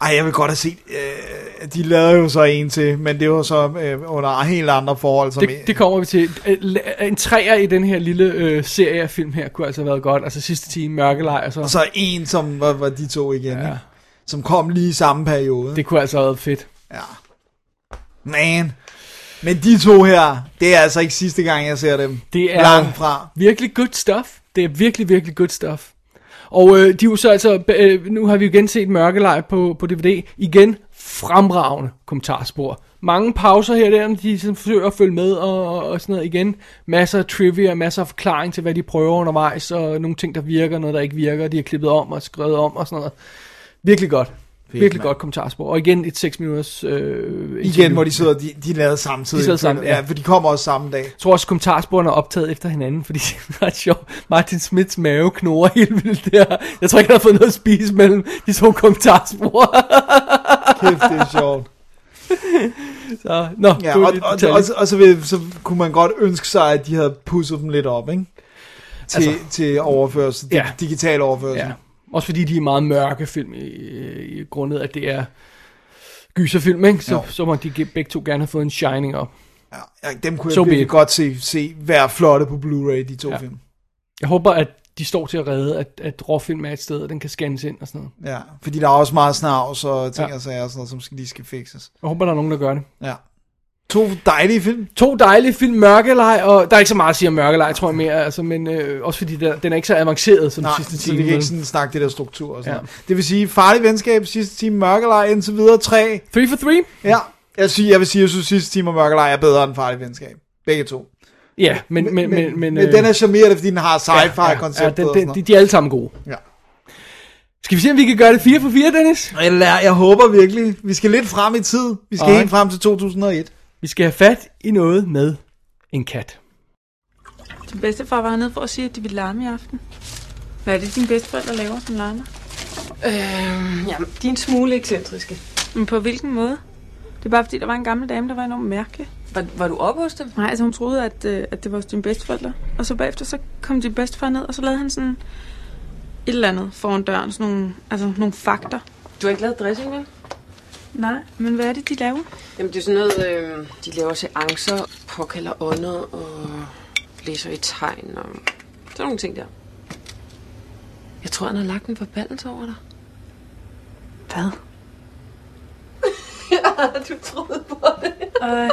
Speaker 4: Ej, jeg vil godt have set, øh, de lavede jo så en til, men det var så øh, under helt andre forhold. Som
Speaker 5: Det, det kommer vi til. Øh, la- En træer i den her lille øh, serie af film her kunne altså have været godt. Altså sidste time, Mørkelej og så.
Speaker 4: Og så en, som var, var de to igen, ja.
Speaker 5: Ja.
Speaker 4: ikke? som kom lige i samme periode.
Speaker 5: Det kunne altså have været fedt.
Speaker 4: Ja. Man. Men de to her, det er altså ikke sidste gang, jeg ser dem.
Speaker 5: Det er
Speaker 4: Langt fra.
Speaker 5: virkelig good stuff. Det er virkelig, virkelig good stuff. Og øh, de er jo så altså, øh, nu har vi jo igen set Mørkelej på, på DVD. Igen, fremragende kommentarspor. Mange pauser her og der, når de sådan forsøger at følge med og, og- og sådan noget igen. Masser af trivia, masser af forklaring til, hvad de prøver undervejs, og nogle ting, der virker, noget, der ikke virker, de har klippet om og skrevet om og sådan noget. Virkelig godt. virkelig
Speaker 4: mand.
Speaker 5: godt kommentarspor. Og igen et 6 minutters øh,
Speaker 4: Igen,
Speaker 5: interview.
Speaker 4: hvor de sidder, de, de lavede samtidig.
Speaker 5: De sidder sammen,
Speaker 4: ja.
Speaker 5: ja.
Speaker 4: ja. for de kommer også samme dag.
Speaker 5: Jeg tror også, kommentarsporene er optaget efter hinanden, fordi det er ret sjovt. Martin Smiths mave knurrer helt vildt der. Jeg tror ikke, han har fået noget at spise mellem de to kommentarspor.
Speaker 4: Kæft, det er sjovt.
Speaker 5: Så, nå,
Speaker 4: Ja,
Speaker 5: det var
Speaker 4: og,
Speaker 5: lidt
Speaker 4: og, og,
Speaker 5: detaljer.
Speaker 4: og, og så, vil, så kunne man godt ønske sig, at de havde pusset dem lidt op, ikke? Til, altså,
Speaker 5: Altså-
Speaker 4: til overførsel, ja.
Speaker 5: Ja.
Speaker 4: digital overførsel.
Speaker 5: ja.
Speaker 4: Ja.
Speaker 5: Også fordi de er meget mørke film, i, i grundet at det er gyserfilm, ikke? Så,
Speaker 4: Jo.
Speaker 5: så må de ge- begge to gerne have fået en Shining op.
Speaker 4: Ja, dem kunne jeg
Speaker 5: So be
Speaker 4: virkelig
Speaker 5: it.
Speaker 4: godt se, se være flotte på Blu-ray, de to ja.
Speaker 5: Ja.
Speaker 4: film.
Speaker 5: Jeg håber, at de står til at redde, at, at råfilm er et sted, og den kan scannes ind og sådan noget.
Speaker 4: Ja, fordi der er også meget snavs og ting
Speaker 5: Ja.
Speaker 4: ja. og sager og sådan noget, som skal, lige skal fikses.
Speaker 5: Jeg håber, der er nogen, der gør det.
Speaker 4: Ja. To dejlige film.
Speaker 5: To dejlige film, Mørkelej, og der er ikke så meget at sige om Mørkelej, tror jeg mere, altså, men øh, også fordi der, den er ikke så avanceret som
Speaker 4: Nej,
Speaker 5: den sidste
Speaker 4: så
Speaker 5: time.
Speaker 4: vi kan
Speaker 5: vel?
Speaker 4: ikke sådan snakke det der struktur og sådan
Speaker 5: Ja.
Speaker 4: ja. noget. Det vil sige, farlig venskab, sidste time, mørkelej, indtil videre tre.
Speaker 5: Three for three?
Speaker 4: Ja. Jeg, siger, jeg vil sige, at jeg synes, sidste time og mørkelej er bedre end farlig venskab. Begge to.
Speaker 5: Ja, men, men, men, men, øh,
Speaker 4: men, men den er charmerende, fordi den har sci-fi-konceptet
Speaker 5: den,
Speaker 4: og sådan
Speaker 5: den, de,
Speaker 4: noget.
Speaker 5: de er alle sammen gode.
Speaker 4: Ja.
Speaker 5: Skal vi se, om vi kan gøre det 4 for 4, Dennis?
Speaker 4: Eller, jeg håber virkelig. Vi skal lidt frem i tid. Vi skal
Speaker 5: Alright.
Speaker 4: helt frem til 2001.
Speaker 5: Vi skal have fat i noget med en kat.
Speaker 12: Din bedstefar var hernede for at sige, at de ville larme i aften. Hvad er det, dine bedsteforældre laver, som larmer? Øh, jamen, de er en smule ekscentriske. Men på hvilken måde? Det er bare fordi, der var en gammel dame, der var enormt mærkelig. Var, var du oppe hos dem? Nej, altså hun troede, at, øh, at det var hos dine bedsteforældre. Og så bagefter, så kom din bedstefar ned, og så lavede han sådan et eller andet foran døren. Sådan nogle, altså nogle fakter. Du har ikke lavet dressing, vel? Nej, men hvad er det, de laver?
Speaker 13: Jamen, det er sådan noget, øh, de laver seancer, påkalder ånder og læser i tegn og sådan nogle ting der. Jeg tror, han har lagt en forbandelse over dig.
Speaker 12: Hvad?
Speaker 13: ja, du troede på det.
Speaker 12: Ej.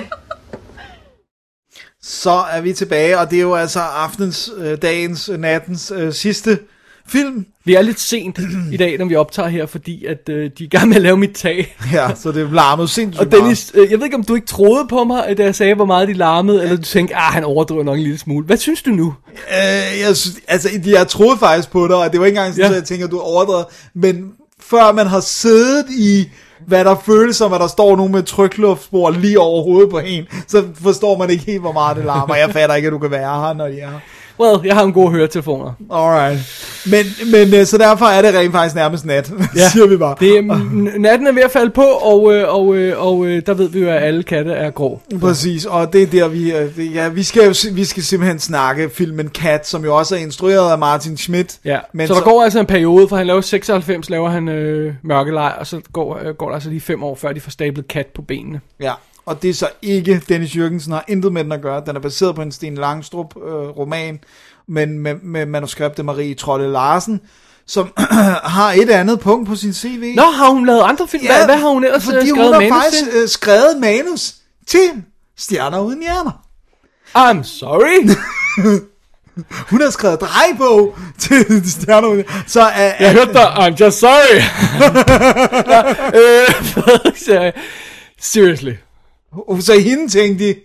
Speaker 4: Så er vi tilbage, og det er jo altså aftens, øh, dagens, øh, nattens øh, sidste film.
Speaker 5: Vi er lidt sent i dag, når vi optager her, fordi at øh, de er i gang med at lave mit tag.
Speaker 4: Ja, så det larmede sindssygt
Speaker 5: Og Dennis, øh, jeg ved ikke, om du ikke troede på mig, øh, da jeg sagde, hvor meget de larmede, eller du tænkte, ah, han overdriver nok en lille smule. Hvad synes du nu?
Speaker 4: Øh, jeg, synes, altså, jeg troede faktisk på dig, og det var ikke engang sådan, ja.
Speaker 5: Ja.
Speaker 4: så jeg tænker, du er overdrevet. Men før man har siddet i, hvad der føles som, at der står nogen med trykluftspor lige over hovedet på en, så forstår man ikke helt, hvor meget det larmer. Jeg fatter ikke, at du kan være her, når de er her.
Speaker 5: Well, jeg har en god høretelefoner.
Speaker 4: Alright. Men, men øh, så derfor er det rent faktisk nærmest nat, ja. siger vi bare.
Speaker 5: Det, er, mm, natten er ved at falde på, og, øh, og, øh, og øh, der ved vi jo, at alle katte er grå.
Speaker 4: Præcis, og det er der, vi... øh, det- Ja, vi skal jo si- vi skal simpelthen snakke filmen Cat, som jo også er instrueret af Martin Schmidt.
Speaker 5: Ja,
Speaker 4: Men
Speaker 5: men så, der
Speaker 4: så-
Speaker 5: går altså en periode, for han laver 96, laver han øh, mørkelej, og så går, øh, går der altså lige fem år, før de får stablet kat på benene.
Speaker 4: Ja, og det er så ikke Dennis Jørgensen, har intet med den at gøre. Den er baseret på en Sten Langstrup øh, roman, men med, med manuskript af Marie Trolle Larsen, som har et andet punkt på sin CV.
Speaker 5: Nå, har hun lavet andre film? Ja, hvad, hvad har hun ellers øh,
Speaker 4: fordi
Speaker 5: skrevet
Speaker 4: hun har
Speaker 5: manus
Speaker 4: faktisk
Speaker 5: til?
Speaker 4: øh, skrevet manus til Stjerner uden hjerner.
Speaker 5: I'm sorry.
Speaker 4: hun har skrevet drejebog til Stjerner uden hjerner. Så, øh,
Speaker 5: Jeg hørte dig, I'm just sorry. ja, øh, seriously.
Speaker 4: øh, Så hende tænkte de,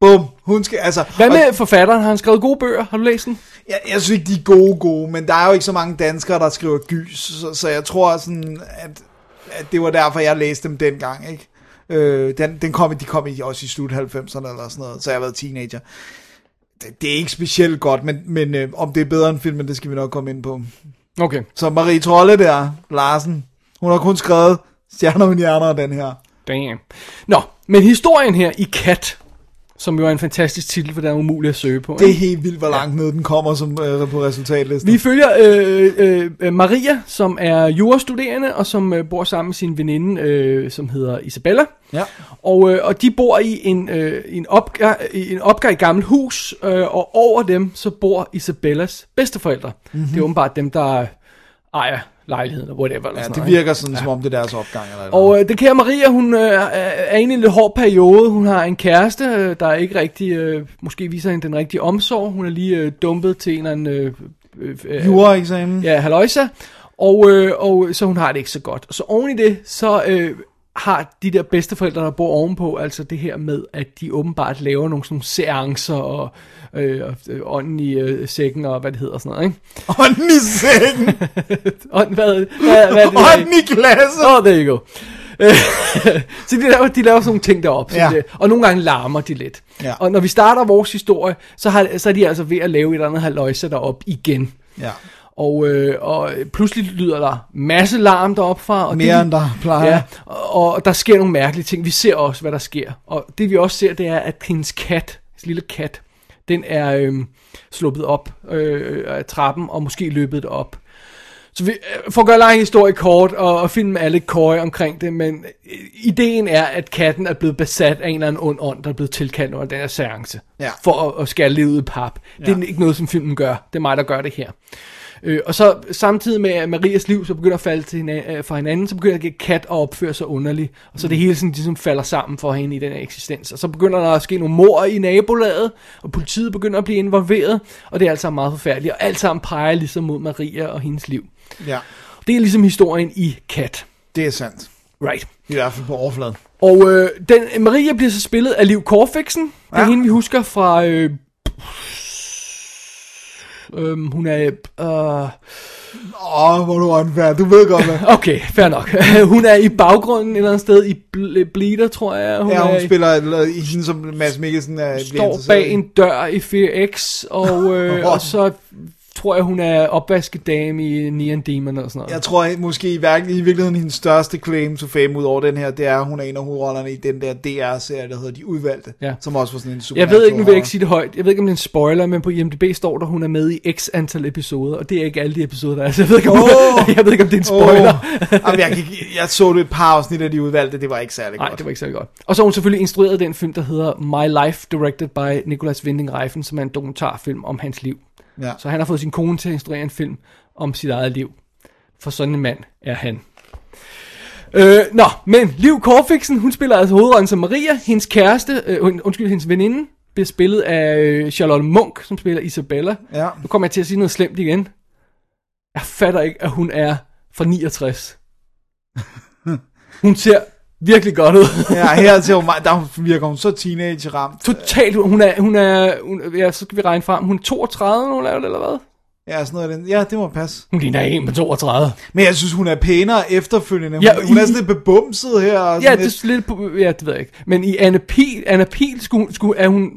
Speaker 4: bum, hun skal, altså...
Speaker 5: Hvad med forfatteren? Har han skrevet gode bøger? Har du læst den?
Speaker 4: Jeg, jeg synes ikke, de er gode, gode, men der er jo ikke så mange danskere, der skriver gys, så, så jeg tror sådan, at, at det var derfor, jeg læste dem dengang, ikke? Øh, den, den kom, de kom i, også i slut 90'erne eller sådan noget, så jeg har været teenager. Det, det er ikke specielt godt, men, men øh, om det er bedre end filmen, det skal vi nok komme ind på.
Speaker 5: Okay.
Speaker 4: Så Marie Trolle der, Larsen, hun har kun skrevet Stjerner uden hjerner og den her.
Speaker 5: Damn. Nå, men historien her i Kat, som jo er en fantastisk titel, for den er umulig at søge på.
Speaker 4: Det er
Speaker 5: ikke?
Speaker 4: helt vildt, hvor langt ned den kommer som, øh, på resultatlisten.
Speaker 5: Vi følger øh, øh, øh, Maria, som er jurastuderende, og som øh, bor sammen med sin veninde, øh, som hedder Isabella.
Speaker 4: Ja.
Speaker 5: Og, øh, og de bor i en, øh, en, opgang, i en opgang i gammelt hus, øh, og over dem så bor Isabellas bedsteforældre. Mm-hmm.
Speaker 4: Mhm.
Speaker 5: Det er åbenbart dem, der ejer lejligheden, eller whatever. Eller
Speaker 4: Ja, Altså,
Speaker 5: sådan
Speaker 4: det
Speaker 5: noget, ikke?
Speaker 4: virker sådan, ja. som om det er deres opgang. Eller
Speaker 5: Og øh, det kære Maria, hun øh, er- er inde i en lidt hård periode. Hun har en kæreste, øh, der ikke rigtig, øh, måske viser hende den rigtige omsorg. Hun er lige øh, dumpet til en eller anden... Øh, øh, øh,
Speaker 4: Juraeksamen.
Speaker 5: Ja, halløjsa. Og, øh, og så hun har det ikke så godt. Så oven i det, så øh, har de der bedsteforældre, der bor ovenpå, altså det her med, at de åbenbart laver nogle sådan nogle seancer og, øh, og øh, ånden i øh, sækken og hvad det hedder og sådan noget, ikke?
Speaker 4: Ånden i sækken?
Speaker 5: Ånden, hvad, hvad, hvad er det?
Speaker 4: Ånden i glasset!
Speaker 5: Åh, oh, there you go. Øh, så de laver, de laver sådan nogle ting deroppe. Ja.
Speaker 4: Ja.
Speaker 5: Det, og nogle gange larmer de lidt.
Speaker 4: Ja.
Speaker 5: Og når vi starter vores historie, så, har, så er de altså ved at lave et eller andet haløjse deroppe igen.
Speaker 4: Ja.
Speaker 5: Og, øh, og pludselig lyder der masse larm deroppe fra. Og
Speaker 4: Mere end der plejer.
Speaker 5: Ja, og, og der sker nogle mærkelige ting. Vi ser også, hvad der sker. Og det vi også ser, det er, at hendes kat, hendes lille kat, den er øh, sluppet op øh, af trappen og måske løbet op. Så vi, øh, for at gøre lang historie kort, og, og filmen er lidt køje omkring det, men øh, ideen er, at katten er blevet besat af en eller anden ond ånd, der er blevet tilkaldt under den her seance.
Speaker 4: Ja.
Speaker 5: For at, at skære livet ud i pap. Ja. Det er ikke noget, som filmen gør. Det er mig, der gør det her. Øh, og så samtidig med, at Marias liv så begynder at falde til hina- øh, fra hinanden, så begynder kat at opføre sig underligt. Og så det hele sådan, ligesom falder sammen for hende i den her eksistens. Og så begynder der at ske nogle mor i nabolaget, og politiet begynder at blive involveret. Og det er alt sammen meget forfærdeligt. Og alt sammen peger ligesom mod Maria og hendes liv.
Speaker 4: Ja.
Speaker 5: Det er ligesom historien i Kat.
Speaker 4: Det er sandt.
Speaker 5: Right.
Speaker 4: I hvert fald på overfladen.
Speaker 5: Og øh, den, Maria bliver så spillet af Liv Korfiksen. Det er ja. hende, vi husker fra... Øh, Øhm, hun er... Øh,
Speaker 4: Åh, hvor er du åndfærd. Du ved godt, hvad.
Speaker 5: okay, fair nok. hun er i baggrunden et eller andet sted i Ble- Bleeder, tror jeg.
Speaker 4: Hun ja, hun
Speaker 5: er i-
Speaker 4: spiller eller, i hende, som Mads Mikkelsen er bliver
Speaker 5: står
Speaker 4: interesseret
Speaker 5: bag
Speaker 4: i.
Speaker 5: en dør i FX, og, øh, og så tror jeg, hun er opvaskedame i Neon Demon og sådan noget.
Speaker 4: Jeg tror at måske i, hverken, i virkeligheden hendes største claim to fame ud over den her, det er, at hun er en af hovedrollerne i den der DR-serie, der hedder De Udvalgte,
Speaker 5: Ja.
Speaker 4: som også var sådan en super
Speaker 5: Jeg ved ikke, nu vil jeg ikke sige det højt. Jeg ved ikke, om det er en spoiler, men på IMDb står der, hun er med i x antal episoder, og det er ikke alle de episoder, der er. Så jeg ved ikke, om,
Speaker 4: Åh!
Speaker 5: jeg ved ikke, om det er en spoiler.
Speaker 4: Jamen, jeg, gik- jeg så det et par afsnit af De Udvalgte, det var ikke særlig
Speaker 5: Nej,
Speaker 4: godt.
Speaker 5: det var ikke særlig godt. Og så har hun selvfølgelig instrueret den film, der hedder My Life, directed by Nicolas Winding Refn, som er en dokumentarfilm om hans liv.
Speaker 4: Ja.
Speaker 5: Så han har fået sin kone til at instruere en film om sit eget liv. For sådan en mand er han. Øh, nå, men Liv Korfiksen, hun spiller altså hovedrollen som Maria. Hendes kæreste, øh, und- undskyld, hendes veninde, bliver spillet af øh, Charlotte Munk, som spiller Isabella.
Speaker 4: Ja.
Speaker 5: Nu kommer jeg til at sige noget slemt igen. Jeg fatter ikke, at hun er fra 69. Hun ser virkelig godt ud.
Speaker 4: ja, her til hun, meget- der virker hun så teenage-ramt.
Speaker 5: Totalt, hun er, hun er, hun, ja, så skal vi regne frem, hun er 32 nu, eller, eller hvad?
Speaker 4: Ja, sådan noget af den. Ja, det må passe.
Speaker 5: Hun ligner en på 32.
Speaker 4: Men jeg synes, hun er pænere efterfølgende. Hun,
Speaker 5: Ja,
Speaker 4: ja, hun
Speaker 5: i-
Speaker 4: er sådan lidt bebumset her. Og
Speaker 5: Ja,
Speaker 4: sådan
Speaker 5: det er lidt, på- ja, det ved jeg ikke. Men i Anne Pil, Anne Pil skulle, hun- skulle, er hun...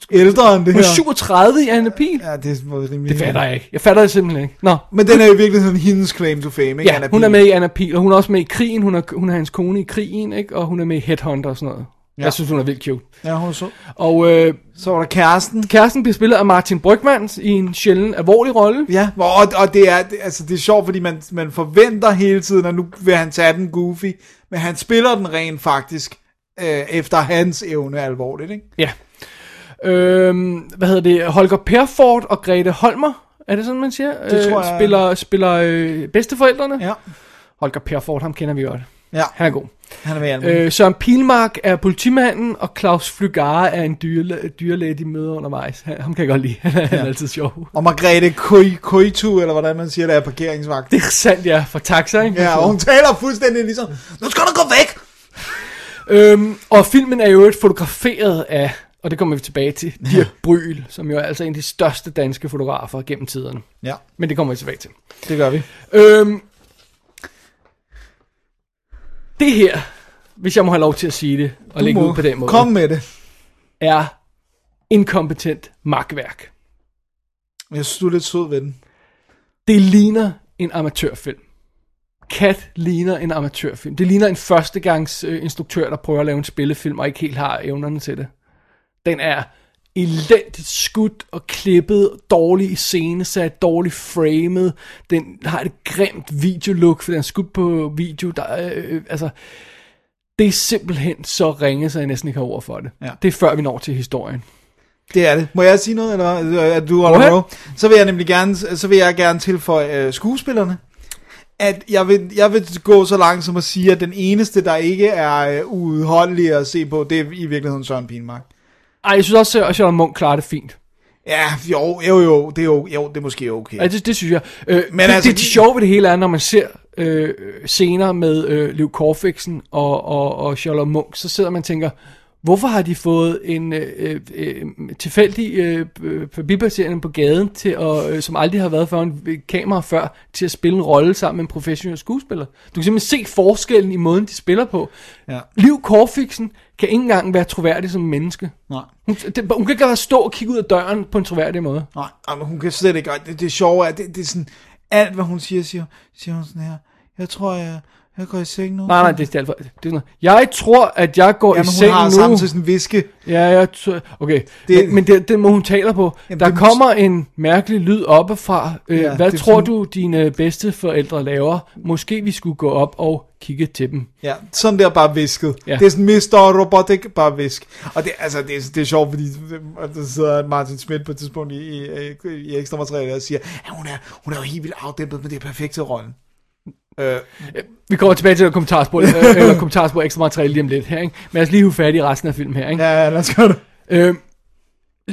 Speaker 4: Skulle, ældre end det
Speaker 5: hun er
Speaker 4: her.
Speaker 5: 37 i Anne Pil.
Speaker 4: Ja, det er rimelig.
Speaker 5: Det fatter jeg ikke. Jeg fatter det simpelthen ikke. Nå.
Speaker 4: Men den er i virkeligheden hendes claim to fame, ikke?
Speaker 5: Ja,
Speaker 4: Anna
Speaker 5: hun er
Speaker 4: Pihl?
Speaker 5: med i Anna Pil, og hun er også med i krigen. Hun er, hun er hans kone i krigen, ikke? Og hun er med i Headhunter og sådan noget. Ja.
Speaker 4: Ja.
Speaker 5: Jeg synes, hun er vildt cute.
Speaker 4: Ja, hun er så.
Speaker 5: Og øh,
Speaker 4: så var der kæresten.
Speaker 5: Kæresten bliver spillet af Martin Brygman i en sjælden alvorlig rolle.
Speaker 4: Ja, hvor- og, og det, er, det- altså, det er sjovt, fordi man, man forventer hele tiden, at nu vil han tage den goofy, men han spiller den rent faktisk, øh, efter hans evne alvorligt, ikke?
Speaker 5: Ja. Øhm, hvad hedder det? Holger Perfort og Grete Holmer. Er det sådan, man siger?
Speaker 4: Det tror jeg.
Speaker 5: Spiller, spiller øh, bedsteforældrene.
Speaker 4: Ja.
Speaker 5: Holger Perfort, ham kender vi godt.
Speaker 4: Ja.
Speaker 5: Han er god.
Speaker 4: Han er med i alt muligt.
Speaker 5: Øh, Søren Pilmark er politimanden, og Claus Flygare er en dyrlæ- dyrlæge, de møder undervejs. Han- Ham kan jeg godt lide. Han er, ja. er altid sjov.
Speaker 4: Og Margrethe Kui- Koitu, eller hvordan man siger det, er parkeringsvagt.
Speaker 5: Det er sandt, ja. For taxa, ikke?
Speaker 4: Ja, og hun taler fuldstændig ligesom, nu skal du gå væk!
Speaker 5: Øhm, og filmen er jo et fotograferet af, og det kommer vi tilbage til, Dirk Bryl, som jo er altså en af de største danske fotografer gennem tiderne.
Speaker 4: Ja.
Speaker 5: Men det kommer vi tilbage til.
Speaker 4: Det gør vi.
Speaker 5: Øhm, det her, hvis jeg må have lov til at sige det, og
Speaker 4: Du
Speaker 5: lægge
Speaker 4: må.
Speaker 5: ud på den måde,
Speaker 4: Kom med det.
Speaker 5: er inkompetent magtværk.
Speaker 4: Jeg synes, du er lidt sød ved den.
Speaker 5: Det ligner en amatørfilm. Kat ligner en amatørfilm. Det ligner en førstegangs øh, instruktør, der prøver at lave en spillefilm, og ikke helt har evnerne til det. Den er elendigt skudt og klippet, dårlig i scenesat, dårligt framet. Den har et grimt videolook, for den er skudt på video. Der, øh, øh, altså, det er simpelthen så ringe, så jeg næsten ikke har ord for det.
Speaker 4: Ja.
Speaker 5: Det er før vi når til historien.
Speaker 4: Det er det. Må jeg sige noget, eller øh, er du
Speaker 5: Må
Speaker 4: holder
Speaker 5: jeg?
Speaker 4: på? Så vil jeg nemlig gerne, så vil jeg gerne tilføje øh, skuespillerne. At jeg vil, jeg vil gå så langt som at sige, at den eneste, der ikke er øh, uudholdelig at se på, det er i virkeligheden Søren Pinmark.
Speaker 5: Ej, jeg synes også, at Charlotte Munk klarer det fint.
Speaker 4: Ja, jo, jo, jo, det er, jo, jo, det er måske okay.
Speaker 5: Ja, det, det synes jeg. Øh, men
Speaker 4: Men
Speaker 5: det, altså,
Speaker 4: altså,
Speaker 5: det, det sjove ved det hele er, når man ser øh, scener med øh, Liv Korfiksen og, og, og Charlotte Munk, så sidder man og tænker, hvorfor har de fået en øh, øh, tilfældig øh, øh, forbipasserende på gaden, til at, øh, som aldrig har været for en øh, kamera før, til at spille en rolle sammen med en professionel skuespiller? Du kan simpelthen se forskellen i måden, de spiller på.
Speaker 4: Ja.
Speaker 5: Liv Korfiksen kan ikke engang være troværdig som menneske.
Speaker 4: Nej.
Speaker 5: Hun, det, hun kan ikke bare stå og kigge ud af døren på en troværdig måde.
Speaker 4: Nej, ej, men hun kan slet ikke. og Det, det sjove er, det, det er sådan, alt hvad hun siger, siger, siger hun sådan her. Jeg tror, jeg, jeg går i seng nu.
Speaker 5: Nej, nej, det er alt for... Det er sådan noget. Jeg tror, at jeg går
Speaker 4: Jamen,
Speaker 5: i
Speaker 4: hun
Speaker 5: seng
Speaker 4: har
Speaker 5: nu.
Speaker 4: samtidig sådan en viske.
Speaker 5: Ja, jeg tror... Okay, det...
Speaker 4: Det-
Speaker 5: men, men det, den måde, hun taler på. Jamen, der
Speaker 4: det-
Speaker 5: kommer en mærkelig lyd oppefra. Øh, ja,
Speaker 4: Ja,
Speaker 5: hvad
Speaker 4: det er
Speaker 5: tror
Speaker 4: sådan-
Speaker 5: du, dine bedste forældre laver? Måske vi skulle gå op og kigge til dem.
Speaker 4: Ja, sådan der bare visket. Ja. Det er sådan Mr. Robotic, bare visk. Og det, altså, det, er, det er sjovt, fordi øh, der sidder Martin Schmidt på et tidspunkt i, i, i, i ekstra materiale og siger, at hun er, hun er jo helt vildt afdæmpet, men det er perfekt til rollen. Øh,
Speaker 5: Vi kommer tilbage til kommentarspor, øh, eller kommentarspor ekstra materiale lige om lidt her, ikke? Men lad os lige hive fat i resten af filmen her, ikke?
Speaker 4: Ja, ja, lad os gøre det.
Speaker 5: Øh,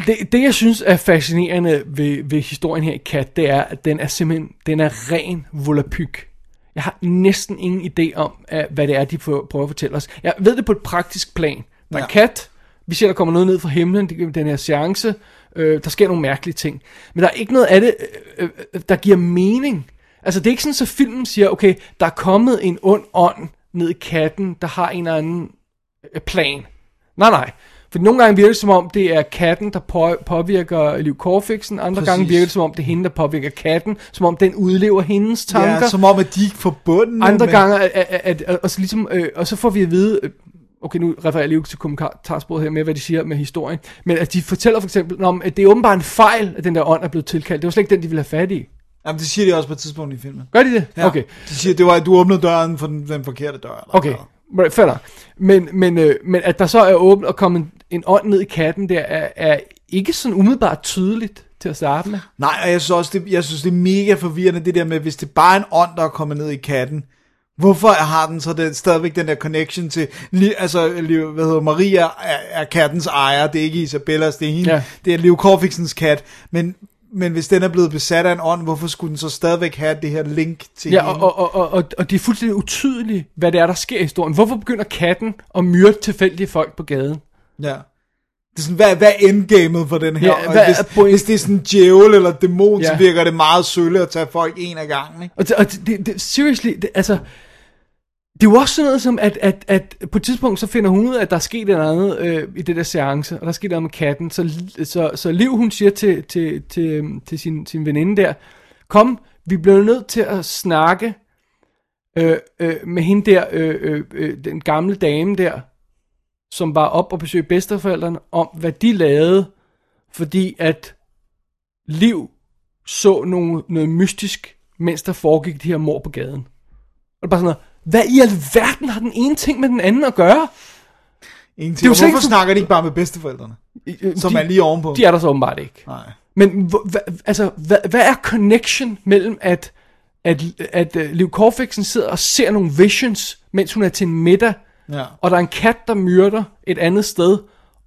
Speaker 5: det, det, jeg synes er fascinerende ved, ved historien her i Kat, det er, at den er simpelthen, den er ren volapyk. Jeg har næsten ingen idé om, at, hvad det er, de prøver, prøver at fortælle os. Jeg ved det på et praktisk plan. Der
Speaker 4: Ja.
Speaker 5: er ja. Kat, vi ser, der kommer noget ned fra himlen, det, den her seance, øh, der sker nogle mærkelige ting. Men der er ikke noget af det, øh, øh, der giver mening. Altså, det er ikke sådan, så filmen siger, okay, der er kommet en ond ånd ned i katten, der har en eller anden øh, plan. Nej, nej. For nogle gange virker det som om, det er katten, der på, påvirker Liv Corfixen. Andre Præcis.
Speaker 4: Præcis.
Speaker 5: gange virker det som om, det er hende, der påvirker katten. Som om den udlever hendes tanker.
Speaker 4: Ja, som om, at de er forbundne.
Speaker 5: Andre
Speaker 4: men-
Speaker 5: gange, at, at, at, at, og, så ligesom, øh, og så får vi at vide, øh, okay nu refererer jeg lige til kommentarsporet her med, hvad de siger med historien, men at de fortæller for eksempel, om, at det er åbenbart en fejl, at den der ånd er blevet tilkaldt. Det var slet ikke den, de ville have fat i.
Speaker 4: Jamen, det siger de også på et tidspunkt i filmen.
Speaker 5: Gør de det?
Speaker 4: Ja.
Speaker 5: Okay.
Speaker 4: De siger, det var, at du åbnede døren for den, den forkerte dør. Eller
Speaker 5: Okay, right, fair nok. Men, men, øh, men at der så er åbent og kommet en, en ånd ned i katten, der er, er ikke sådan umiddelbart tydeligt til at starte med.
Speaker 4: Nej, og jeg synes også, det, jeg synes, det er mega forvirrende, det der med, hvis det bare er en ånd, der er kommet ned i katten, hvorfor har den så den, stadigvæk den der connection til, li, altså, li, hvad hedder Maria er, er kattens ejer, det er ikke Isabellas, det er hende, ja.
Speaker 5: Ja.
Speaker 4: det er Leo Corfixens kat, men, men hvis den er blevet besat af en ånd, hvorfor skulle den så stadigvæk have det her link til
Speaker 5: Ja,
Speaker 4: hende?
Speaker 5: og, og, og, og, og, og det er fuldstændig utydeligt, hvad det er, der sker i historien. Hvorfor begynder katten at myrde tilfældige folk på gaden?
Speaker 4: Ja. Det er sådan, hvad, hvad er endgamet for den her?
Speaker 5: Ja,
Speaker 4: Ja,
Speaker 5: hvad
Speaker 4: hvis,
Speaker 5: er
Speaker 4: hvis det er sådan en djævel eller dæmon, ja. så
Speaker 5: Ja.
Speaker 4: virker det meget sølle at tage folk en af gangen. Ikke?
Speaker 5: Og, det, og det- det, det, seriously, det, altså, det er jo også sådan noget som, at, at, at på et tidspunkt, så finder hun ud af, at der er sket et eller andet øh, i det der seance, og der er sket noget med katten, så, så, så Liv, hun siger til, til, til, øhm, til sin, sin veninde der, kom, vi bliver nødt til at snakke øh, øh, med hende der, øh, øh, øh, den gamle dame der, som var op og besøgte bedsteforældrene, om hvad de lavede, fordi at Liv så nogle, noget mystisk, mens der foregik de her mor på gaden. Og det er bare sådan noget, hvad i alverden har den ene ting med den anden at gøre?
Speaker 4: Ingenting.
Speaker 5: jo
Speaker 4: Og
Speaker 5: slet
Speaker 4: Hvorfor
Speaker 5: ikke-
Speaker 4: snakker de ikke bare med bedsteforældrene? øh, Som
Speaker 5: de-
Speaker 4: er lige ovenpå.
Speaker 5: De er der så åbenbart ikke.
Speaker 4: Nej.
Speaker 5: Men hvor- hva, altså, hvad, hvad er connection mellem, at, at, at, at Liv Corfixen sidder og ser nogle visions, mens hun er til en middag,
Speaker 4: Ja.
Speaker 5: og der er en kat, der myrder et andet sted,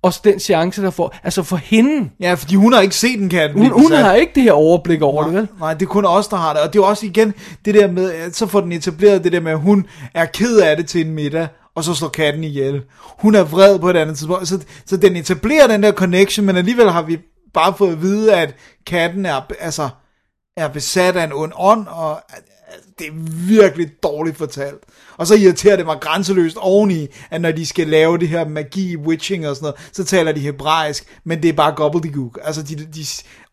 Speaker 5: og så den chance, der får, altså for hende,
Speaker 4: Ja, fordi hun har ikke set den kat.
Speaker 5: hun, hun har ikke det her overblik over det, vel?
Speaker 4: Nej, det er kun os, der har det. Og det er jo også igen det der med, at så får den etableret det der med, at hun er ked af det til en middag, og så slår katten ihjel. Hun er vred på et andet tidspunkt. Så, så den etablerer den der connection, men alligevel har vi bare fået at vide, at katten er, altså, er besat af en ond ånd, og altså, det er virkelig dårligt fortalt. Og så irriterer det mig grænseløst oveni, at når de skal lave det her magi, witching og sådan noget, så taler de hebraisk, men det er bare gobbledygook. Altså, de, de,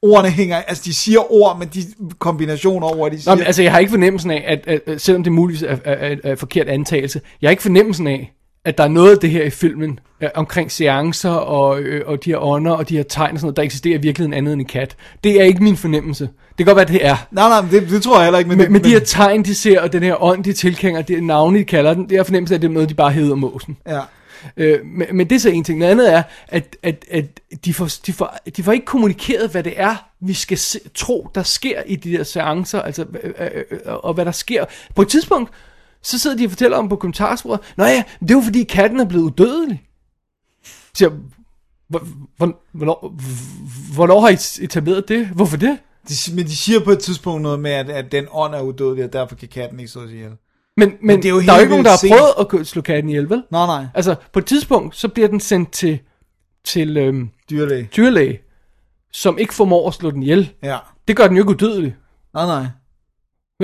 Speaker 4: ordene hænger, altså de siger ord, men de kombinationer over, de
Speaker 5: Nå,
Speaker 4: siger.
Speaker 5: men, altså, jeg har ikke fornemmelsen af, at, at, at selvom det muligvis er, er, er, er forkert antagelse, jeg har ikke fornemmelsen af, at der er noget af det her i filmen, øh, omkring seancer og, øh, og de her ånder og de her tegn og sådan noget, der eksisterer i virkeligheden andet end en kat. Det er ikke min fornemmelse. Det kan godt være, det er.
Speaker 4: Nej, nej, men det, det tror jeg heller ikke. Men,
Speaker 5: Men,
Speaker 4: det,
Speaker 5: men de her tegn, de ser, og den her ånd, de tilkænger, det er navne, de kalder den, det er fornemmelse af, at det er noget, de bare hedder måsen.
Speaker 4: Ja.
Speaker 5: Øh, men, men det er så en ting. Noget andet er, at, at, at de, får, de, får, de får ikke kommunikeret, hvad det er, vi skal se, tro, der sker i de der seancer, altså, øh, øh, øh, og hvad der sker. På et tidspunkt, så sidder de og fortæller om på kommentarsporet, Nå ja, men det er jo fordi katten er blevet udødelig. Så jeg, "Hvor- hvor- hvornår, hvornår har I etableret det? Hvorfor det?
Speaker 4: de, men de siger på et tidspunkt noget med, at, at den ånd er udødelig, og derfor kan katten ikke slås ihjel.
Speaker 5: Men, men, men
Speaker 4: det er jo
Speaker 5: der er
Speaker 4: helt
Speaker 5: jo ikke nogen, der har
Speaker 4: vildt
Speaker 5: prøvet at gå- slå katten ihjel, vel?
Speaker 4: Nej, nej.
Speaker 5: Altså, på et tidspunkt, så bliver den sendt til, til øhm,
Speaker 4: Dyrlæge.
Speaker 5: dyrlæge, som ikke formår at slå den ihjel.
Speaker 4: Ja.
Speaker 5: Det gør den jo ikke udødelig.
Speaker 4: Nej, nej.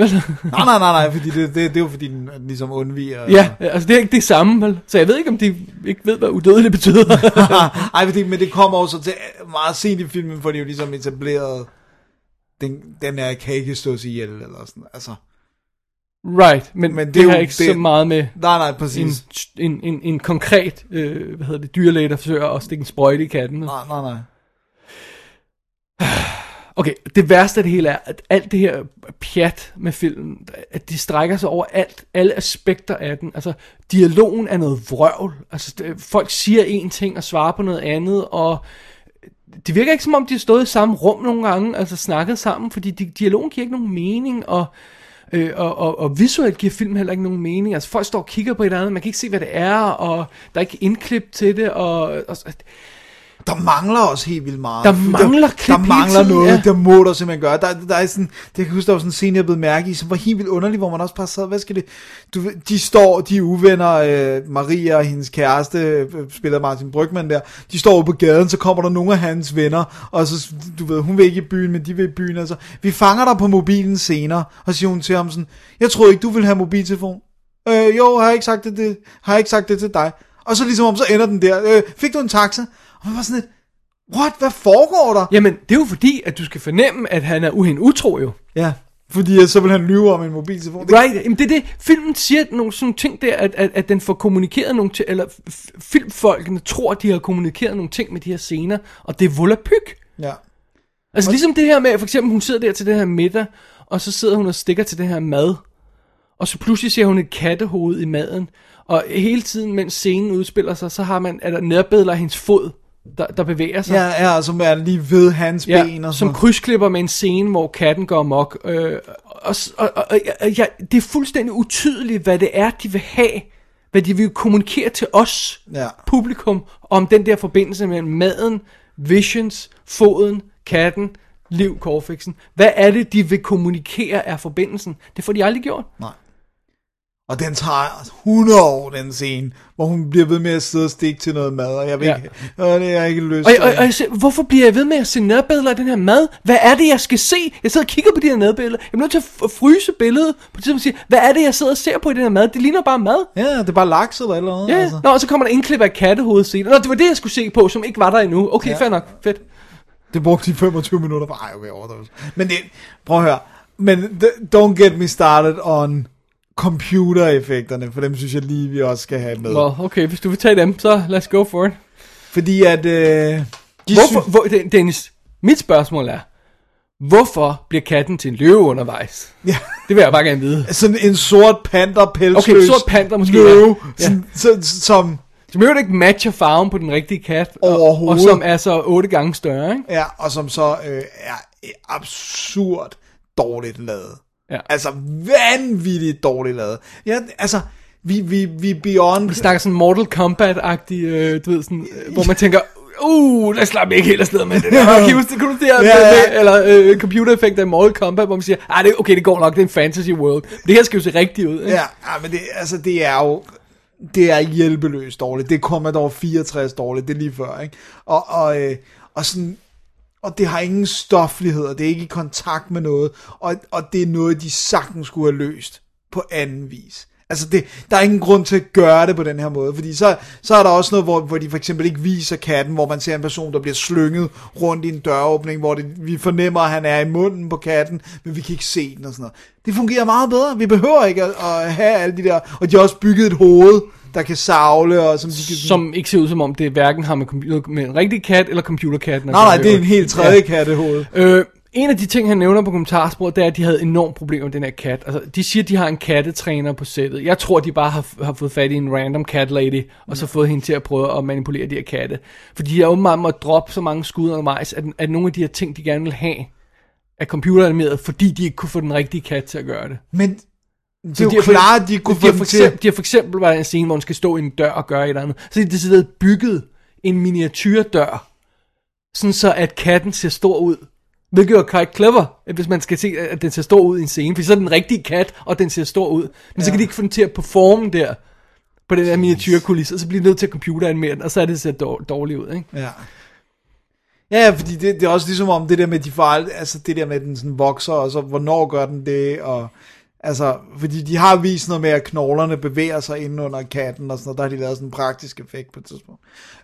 Speaker 5: Vel?
Speaker 4: Nej, nej, nej, nej, fordi det, det, det er jo fordi, den ligesom undviger.
Speaker 5: ja, altså det er ikke det samme, vel? Så jeg ved ikke, om de ikke ved, hvad udødelig betyder.
Speaker 4: Ej, fordi, men det kommer også til meget sent i filmen, for det er jo ligesom etableret, den, den er, kan ikke slås ihjel, eller sådan, altså.
Speaker 5: right, men, men det, det har ikke det... så meget med
Speaker 4: Nej, nej, præcis.
Speaker 5: en, en, en, en konkret øh, hvad hedder det, dyrlæge, der forsøger at stikke en sprøjte i katten.
Speaker 4: Nej, nej, nej.
Speaker 5: Okay, det værste af det hele er, at alt det her pjat med filmen, at de strækker sig over alt, alle aspekter af den. Altså, dialogen er noget vrøvl. Altså, det, folk siger én ting og svarer på noget andet, og det virker ikke som om, de har stået i samme rum nogle gange, altså snakket sammen, fordi de, dialogen giver ikke nogen mening, og, øh, og, og, og visuelt giver filmen heller ikke nogen mening. Altså, folk står og kigger på et eller andet, man kan ikke se, hvad det er, og der er ikke indklip til det, og... og
Speaker 4: der mangler også helt vildt meget.
Speaker 5: Der mangler klip
Speaker 4: Der
Speaker 5: hele
Speaker 4: mangler
Speaker 5: tiden,
Speaker 4: noget,
Speaker 5: ja.
Speaker 4: der må der simpelthen gøre. Der, der er sådan, det kan jeg huske, der var sådan en scene, jeg blev mærke i, som var helt vildt underlig, hvor man også bare sad, hvad skal det? Du, ved, de står, de er uvenner, øh, Maria og hendes kæreste, øh, spiller Martin Brygman der, de står ude på gaden, så kommer der nogle af hans venner, og så, du ved, hun vil ikke i byen, men de vil i byen, altså. Vi fanger dig på mobilen senere, og siger hun til ham sådan, jeg troede ikke, du ville have mobiltelefon. Øh, jo, har jeg ikke sagt det, det, har jeg ikke sagt det til dig? Og så ligesom om, så ender den der, øh, fik du en taxa? Og man var sådan lidt, what, hvad foregår der?
Speaker 5: Jamen, det er jo fordi, at du skal fornemme, at han er uhen utro jo.
Speaker 4: Ja, fordi øh, så vil han lyve om en mobiltelefon. Det-
Speaker 5: Right, jamen det er det, filmen siger nogle sådan ting der, at, at, at den får kommunikeret nogle ting, eller f- filmfolkene tror, de har kommunikeret nogle ting med de her scener, og det er volapyk.
Speaker 4: Ja.
Speaker 5: Altså ligesom det her med, for eksempel hun sidder der til den her middag, og så sidder hun og stikker til det her mad, og så pludselig ser hun et kattehoved i maden, og hele tiden, mens scenen udspiller sig, så har man, at der nærbedler hendes fod, der, der bevæger sig.
Speaker 4: Ja, ja, og som er lige ved hans ja, ben og sådan
Speaker 5: som
Speaker 4: noget.
Speaker 5: krydsklipper med en scene, hvor katten går amok. Øh, og, s- og, og, og, og ja, det er fuldstændig utydeligt, hvad det er, de vil have. Hvad de vil kommunikere til os,
Speaker 4: Ja.
Speaker 5: publikum, om den der forbindelse mellem maden, visions, foden, katten, liv, Corfixen. Hvad er det, de vil kommunikere af forbindelsen? Det får de aldrig gjort.
Speaker 4: Nej. Og den tager 100 år, den scene, hvor hun bliver ved med at sidde og stikke til noget mad, og jeg ved ja.
Speaker 5: Ja.
Speaker 4: ikke, og det har jeg ikke lyst
Speaker 5: Og,
Speaker 4: til.
Speaker 5: og, og jeg siger, hvorfor bliver jeg ved med at se nærbilleder af den her mad? Hvad er det, jeg skal se? Jeg sidder og kigger på de her nærbilleder. Jeg bliver nødt til at f- fryse billedet på et tidspunkt og sige, hvad er det, jeg sidder og ser på i den her mad? Det ligner bare mad.
Speaker 4: Ja, det er bare laks eller et eller andet.
Speaker 5: Ja, altså. Nå, og så kommer der indklip af kattehovedet senere. Nå, det var det, jeg skulle se på, som ikke var der endnu. Okay,
Speaker 4: Ja.
Speaker 5: ja. fair nok. Fedt.
Speaker 4: Det brugte de 25 minutter på. Ej, okay, overdrivelse. Men det, prøv at høre. Men d- don't get me started on computereffekterne, for dem synes jeg lige, vi også skal have med.
Speaker 5: Well, okay, hvis du vil tage dem, så let's go for it.
Speaker 4: Fordi at... Øh, de
Speaker 5: Hvorfor, hvor, Den- Dennis, mit spørgsmål er, hvorfor bliver katten til en løve undervejs?
Speaker 4: Ja.
Speaker 5: Det vil jeg bare gerne vide.
Speaker 4: Sådan en sort panter, pelsløs
Speaker 5: Okay, sort panter måske.
Speaker 4: løve,
Speaker 5: ja.
Speaker 4: sådan- så, som...
Speaker 5: Som i øvrigt ikke matcher farven på den rigtige kat. Og, og
Speaker 4: Overhovedet.
Speaker 5: som er så otte gange større, ikke?
Speaker 4: Ja, og som så øh, er øh, absurd dårligt lavet.
Speaker 5: Ja.
Speaker 4: Altså vanvittigt dårligt lavet. Ja, altså, vi, vi, vi er beyond...
Speaker 5: Vi snakker sådan Mortal Kombat-agtig, øh, du ved, sådan, øh, hvor man tænker, uh, der slap ikke helt afsted med det der. Kan du, kan du det her?
Speaker 4: Ja, ja.
Speaker 5: Det, eller øh, computereffekter i Mortal Kombat, hvor man siger, ah, det, okay, det går nok, det er en fantasy world. Men det her skal jo se rigtigt ud, ikke?
Speaker 4: Ja, ja men det, altså, det er jo... Det er hjælpeløst dårligt. Det er Commodore 64 dårligt, det er lige før, ikke? Og, og, øh, og sådan... Og det har ingen stoflighed, og det er ikke i kontakt med noget, og, og det er noget, de sagtens skulle have løst på anden vis. Altså, det, der er ingen grund til at gøre det på den her måde, fordi så, så er der også noget, hvor, hvor de for eksempel ikke viser katten, hvor man ser en person, der bliver slynget rundt i en døråbning, hvor det, vi fornemmer, at han er i munden på katten, men vi kan ikke se den og sådan noget. Det fungerer meget bedre. Vi behøver ikke at, at have alle de der... Og de har også bygget et hoved, der kan savle, og som de kan...
Speaker 5: Som ikke ser ud som om, det hverken har med, computer, med en rigtig kat eller computerkatten. at
Speaker 4: nej, nej,
Speaker 5: gøre
Speaker 4: det er en
Speaker 5: øvrigt.
Speaker 4: helt tredje ja. kattehoved.
Speaker 5: Øh, en af de ting, han nævner på kommentarsporet, det er, at de havde enormt problemer med den her kat. Altså, de siger, de har en kattetræner på sættet. Jeg tror, de bare har, har fået fat i en random cat lady, og så fået hende til at prøve at manipulere de her katte. Fordi de har åbenbart måttet droppe så mange skud undervejs, at, at nogle af de her ting, de gerne vil have, er computeranimeret, fordi de ikke kunne få den rigtige kat til at gøre det.
Speaker 4: Men det er
Speaker 5: Så
Speaker 4: jo
Speaker 5: har for-
Speaker 4: klart, at de kunne få
Speaker 5: har
Speaker 4: dem
Speaker 5: for
Speaker 4: til...
Speaker 5: eksempel, De har for eksempel været en scene, hvor hun skal stå i en dør og gøre et eller andet. Så de har decideret bygget en miniatyrdør, sådan så at katten ser stor ud. Hvilket jo er quite clever, at hvis man skal se, at den ser stor ud i en scene. For så er den rigtige kat, og den ser stor ud. Men ja. så kan de ikke få den til at performe der, på den der miniatyrkulisse, og så bliver de nødt til at computeranimere den, og så er det det ser dår- dårligt ud, ikke?
Speaker 4: Ja. Ja, ja, fordi det, det er også ligesom om det der med, de får ald- altså det der med, at den sådan vokser, og så hvornår gør den det, og altså, fordi de har vist noget med, at knoglerne bevæger sig ind under katten, og sådan noget, der har de lavet sådan en praktisk effekt på et tidspunkt.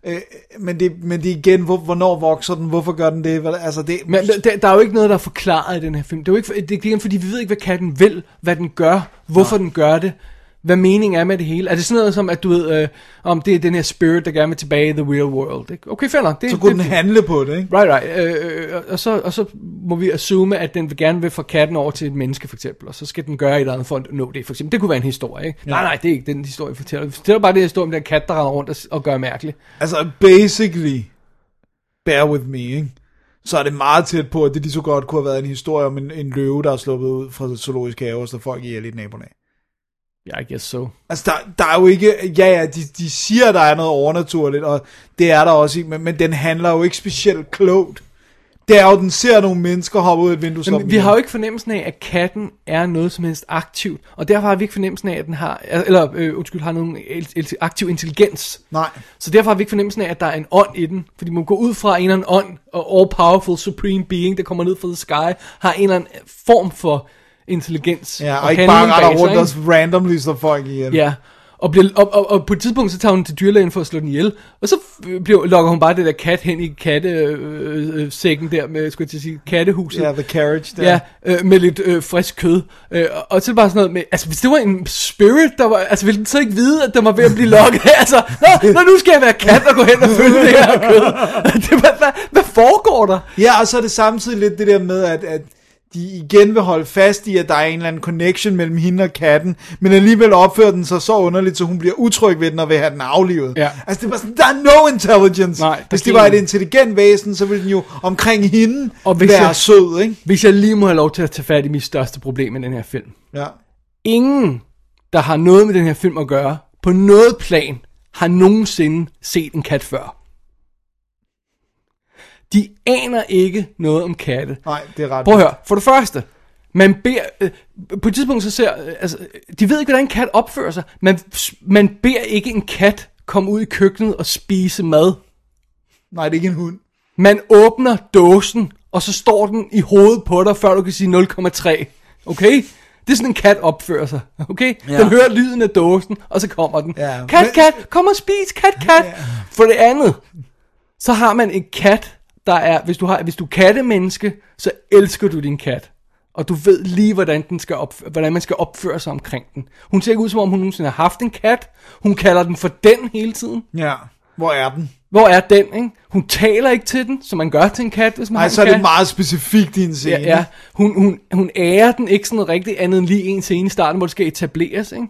Speaker 4: Øh, men, det, men det er igen, hvor, hvornår vokser den, hvorfor gør den det, Hvad- altså det,
Speaker 5: Men der- der, der er jo ikke noget, der er forklaret i den her film. Det er jo ikke, for- det, det er igen, fordi vi ved ikke, hvad katten vil, hvad den gør, hvorfor den gør det. hvad meningen er med det hele. Er det sådan noget som, at du ved, øh, om det er den her spirit, der gerne vil tilbage i the real world? Ikke? Okay, fair nok. Det,
Speaker 4: Så kunne
Speaker 5: det,
Speaker 4: den handle på det, ikke?
Speaker 5: Right, right. Øh, øh, og, så, og så må vi assume, at den vil gerne vil få katten over til et menneske, for eksempel. Og så skal den gøre et eller andet for at nå det, for eksempel. Det kunne være en historie, ikke? Ja. Nej, nej, det er ikke den historie, vi fortæller. Vi fortæller bare det historie om den kat, der render rundt og, og gør mærkeligt.
Speaker 4: Altså, basically, bear with me, ikke? så er det meget tæt på, at det lige så godt kunne have været en historie om en, en løve, der er sluppet ud fra zoologisk have, og så folk ihjel i naboen af.
Speaker 5: Ja, I guess so.
Speaker 4: Altså, der, der er jo ikke... Ja, ja, de, de siger, der er noget overnaturligt, og det er der også i, men, men den handler jo ikke specielt klogt. Det er jo, den ser nogle mennesker hoppe ud af et vindue som
Speaker 5: Jamen, vi har jo ikke fornemmelsen af, at katten er noget som helst aktivt, og derfor har vi ikke fornemmelsen af, at den har, eller øh, undskyld, har nogen el- el- aktiv intelligens.
Speaker 4: Nej.
Speaker 5: Så derfor har vi ikke fornemmelsen af, at der er en ånd i den, fordi man går ud fra en eller anden ånd, og all-powerful supreme being, der kommer ned fra the sky, har en eller anden form for intelligens.
Speaker 4: Ja, og, og ikke bare
Speaker 5: handling bag
Speaker 4: retter
Speaker 5: sig,
Speaker 4: rundt
Speaker 5: ikke?
Speaker 4: og randomly slår folk ihjel.
Speaker 5: Ja. Og, bliver, og, og, og på et tidspunkt, så tager hun til dyrlægen for at slå den ihjel. Og så f- bliver, lokker hun bare det der kat hen i kattesækken øh, øh, sækken der, med, skulle jeg til at sige, kattehuset.
Speaker 4: Ja, the carriage der.
Speaker 5: Ja, øh, med lidt øh, frisk kød. Øh, og- og så er det bare sådan noget med, altså hvis det var en spirit, der var, altså ville den så ikke vide, at den var ved at blive lokket? altså, nå, nå, nu skal jeg være kat og gå hen og følge det her kød. det, hvad, hvad, hvad foregår der?
Speaker 4: Ja, og så er det samtidig lidt det der med, at, at de igen vil holde fast i, at der er en eller anden connection mellem hende og katten, men alligevel opfører den sig så underligt, så hun bliver utryg ved den og vil have den aflivet.
Speaker 5: Ja.
Speaker 4: Altså, det var sådan, der er no intelligence. Nej, hvis det
Speaker 5: kan-
Speaker 4: var et intelligent væsen, så ville den jo omkring hende og
Speaker 5: hvis
Speaker 4: være
Speaker 5: jeg-
Speaker 4: sød, ikke?
Speaker 5: Hvis jeg lige må have lov til at tage fat i mit største problem med den her film.
Speaker 4: Ja.
Speaker 5: Ingen, der har noget med den her film at gøre, på noget plan, har nogensinde set en kat før. De aner ikke noget om katte.
Speaker 4: Nej, det er ret.
Speaker 5: Prøv at høre. For det første, man beder... Øh, på et tidspunkt så ser... Øh, altså, de ved ikke, hvordan en kat opfører sig. Man, man beder ikke en kat komme ud i køkkenet og spise mad.
Speaker 4: Nej, det er ikke en hund.
Speaker 5: Man åbner dåsen, og så står den i hovedet på dig, før du kan sige 0,3. Okay? Det er sådan en kat opfører sig, okay?
Speaker 4: Ja.
Speaker 5: Ja. Den hører lyden af dåsen, og så kommer den.
Speaker 4: Ja,
Speaker 5: Kat,
Speaker 4: men-
Speaker 5: kat, kom og spis, kat, kat. Ja. For det andet, så har man en kat, der er, hvis du, har, hvis du er kattemenneske, så elsker du din kat. Og du ved lige, hvordan, den skal opføre, hvordan man skal opføre sig omkring den. Hun ser ikke ud, som om hun nogensinde har haft en kat. Hun kalder den for den hele tiden.
Speaker 4: Ja. Hvor er den?
Speaker 5: Hvor er den, ikke? Hun taler ikke til den, som man gør til en kat, hvis man har
Speaker 4: Nej,
Speaker 5: en
Speaker 4: så er
Speaker 5: kat.
Speaker 4: det meget specifikt i en scene.
Speaker 5: Ja, ja. Hun, hun, hun ærer den ikke sådan rigtig andet end lige en scene i starten, hvor det skal etableres, ikke?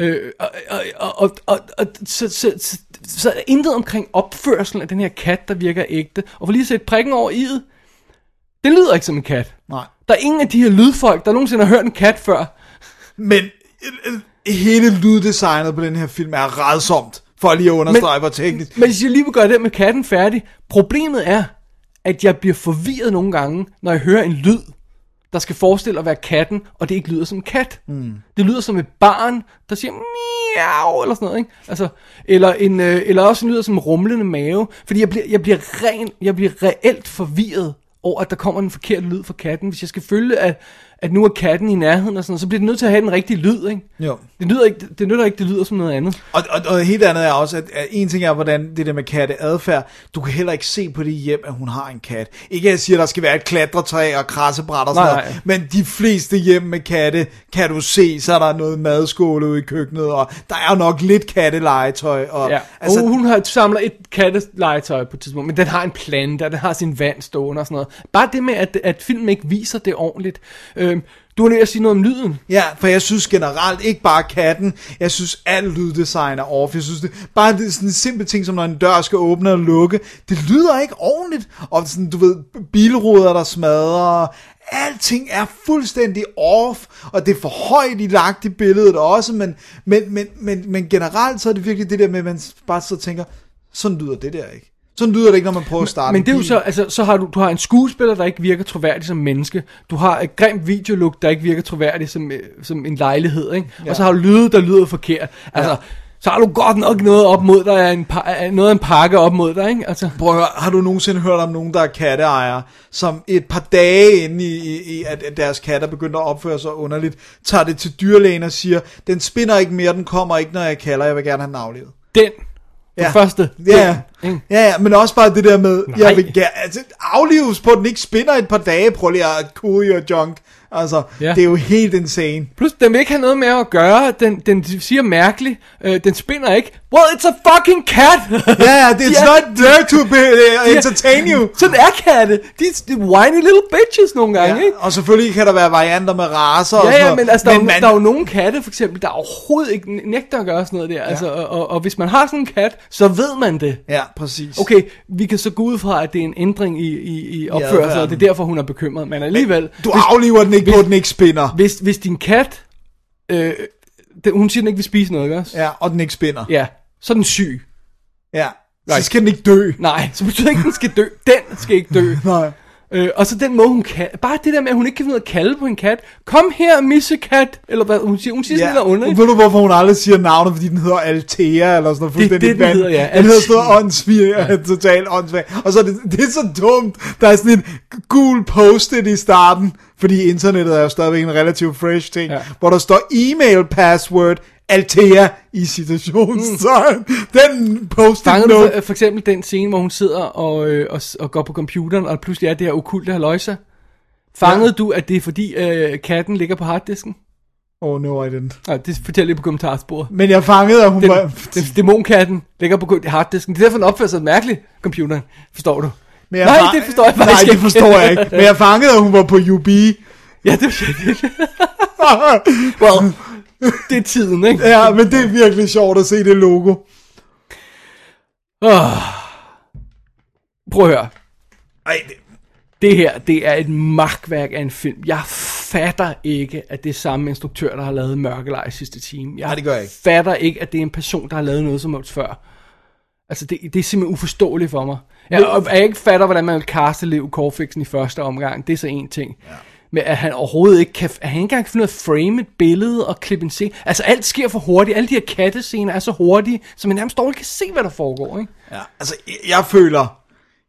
Speaker 5: Øh, og, og, og, og, og så, så, så, så er der intet omkring opførselen af den her kat, der virker ægte. Og for lige at sætte prikken over i det, det lyder ikke som en kat.
Speaker 4: Nej.
Speaker 5: Der er ingen af de her lydfolk, der nogensinde har hørt en kat før.
Speaker 4: Men øh, øh, hele lyddesignet på den her film er rædsomt, for lige at understrege, men, hvor teknisk.
Speaker 5: Men hvis jeg lige vil gøre det med katten færdig, problemet er, at jeg bliver forvirret nogle gange, når jeg hører en lyd, der skal forestille at være katten, og det ikke lyder som en kat.
Speaker 4: Hmm.
Speaker 5: Mm. Det lyder som et barn, der siger miau, eller sådan noget, ikke? Altså, eller, en, øh, eller også en lyder som en rumlende mave, fordi jeg bliver, jeg bliver, ren, jeg bliver reelt forvirret over, at der kommer den forkerte lyd fra katten. Hvis jeg skal følge, at, at nu er katten i nærheden, og sådan noget, så bliver det nødt til at have den rigtige lyd, ikke?
Speaker 4: Jo.
Speaker 5: Det, lyder ikke, det nytter ikke, det lyder som noget andet.
Speaker 4: Og, og, og helt andet er også, at, at en ting er, hvordan det der med katte adfærd, du kan heller ikke se på det hjem, at hun har en kat. Ikke at jeg siger, at der skal være et klatretræ og krassebræt og sådan
Speaker 5: Nej,
Speaker 4: noget,
Speaker 5: nej.
Speaker 4: men de fleste hjem med katte, kan du se, så er der noget madskåle ude i køkkenet, og der er jo nok lidt kattelegetøj. Og,
Speaker 5: Ja, altså, og hun har, samler et kattelegetøj på et tidspunkt, men den har en plante, og den har sin vand stående og sådan noget. Bare det med, at, at filmen ikke viser det ordentligt. Øhm, du er nødt til at sige noget om lyden.
Speaker 4: Ja, for jeg synes generelt, ikke bare katten, jeg synes al lyddesign er off. Jeg synes, det, bare det, sådan en simpel ting, som når en dør skal åbne og lukke, det lyder ikke ordentligt. Og sådan, du ved, bilruder, der smadrer, og alting er fuldstændig off, og det er for højt i lagt i billedet også, men, men, men, men, men generelt så er det virkelig det der med, at man bare så tænker, sådan lyder det der ikke. Sådan lyder det ikke, når man prøver at starte
Speaker 5: Men
Speaker 4: en
Speaker 5: det er jo
Speaker 4: bil.
Speaker 5: så, altså, så har du, du har en skuespiller, der ikke virker troværdig som menneske. Du har et grimt videolook, der ikke virker troværdig som, øh, som en lejlighed, ikke? Ja.
Speaker 4: Ja.
Speaker 5: Og så har du lyde, der lyder forkert. Altså, ja. så har du godt nok noget op mod dig, af en pa- af noget af en pakke op mod dig, ikke? Altså,
Speaker 4: Prøv at høre, har du nogensinde hørt om nogen, der er katteejere, som et par dage inden i, i, i at at deres katter begynder at opføre sig underligt, tager det til dyrlægen og siger, den spinder ikke mere, den kommer ikke, når jeg kalder, jeg vil gerne have den aflevet.
Speaker 5: den, den ja. første.
Speaker 4: Ja,
Speaker 5: Den, ikke?
Speaker 4: ja, ja, men også bare det der med,
Speaker 5: Nej.
Speaker 4: jeg vil gerne, altså, aflives på, at den ikke spinder et par dage, prøv lige at cool your junk. Altså, ja. det er jo helt insane.
Speaker 5: Plus, den vil ikke have noget med at gøre. Den, den siger mærkeligt. Øh, den spinner ikke. Well, it's a fucking cat!
Speaker 4: Ja, yeah, it's not there to be, uh, entertain you.
Speaker 5: Sådan er katte. De er whiny little bitches nogle gange, ja. ikke?
Speaker 4: Og selvfølgelig kan der være varianter med raser og sådan
Speaker 5: Ja, ja,
Speaker 4: noget,
Speaker 5: men altså, der, men er,
Speaker 4: man-
Speaker 5: man... der er jo nogle katte, for eksempel, der overhovedet ikke nægter at gøre sådan noget der. Ja. Altså, og, og, og hvis man har sådan en kat, så ved man det.
Speaker 4: Ja, præcis.
Speaker 5: Okay, vi kan så gå ud fra, at det er en ændring i, i, i opførsel,
Speaker 4: adfærden.
Speaker 5: ja, og det er derfor, hun er bekymret. Men alligevel...
Speaker 4: Du aflever den ikke på, at den ikke spinner.
Speaker 5: Hvis, hvis din kat... Øh, den, hun siger, den ikke vil spise noget, ikke også?
Speaker 4: Ja, og den ikke spinner.
Speaker 5: Ja, så er den syg.
Speaker 4: Ja, så skal den ikke dø.
Speaker 5: Nej, så betyder det ikke, at den skal dø. Den skal ikke dø.
Speaker 4: Nej.
Speaker 5: Øh, og så den måde, hun kan... Bare det der med, at hun ikke kan finde ud af at kalde på en kat. Kom her, missekat! Eller hvad hun siger. Hun siger
Speaker 4: Ja,
Speaker 5: sådan noget underligt.
Speaker 4: ved du hvorfor hun aldrig siger navnet, fordi den hedder Altea eller sådan noget
Speaker 5: Det er
Speaker 4: fuldstændig
Speaker 5: det, den
Speaker 4: vand.
Speaker 5: hedder, ja.
Speaker 4: Den hedder
Speaker 5: Altea.
Speaker 4: sådan noget åndssvig, ja. totalt åndssvag. Og så er det, det er så dumt, der er sådan en gul post-it i starten, fordi internettet er jo stadigvæk en relativt fresh ting, ja. hvor der står e-mail password Altea i citationstegn. Mm. Den post-it
Speaker 5: Fangede du for,
Speaker 4: note.
Speaker 5: for eksempel den scene, hvor hun sidder og, øh, og, s- og går på computeren, og pludselig er det her okulte haløjsa? Fangede ja. du, at det er fordi øh, katten ligger på harddisken?
Speaker 4: Oh no, I didn't.
Speaker 5: Nej, det fortæller jeg på kommentarsporet.
Speaker 4: Men jeg fangede, at hun
Speaker 5: den,
Speaker 4: var...
Speaker 5: Den, dæmonkatten ligger på harddisken. Det er derfor, den opfører sig mærkeligt, computeren. Forstår du?
Speaker 4: Men jeg
Speaker 5: nej,
Speaker 4: fang-
Speaker 5: det forstår jeg faktisk
Speaker 4: Nej,
Speaker 5: ikke.
Speaker 4: det forstår jeg ikke. Men jeg fangede, at hun var på UB.
Speaker 5: Ja, det
Speaker 4: well,
Speaker 5: det er tiden, ikke?
Speaker 4: Ja, men det er virkelig sjovt at se det logo.
Speaker 5: Oh. Prøv at høre.
Speaker 4: Ej, det...
Speaker 5: det her, det er et magtværk af en film. Jeg fatter ikke, at det er samme instruktør, der har lavet Mørkelej sidste time. Jeg
Speaker 4: Nej, det gør jeg ikke.
Speaker 5: fatter ikke, at det er en person, der har lavet noget som helst før. Altså, det, det er simpelthen uforståeligt for mig. Jeg, og jeg ikke fatter, hvordan man vil kaste Leo Corfixen i første omgang. Det er så en ting. Ja. Men at han overhovedet ikke kan... At han ikke engang kan finde ud af at frame et billede og klippe en scene. Altså, alt sker for hurtigt. Alle de her kattescener er så hurtige, så man nærmest dårligt kan se, hvad der foregår, ikke?
Speaker 4: Ja, altså, jeg- jeg føler...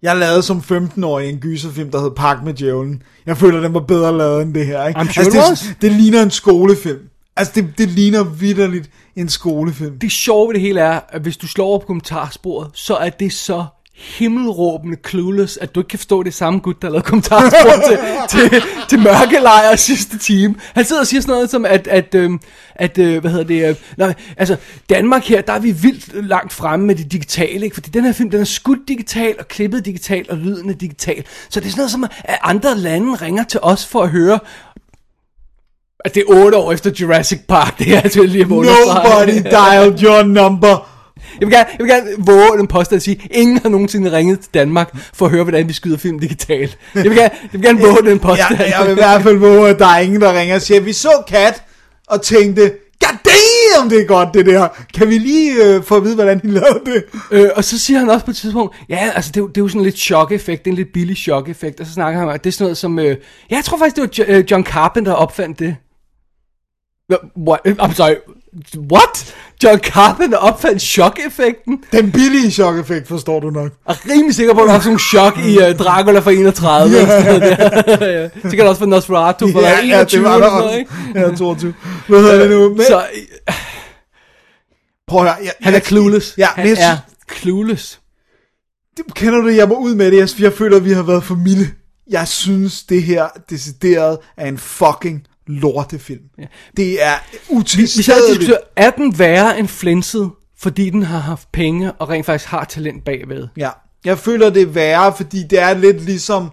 Speaker 4: Jeg lavede som 15-årig en gyserfilm, der hed Pak med Djævlen. Jeg føler, den var bedre lavet end det her. Ikke?
Speaker 5: I'm sure
Speaker 4: altså,
Speaker 5: it
Speaker 4: det,
Speaker 5: was.
Speaker 4: det ligner en skolefilm. Altså, det, det ligner vidderligt en skolefilm.
Speaker 5: det sjove ved det hele er, at hvis du slår over på kommentarsporet, så er det så himmelråbende clueless, at du ikke kan forstå at det er samme gut, der lavede kommentarsporet til, til, til mørkelejr sidste time. Han sidder og siger sådan noget som, at, at, øhm, at øh, hvad hedder det, øh, nej, altså Danmark her, der er vi vildt langt fremme med det digitale, ikke? fordi den her film, den er skudt digital og klippet digitalt og lyden er digital. Så det er sådan noget som, at andre lande ringer til os for at høre, at det er otte år efter Jurassic Park, det er altså lige at
Speaker 4: Nobody dialed your number.
Speaker 5: Jeg vil gerne, jeg vil gerne våge den påstand at sige, at ingen har nogensinde ringet til Danmark for at høre, hvordan vi skyder film digitalt. Jeg vil gerne, jeg vil gerne våge den påstand.
Speaker 4: Jeg, jeg vil i hvert fald våge, at der er ingen, der ringer og siger, vi så kat og tænkte, god damn, det er godt det der. Kan vi lige øh, få at vide, hvordan de lavede det?
Speaker 5: Øh, og så siger han også på et tidspunkt, ja, altså det er, jo- det er jo sådan lidt chok-effekt, det er en lidt billig chok-effekt, og så snakker han om, at det er sådan noget som, øh, ja, jeg tror faktisk, det var jo, øh, John Carpenter, der opfandt det. Nå, What? Øh, I'm sorry, what? John Carpenter opfandt chok-effekten?
Speaker 4: Den billige chok-effekt, forstår du nok.
Speaker 5: Jeg er rimelig sikker på, at der er sådan en chok i uh, Dracula fra 31. Yeah. Sådan noget der. Ja. så kan der også være Nosferatu fra
Speaker 4: Ja,
Speaker 5: 21.
Speaker 4: ja, det var der
Speaker 5: eller sådan noget,
Speaker 4: også.
Speaker 5: ikke?
Speaker 4: Ja, 22. Hvad hedder det nu? Men,
Speaker 5: Så
Speaker 4: prøv at høre. Jeg,
Speaker 5: han er
Speaker 4: jeg-
Speaker 5: clueless.
Speaker 4: Ja,
Speaker 5: han
Speaker 4: men jeg
Speaker 5: er
Speaker 4: synes-
Speaker 5: clueless.
Speaker 4: det, kender du det? Jeg må ud med det. Jeg, jeg føler, at vi har været for milde. Jeg synes, det her decideret er en fucking lortefilm. Ja. Det er
Speaker 5: Hvis jeg
Speaker 4: utilstedeligt.
Speaker 5: diskuterer, er den værre end flænset, fordi den har haft penge og rent faktisk har talent bagved?
Speaker 4: Ja, jeg føler det er værre, fordi det er lidt ligesom,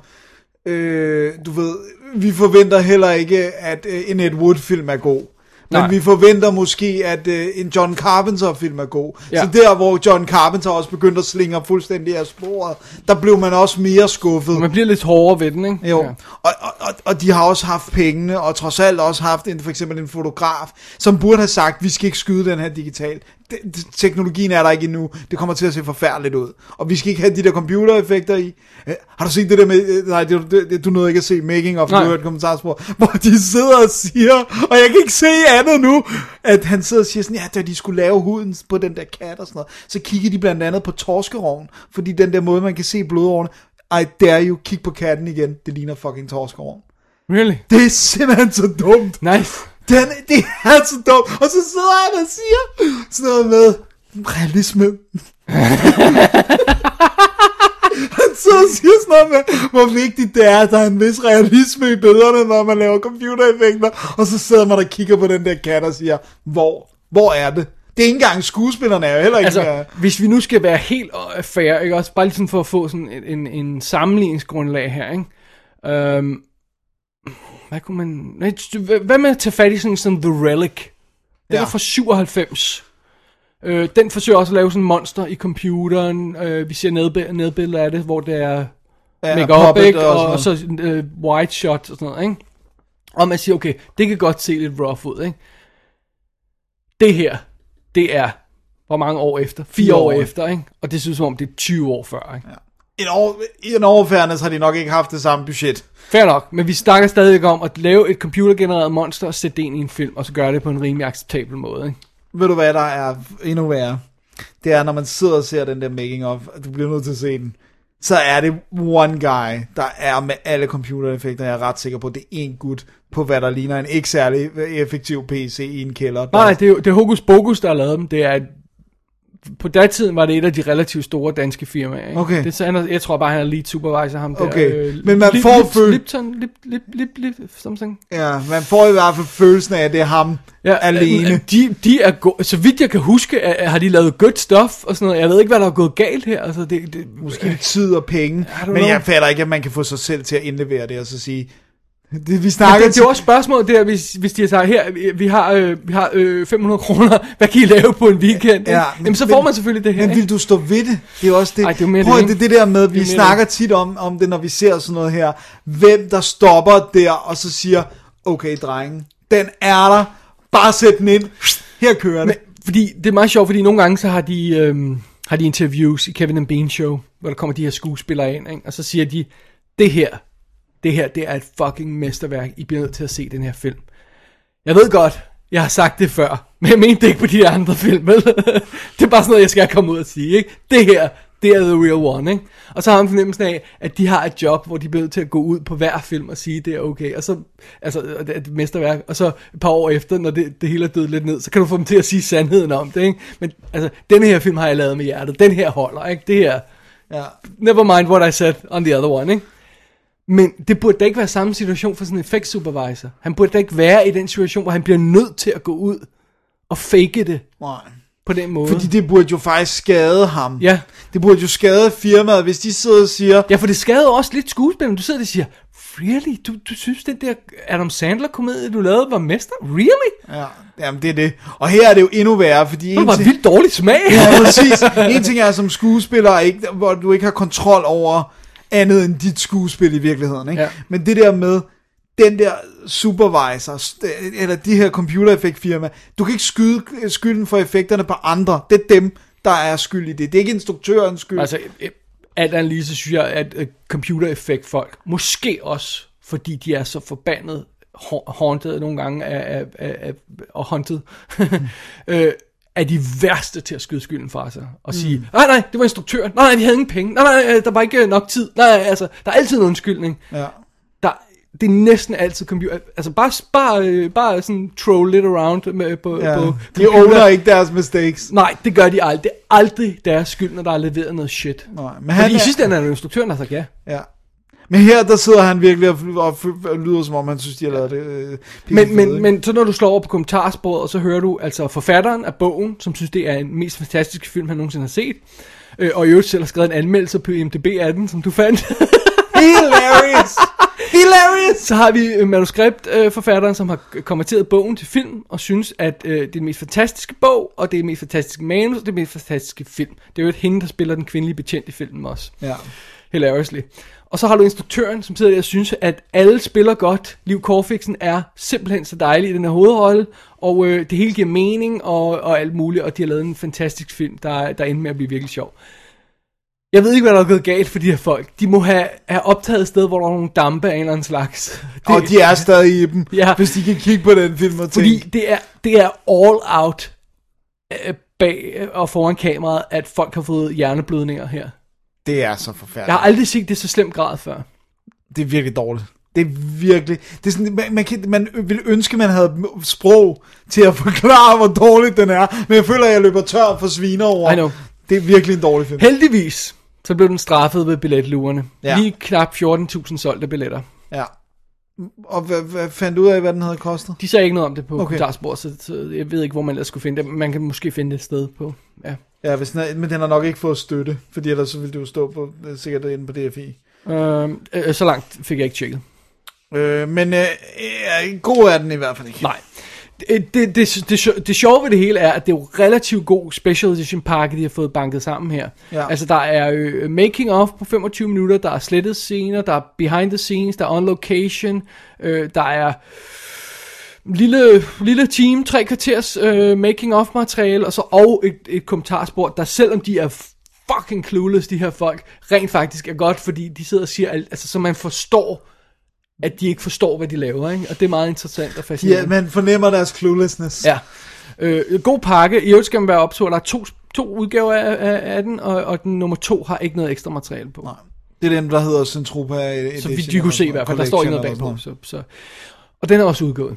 Speaker 4: øh, du ved, vi forventer heller ikke, at øh, en Ed Wood-film er god. Men
Speaker 5: Nej.
Speaker 4: Nej. vi forventer måske, at øh, en John Carpenter-film er god.
Speaker 5: Ja.
Speaker 4: Ja. Så der, hvor John Carpenter også begyndte at slingre fuldstændig af sporet, der blev man også mere skuffet.
Speaker 5: Man bliver lidt hårdere ved den, ikke?
Speaker 4: Jo,
Speaker 5: Ja.
Speaker 4: ja. og, og, og, og de har også haft pengene, og trods alt også haft en, for eksempel en fotograf, som burde have sagt, vi skal ikke skyde den her digitalt. Det, det, teknologien er der ikke endnu, det kommer til at se forfærdeligt ud. Og vi skal ikke have de der computereffekter i. Øh, har du set det der med, øh, nej, det, det, det, du nåede ikke at se Making of, du
Speaker 5: Nej.
Speaker 4: hørte kommentarspor, hvor de sidder og siger, og jeg kan ikke se andet nu, at han sidder og siger sådan, ja, da de skulle lave huden på den der kat og sådan noget, så kigger de blandt andet på torskeroven, fordi den der måde, man kan se blodårene, I dare you, kig på katten igen, det ligner fucking torskeroven.
Speaker 5: Really?
Speaker 4: Det er simpelthen så dumt.
Speaker 5: Nice.
Speaker 4: Den, det er så dumt. Og så sidder han og siger sådan noget med, realisme. han sidder og siger sådan noget med, hvor vigtigt det er, at der er en vis realisme i billederne, når man laver computereffekter, og så sidder man og kigger på den der kat og siger, hvor, hvor er det? Det er ikke engang skuespillerne er jo heller ikke altså,
Speaker 5: Altså, hvis vi nu skal være helt øh, fair, ikke også? Bare lige sådan for at få sådan en, en, en sammenligningsgrundlag her, ikke? Øhm, hvad kunne man... Nej, t- hva- Hvad med at tage fat i sådan som The Relic? Den ja. er fra 97. Øh, den forsøger også at lave sådan en monster i computeren. Øh, vi ser nedbi- nedbilleder af det, hvor det er
Speaker 4: Ja,
Speaker 5: ja, make-up,
Speaker 4: puppet
Speaker 5: ikke?
Speaker 4: og
Speaker 5: Og,
Speaker 4: sådan
Speaker 5: og så øh, wide shot og sådan noget, ikke? Og man siger, okay, det kan godt se lidt rough ud, ikke? Det her, det er hvor mange år efter? Fire
Speaker 4: Fire
Speaker 5: år,
Speaker 4: år.
Speaker 5: efter, ikke? Og det synes som om, det er 20 år før, ikke? Ja.
Speaker 4: En år, I en overfærende har de nok ikke haft det samme budget.
Speaker 5: Fair nok, men vi snakker stadig om at lave et computergenereret monster og sætte det ind i en film, og så gøre det på en rimelig acceptabel måde, ikke?
Speaker 4: Ved du hvad, der er endnu værre? Det er, når man sidder og ser den der making of, og du bliver nødt til at se den, så er det one guy, der er med alle computereffekter, jeg er ret sikker på, det er en gut på, hvad der ligner en ikke særlig effektiv PC i en kælder.
Speaker 5: Nej, det er, jo- det er Hokus Pokus, der har lavet dem. Det er, på datiden var det et af de relativt store danske firmaer. Ikke?
Speaker 4: Okay.
Speaker 5: Det er, så han er, jeg tror bare, han er lead supervisor, ham der.
Speaker 4: Okay, men man får føl-
Speaker 5: Lipton, lip, lip, lip, lip, something.
Speaker 4: Ja, man får i hvert fald følelsen af, at det er ham
Speaker 5: Ja,
Speaker 4: alene.
Speaker 5: øh, De, de er go- så vidt jeg kan huske, er, er- har de lavet good stuff og sådan noget. Jeg ved ikke, hvad der er gået galt her. Altså, det, det,
Speaker 4: Måske tid og penge.
Speaker 5: I don't
Speaker 4: Men
Speaker 5: know.
Speaker 4: jeg fatter ikke, at man kan få sig selv til at indlevere det og så sige, det, vi
Speaker 5: Men
Speaker 4: snakker
Speaker 5: det, det er jo også spørgsmålet der, hvis, hvis de har sagt, her, vi- vi har, øh, vi har øh, 500 kroner, hvad kan I lave på en weekend? ikke? Jamen, så får man selvfølgelig det her.
Speaker 4: Men
Speaker 5: ikke?
Speaker 4: vil du stå ved det? Det er også det.
Speaker 5: Ej, det er jo mere
Speaker 4: Prøv,
Speaker 5: det,
Speaker 4: det, det,
Speaker 5: ikke?
Speaker 4: det der med, vi
Speaker 5: mere
Speaker 4: snakker tit om, om det, når vi ser sådan noget her. Hvem der stopper der, og så siger, okay, drengen, den er der. Bare sæt den ind. Her kører det.
Speaker 5: Fordi det er meget sjovt, fordi nogle gange så har de, øhm, har de interviews i Kevin and Bean Show, hvor der kommer de her skuespillere ind, ikke? og så siger de, det her, det her, det er et fucking mesterværk, I bliver nødt til at se den her film. Jeg ved godt, jeg har sagt det før, men jeg mente det ikke på de andre film, vel? det er bare sådan noget, jeg skal komme ud og sige, ikke? Det her, det er the real one, ikke? Og så har man fornemmelsen af, at de har et job, hvor de bliver nødt til at gå ud på hver film og sige, det er okay. Og så, altså, og det er et mesterværk. Og så et par år efter, når det, det hele er dødt lidt ned, så kan du få dem til at sige sandheden om det, ikke? Men altså, den her film har jeg lavet med hjertet. Den her holder, ikke? Det her,
Speaker 4: Ja.
Speaker 5: never mind what I said on the other one, ikke? Men det burde da ikke være samme situation for sådan en effektsupervisor. Han burde da ikke være i den situation, hvor han bliver nødt til at gå ud og fake det
Speaker 4: Nej.
Speaker 5: på den måde.
Speaker 4: Fordi det burde jo faktisk skade ham.
Speaker 5: Ja.
Speaker 4: Det burde jo skade firmaet, hvis de sidder og siger...
Speaker 5: Ja, for det skader også lidt skuespilleren. Du sidder og siger, really? Du, du synes, den der Adam Sandler-komedie, du lavede, var mester? Really?
Speaker 4: Ja, jamen det er det. Og her er det jo endnu værre, fordi...
Speaker 5: Det var
Speaker 4: en
Speaker 5: bare
Speaker 4: ting-
Speaker 5: vildt dårlig smag.
Speaker 4: Ja, præcis. En ting er som skuespiller, ikke, hvor du ikke har kontrol over andet end dit skuespil i virkeligheden. Ikke?
Speaker 5: Ja.
Speaker 4: Men det der med den der supervisor, st- eller de her computereffektfirma, du kan ikke skyde skylden for effekterne på andre. Det er dem, der er skyld i det. Det er ikke instruktørens skyld.
Speaker 5: Altså, øh, alt andet lige, så synes jeg, at øh, computereffektfolk, måske også, fordi de er så forbandet hau- haunted nogle gange af, af, af, af, og haunted, øh, er de værste til at skyde skylden fra sig. Og sige, mm. nej, nej, det var instruktøren. Nej, nej, vi havde ingen penge. Nej, nej, øh, der var ikke øh, nok tid. Nej, nej, altså, der er altid en undskyldning.
Speaker 4: Ja.
Speaker 5: der, det er næsten altid computer. Altså bare, bare, øh, bare sådan troll lidt around med, på,
Speaker 4: Ja.
Speaker 5: på
Speaker 4: De owner ikke deres mistakes.
Speaker 5: Nej, det gør de aldrig. Det er aldrig deres skyld, når der er leveret noget shit.
Speaker 4: Nej, men
Speaker 5: men
Speaker 4: han
Speaker 5: han Fordi
Speaker 4: er-
Speaker 5: i sidste ende er det jo instruktøren, der har sagt ja.
Speaker 4: Ja. Men her, der sidder han virkelig og, fly- og, fly- og lyder som om, han synes, de har lavet det. Øh,
Speaker 5: Men, men, men så når du slår over på kommentarsporet, og så hører du altså forfatteren af bogen, som synes, det er den mest fantastiske film, han nogensinde har set, øh, og i øvrigt selv har skrevet en anmeldelse på IMDb af den, som du fandt.
Speaker 4: Hilarious! Hilarious!
Speaker 5: Så har vi øh, manuskriptforfatteren, som har k- kommenteret bogen til film, og synes, at øh, det er den mest fantastiske bog, og det er den mest fantastiske manus, og det er den mest fantastiske film. Det er jo et hende, der spiller den kvindelige betjent i filmen også.
Speaker 4: Ja.
Speaker 5: Hilariously. Og så har du instruktøren, som sidder der og synes, at alle spiller godt. Liv Korfiksen er simpelthen så dejlig i den her hovedrolle, og øh, det hele giver mening og, og alt muligt, og de har lavet en fantastisk film, der, der endte med at blive virkelig sjov. Jeg ved ikke, hvad der er gået galt for de her folk. De må have, have optaget et sted, hvor der er nogle dampe af en eller anden slags.
Speaker 4: Og de er stadig i dem,
Speaker 5: Ja.
Speaker 4: hvis de kan kigge på den film og tænke.
Speaker 5: Fordi det er, det er all out øh, bag og foran kameraet, at folk har fået hjerneblødninger her.
Speaker 4: Det er så forfærdeligt.
Speaker 5: Jeg har aldrig set det så slemt grad før.
Speaker 4: Det er virkelig dårligt. Det er virkelig... Det er sådan, man, man, kan, man ville ønske, man havde m- sprog til at forklare, hvor dårligt den er. Men jeg føler, at jeg løber tør for sviner over.
Speaker 5: I know.
Speaker 4: Det er virkelig en dårlig film.
Speaker 5: Heldigvis, Så blev den straffet ved billetlugerne.
Speaker 4: Ja.
Speaker 5: Ja. Lige knap 14.000 solgte billetter.
Speaker 4: Ja. Og hvad, hvad fandt du ud af, hvad den havde kostet?
Speaker 5: De sagde ikke noget om det på
Speaker 4: Okay.
Speaker 5: okay. kommentarsbordet, så, så jeg ved ikke, hvor man ellers skulle finde det. Man kan måske finde det et sted på. Ja.
Speaker 4: Ja, hvis den er, men den har nok ikke fået støtte, fordi ellers så ville det jo stå på, øh, sikkert inde på DFI.
Speaker 5: Øhm, øh, så langt fik jeg ikke tjekket.
Speaker 4: Øh, men øh, øh, god er den i hvert fald ikke.
Speaker 5: Nej. Det, det, det, det, sjo- det sjove ved det hele er, at det er jo relativt god special edition pakke, de har fået banket sammen her.
Speaker 4: Ja.
Speaker 5: Altså der er øh, making of på 25 minutter, der er slettet scener, der er behind the scenes, der er on location, øh, der er lille, lille team, tre kvarters øh, making of materiale, og så og et, et kommentarspor, der selvom de er fucking clueless, de her folk, rent faktisk er godt, fordi de sidder og siger alt, altså så man forstår, at de ikke forstår, hvad de laver, ikke? og det er meget interessant og fascinerende.
Speaker 4: Ja, man fornemmer deres cluelessness.
Speaker 5: Ja. Øh, god pakke. I øvrigt skal man være optur. Der er to, to udgaver af, af, af den, og, og den nummer to har ikke noget ekstra materiale på. Nej.
Speaker 4: Det er den, der hedder Centropa Edition.
Speaker 5: Så vi de kunne se i hvert fald. Der står ikke noget bagpå. Så, så. Og den er også udgået.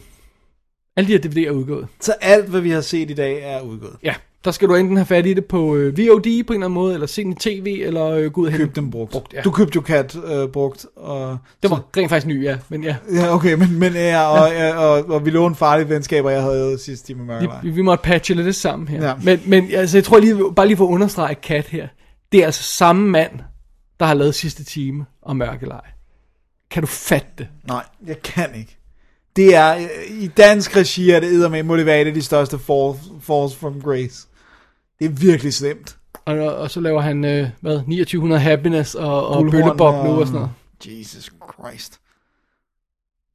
Speaker 5: Alle de her DVD'er er udgået.
Speaker 4: Så alt, hvad vi har set i dag, er udgået.
Speaker 5: Ja. Der skal du enten have fat i det på øh, VOD på en eller anden måde, eller se den i tv, eller øh, gå ud og hente
Speaker 4: Køb dem brugt. brugt
Speaker 5: ja.
Speaker 4: Du købte jo Kat øh, brugt. Og,
Speaker 5: Det var rent faktisk ny, ja. Men ja.
Speaker 4: Ja, okay, men, men ja, og, ja. Og, og, og, vi lånte farlige venskaber, jeg havde sidst i med Mørkelej.
Speaker 5: Vi, vi måtte patche lidt sammen her.
Speaker 4: Ja.
Speaker 5: Ja. Men, men altså, jeg tror lige, bare lige for at understrege Kat her. Det er altså samme mand, der har lavet sidste time og mørkeleje. Kan du fatte det?
Speaker 4: Nej, jeg kan ikke. Det er, øh, i dansk regi er det med, må det være et af de største falls, falls from grace. Det er virkelig slemt.
Speaker 5: Og, og så laver han, øh, hvad, 2900 Happiness og, og
Speaker 4: Guldhornene
Speaker 5: Bøllebop nu og sådan noget.
Speaker 4: Jesus Christ.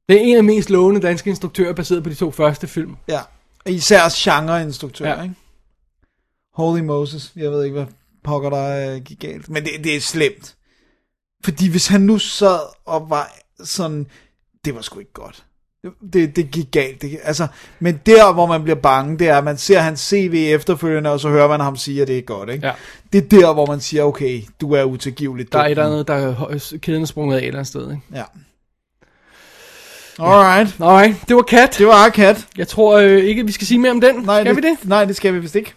Speaker 5: Det er en af de mest lovende danske instruktører, baseret på de to første film.
Speaker 4: Ja, og især genreinstruktør, ja.
Speaker 5: Ja.
Speaker 4: ikke? Holy Moses, jeg ved ikke, hvad pokker der øh, gik galt, men det, det er slemt. Fordi hvis han nu sad og var sådan, det var sgu ikke godt. Det, det gik galt. Det, altså, men der, hvor man bliver bange, det er, at man ser hans CV efterfølgende, og så hører man ham sige, at det er godt. Ikke?
Speaker 5: Ja.
Speaker 4: Det er der, hvor man siger, okay, du er utilgivelig.
Speaker 5: Der er et
Speaker 4: dum
Speaker 5: eller
Speaker 4: nu.
Speaker 5: andet, der er hø- kæden er sprunget af et eller andet sted. Ikke?
Speaker 4: Ja. Alright.
Speaker 5: Alright, det var Kat.
Speaker 4: Det var Kat.
Speaker 5: Jeg tror øh, ikke, vi skal sige mere om den.
Speaker 4: Nej,
Speaker 5: skal
Speaker 4: det-
Speaker 5: vi det?
Speaker 4: Nej, det skal vi vist ikke.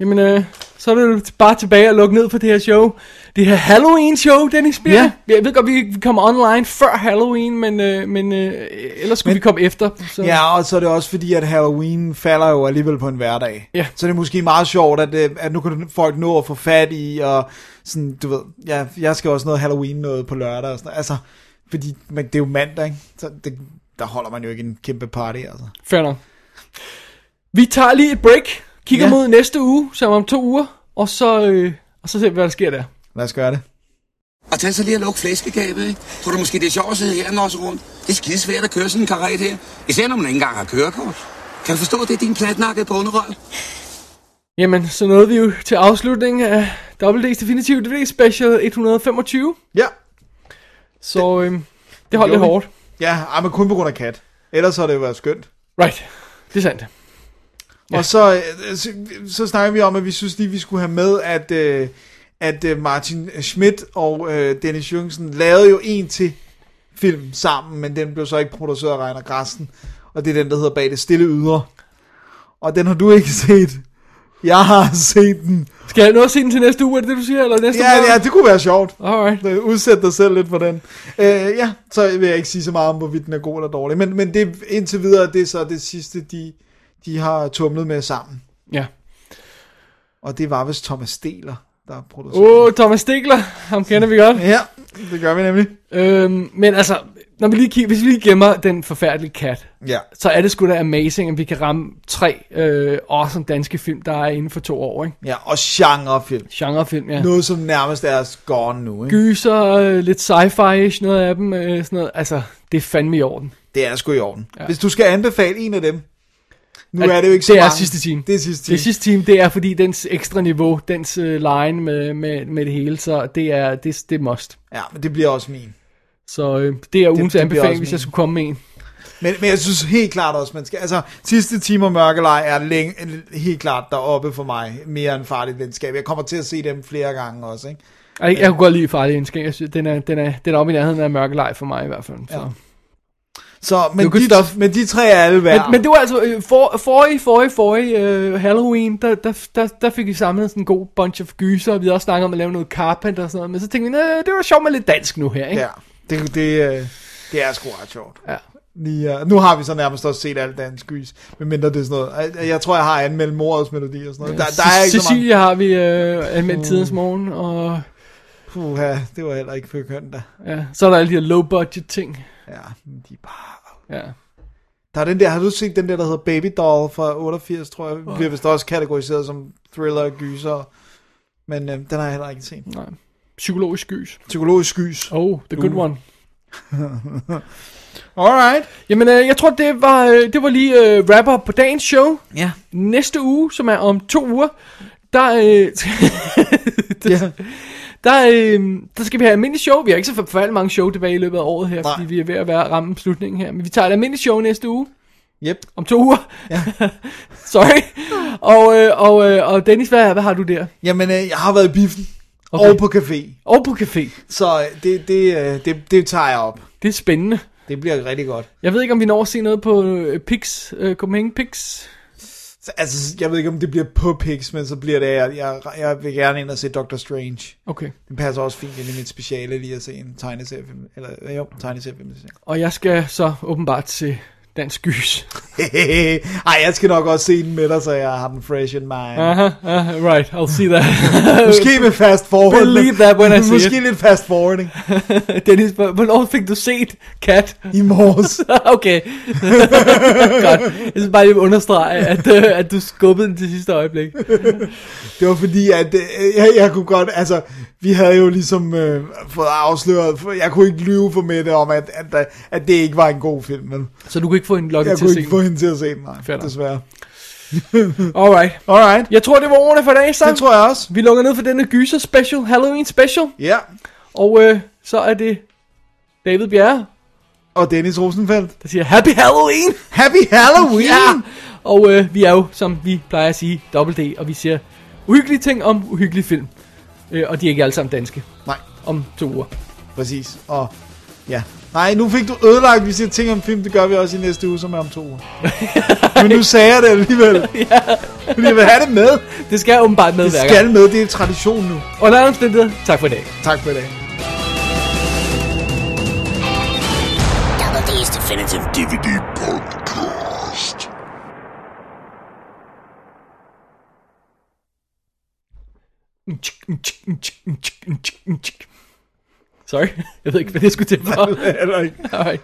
Speaker 5: Jamen, øh, så er det jo bare tilbage og lukke ned for det her show. Det her Halloween-show, Dennis Birke.
Speaker 4: Ja.
Speaker 5: Jeg ved godt, vi, vi kommer online før Halloween, men, øh, men øh, ellers skulle men, vi komme efter. Så.
Speaker 4: Ja, og så er det også fordi, at Halloween falder jo alligevel på en hverdag.
Speaker 5: Ja.
Speaker 4: Så det er måske meget sjovt, at, øh, at nu kan folk nå at få fat i, og sådan, du ved, ja, jeg skal også noget Halloween noget på lørdag og sådan noget. Altså, fordi men det er jo mandag, ikke? Så det, der holder man jo ikke en kæmpe party, altså.
Speaker 5: Fair nok. Vi tager lige et break, kigger
Speaker 4: Ja.
Speaker 5: ja. mod næste uge, som om to uger, og så, øh, og så ser vi, hvad der sker der.
Speaker 4: Lad os gøre det.
Speaker 9: Og tag så lige og luk flæskegabet, ikke? Tror du måske, det er sjovt at sidde her og også rundt? Det er skidesvært at køre sådan en karret her. Især når man ikke engang har kørekort. Kan du forstå, at det er din platnakkede bonderøv?
Speaker 5: Jamen, så nåede vi jo til afslutningen af WD's Definitive DVD Special 125.
Speaker 4: Ja.
Speaker 5: Så øhm, det holdt lidt
Speaker 4: gjorde vi.
Speaker 5: hårdt.
Speaker 4: Ja, ej, men kun på grund af kat. Ellers har det jo været skønt.
Speaker 5: Right, det er sandt.
Speaker 4: Ja. Og så, øh, så, så snakker vi om, at vi synes lige, vi skulle have med, at, øh, at øh, Martin Schmidt og øh, Dennis Jørgensen lavede jo en til film sammen, men den blev så ikke produceret af Reiner Grasten. Og det er den, der hedder Bag det stille ydre. Og den har du ikke set. Jeg har set den.
Speaker 5: Skal jeg nå at se den til næste uge, er det det, du siger? Eller næste uge?
Speaker 4: Ja, ja det kunne være sjovt.
Speaker 5: Alright.
Speaker 4: Øh, Udsæt dig selv lidt for den. Øh, ja, så vil jeg ikke sige så meget om, hvorvidt den er god eller dårlig. Men, men det, indtil videre, det er så det sidste, de, de har tumlet med sammen.
Speaker 5: Ja.
Speaker 4: Og det var vist Thomas Deler, der producerede.
Speaker 5: Åh, oh, Thomas Stigler, ham kender vi godt.
Speaker 4: Ja, det gør vi nemlig.
Speaker 5: Øhm, men altså, når vi lige kigger, hvis vi lige gemmer den forfærdelige kat,
Speaker 4: Ja.
Speaker 5: så er det sgu da amazing, at vi kan ramme tre øh, awesome danske film, der er inden for to år, ikke?
Speaker 4: Ja, og genrefilm.
Speaker 5: Genrefilm, ja.
Speaker 4: Noget, som nærmest er gone nu, ikke?
Speaker 5: Gyser, øh, lidt sci-fi-ish, noget af dem, øh, sådan noget. Altså, det er fandme i orden.
Speaker 4: Det er sgu i orden. Ja.
Speaker 5: Ja.
Speaker 4: Hvis du skal anbefale en af dem, nu
Speaker 5: At-
Speaker 4: er det jo ikke så
Speaker 5: det er
Speaker 4: mange.
Speaker 5: sidste time.
Speaker 4: Det er sidste time.
Speaker 5: Det sidste team, det er fordi dens ekstra niveau, dens øh, line med, med, med det hele, så det er, det, det er must.
Speaker 4: Ja, men det bliver også min.
Speaker 5: Så øh, det er ugens
Speaker 4: det bliver
Speaker 5: anbefaling,
Speaker 4: også
Speaker 5: hvis
Speaker 4: min.
Speaker 5: jeg skulle komme med en.
Speaker 4: Men, men jeg synes helt klart også, man skal... Altså, sidste time og mørkelej er læng, helt klart deroppe for mig. Mere end farligt venskab. Jeg kommer til at se dem flere gange også, ikke?
Speaker 5: Ej, Jeg, jeg kunne godt lide Farlig Ønske. Jeg synes, den er, den er, den er oppe i nærheden af mørkelej for mig i hvert fald. Så.
Speaker 4: Ja.
Speaker 5: Ja.
Speaker 4: Så, men,
Speaker 5: Du kan
Speaker 4: de,
Speaker 5: stoppe.
Speaker 4: men de tre er alle værd.
Speaker 5: Men, men det var altså øh, for, forrige, forrige, forrige øh, Halloween, der, der, der, der fik vi samlet sådan en god bunch af gyser, og vi havde også snakket om at lave noget carpenter og sådan noget, men så tænkte vi, "Næh, det var sjovt med lidt dansk nu her, ikke?
Speaker 4: Ja, det, det, øh, det er sgu ret sjovt.
Speaker 5: Ja.
Speaker 4: Lige, uh, nu har vi så nærmest også set alt dansk gys, medmindre det er sådan noget. Jeg, jeg tror, jeg har anmeldt morets melodi og sådan noget. Der, der er ikke så mange.
Speaker 5: Cecilia har vi øh, anmeldt
Speaker 4: Uh.
Speaker 5: tidens morgen, og
Speaker 4: Puha, det var heller ikke før køndag.
Speaker 5: ja, så er der alle de her low budget ting.
Speaker 4: Ja, men de er
Speaker 5: bare... Ja.
Speaker 4: Der er den der, har du set den der, der hedder Baby Doll fra 88, tror jeg.
Speaker 5: Nej.
Speaker 4: Bliver vist også kategoriseret som thriller og gyser. Men øh, den har jeg heller ikke set.
Speaker 5: Nej. Psykologisk gys.
Speaker 4: Psykologisk gys.
Speaker 5: Oh, the good
Speaker 4: Uh.
Speaker 5: one.
Speaker 4: Alright.
Speaker 5: Jamen, øh, jeg tror, det var, øh, det var lige øh, rapper på dagens show.
Speaker 4: Ja.
Speaker 5: Næste uge, som er om to uger, der, øh, der, der, øh, der skal vi have et almindeligt show. Vi har ikke så forfærdeligt mange show tilbage i løbet af året her, Nej. fordi vi er ved at være ramme slutningen her. Men vi tager et almindeligt show næste uge.
Speaker 4: Yep.
Speaker 5: Om to uger. Ja. Sorry. Og, øh, og, øh, og Dennis, hvad, hvad har du der?
Speaker 4: Jamen, øh, jeg har været i biffen.
Speaker 5: Okay.
Speaker 4: Og på café.
Speaker 5: Og på café.
Speaker 4: Så øh, det, det, øh, det, det tager jeg op.
Speaker 5: Det er spændende.
Speaker 4: Det bliver rigtig godt.
Speaker 5: Jeg ved ikke, om vi når at se noget på øh, Pix, øh, Copenhagen Pix.
Speaker 4: Så, altså, jeg ved ikke, om det bliver på Pix, men så bliver det, jeg, jeg, jeg vil gerne ind og se Doctor Strange.
Speaker 5: Okay.
Speaker 4: Den passer også fint ind i mit speciale lige at se en tegneseriefilm. Eller, øh, jo, tegneseriefilm.
Speaker 5: Og jeg skal så åbenbart til Dansk Gys.
Speaker 4: Ej, jeg skal nok også se den med dig, så jeg har den fresh in mind.
Speaker 5: Aha, aha, right, I'll see that.
Speaker 4: Måske med fast forward.
Speaker 5: Believe that when I see
Speaker 4: Måske lidt fast forwarding.
Speaker 5: it. Dennis, hvor- hvornår fik du set Kat?
Speaker 4: I morges.
Speaker 5: okay. Godt. Jeg skal bare lige understrege, at, øh, at du skubbede den til sidste øjeblik.
Speaker 4: Det var fordi, at øh, jeg, jeg kunne godt, altså, vi havde jo ligesom øh, fået afsløret, for jeg kunne ikke lyve for Mette om, at, at, der- at det ikke var en god film. Men
Speaker 5: Så du kunne ikke få en lokket
Speaker 4: jeg
Speaker 5: til at
Speaker 4: kunne
Speaker 5: se
Speaker 4: ikke få
Speaker 5: den?
Speaker 4: hende til at se den, nej,
Speaker 5: Fair nok.
Speaker 4: desværre.
Speaker 5: Alright.
Speaker 4: Alright.
Speaker 5: Jeg tror, det var ordene for i dag, så.
Speaker 4: Det tror jeg også.
Speaker 5: Vi lukker ned for denne gyser special, Halloween special.
Speaker 4: Ja,
Speaker 5: Og øh, så er det David Bjerre,
Speaker 4: og Dennis Rosenfeldt.
Speaker 5: der siger Happy Halloween!
Speaker 4: Happy Halloween!
Speaker 5: Ja! Og øh, vi er jo, som vi plejer at sige, dobbelt D, og vi siger uhyggelige ting om uhyggelige film. Øh, og de er ikke alle sammen danske.
Speaker 4: Nej.
Speaker 5: Om to uger.
Speaker 4: Præcis, og ja. Nej, nu fik du ødelagt, vi siger ting om film, det gør vi også i næste uge, som er om to uger. Men nu sagde jeg det alligevel. ja. Fordi jeg vil have det med.
Speaker 5: Det skal åbenbart med
Speaker 4: Det
Speaker 5: hver
Speaker 4: skal med, det er tradition nu.
Speaker 5: gang. Under alle omstændigheder, tak for i dag.
Speaker 4: Tak for i dag.
Speaker 3: Double D's Definitive DVD Podcast.
Speaker 5: Sorry, jeg ved ikke, hvad det skulle til for.
Speaker 4: Heller ikke.
Speaker 5: Alright.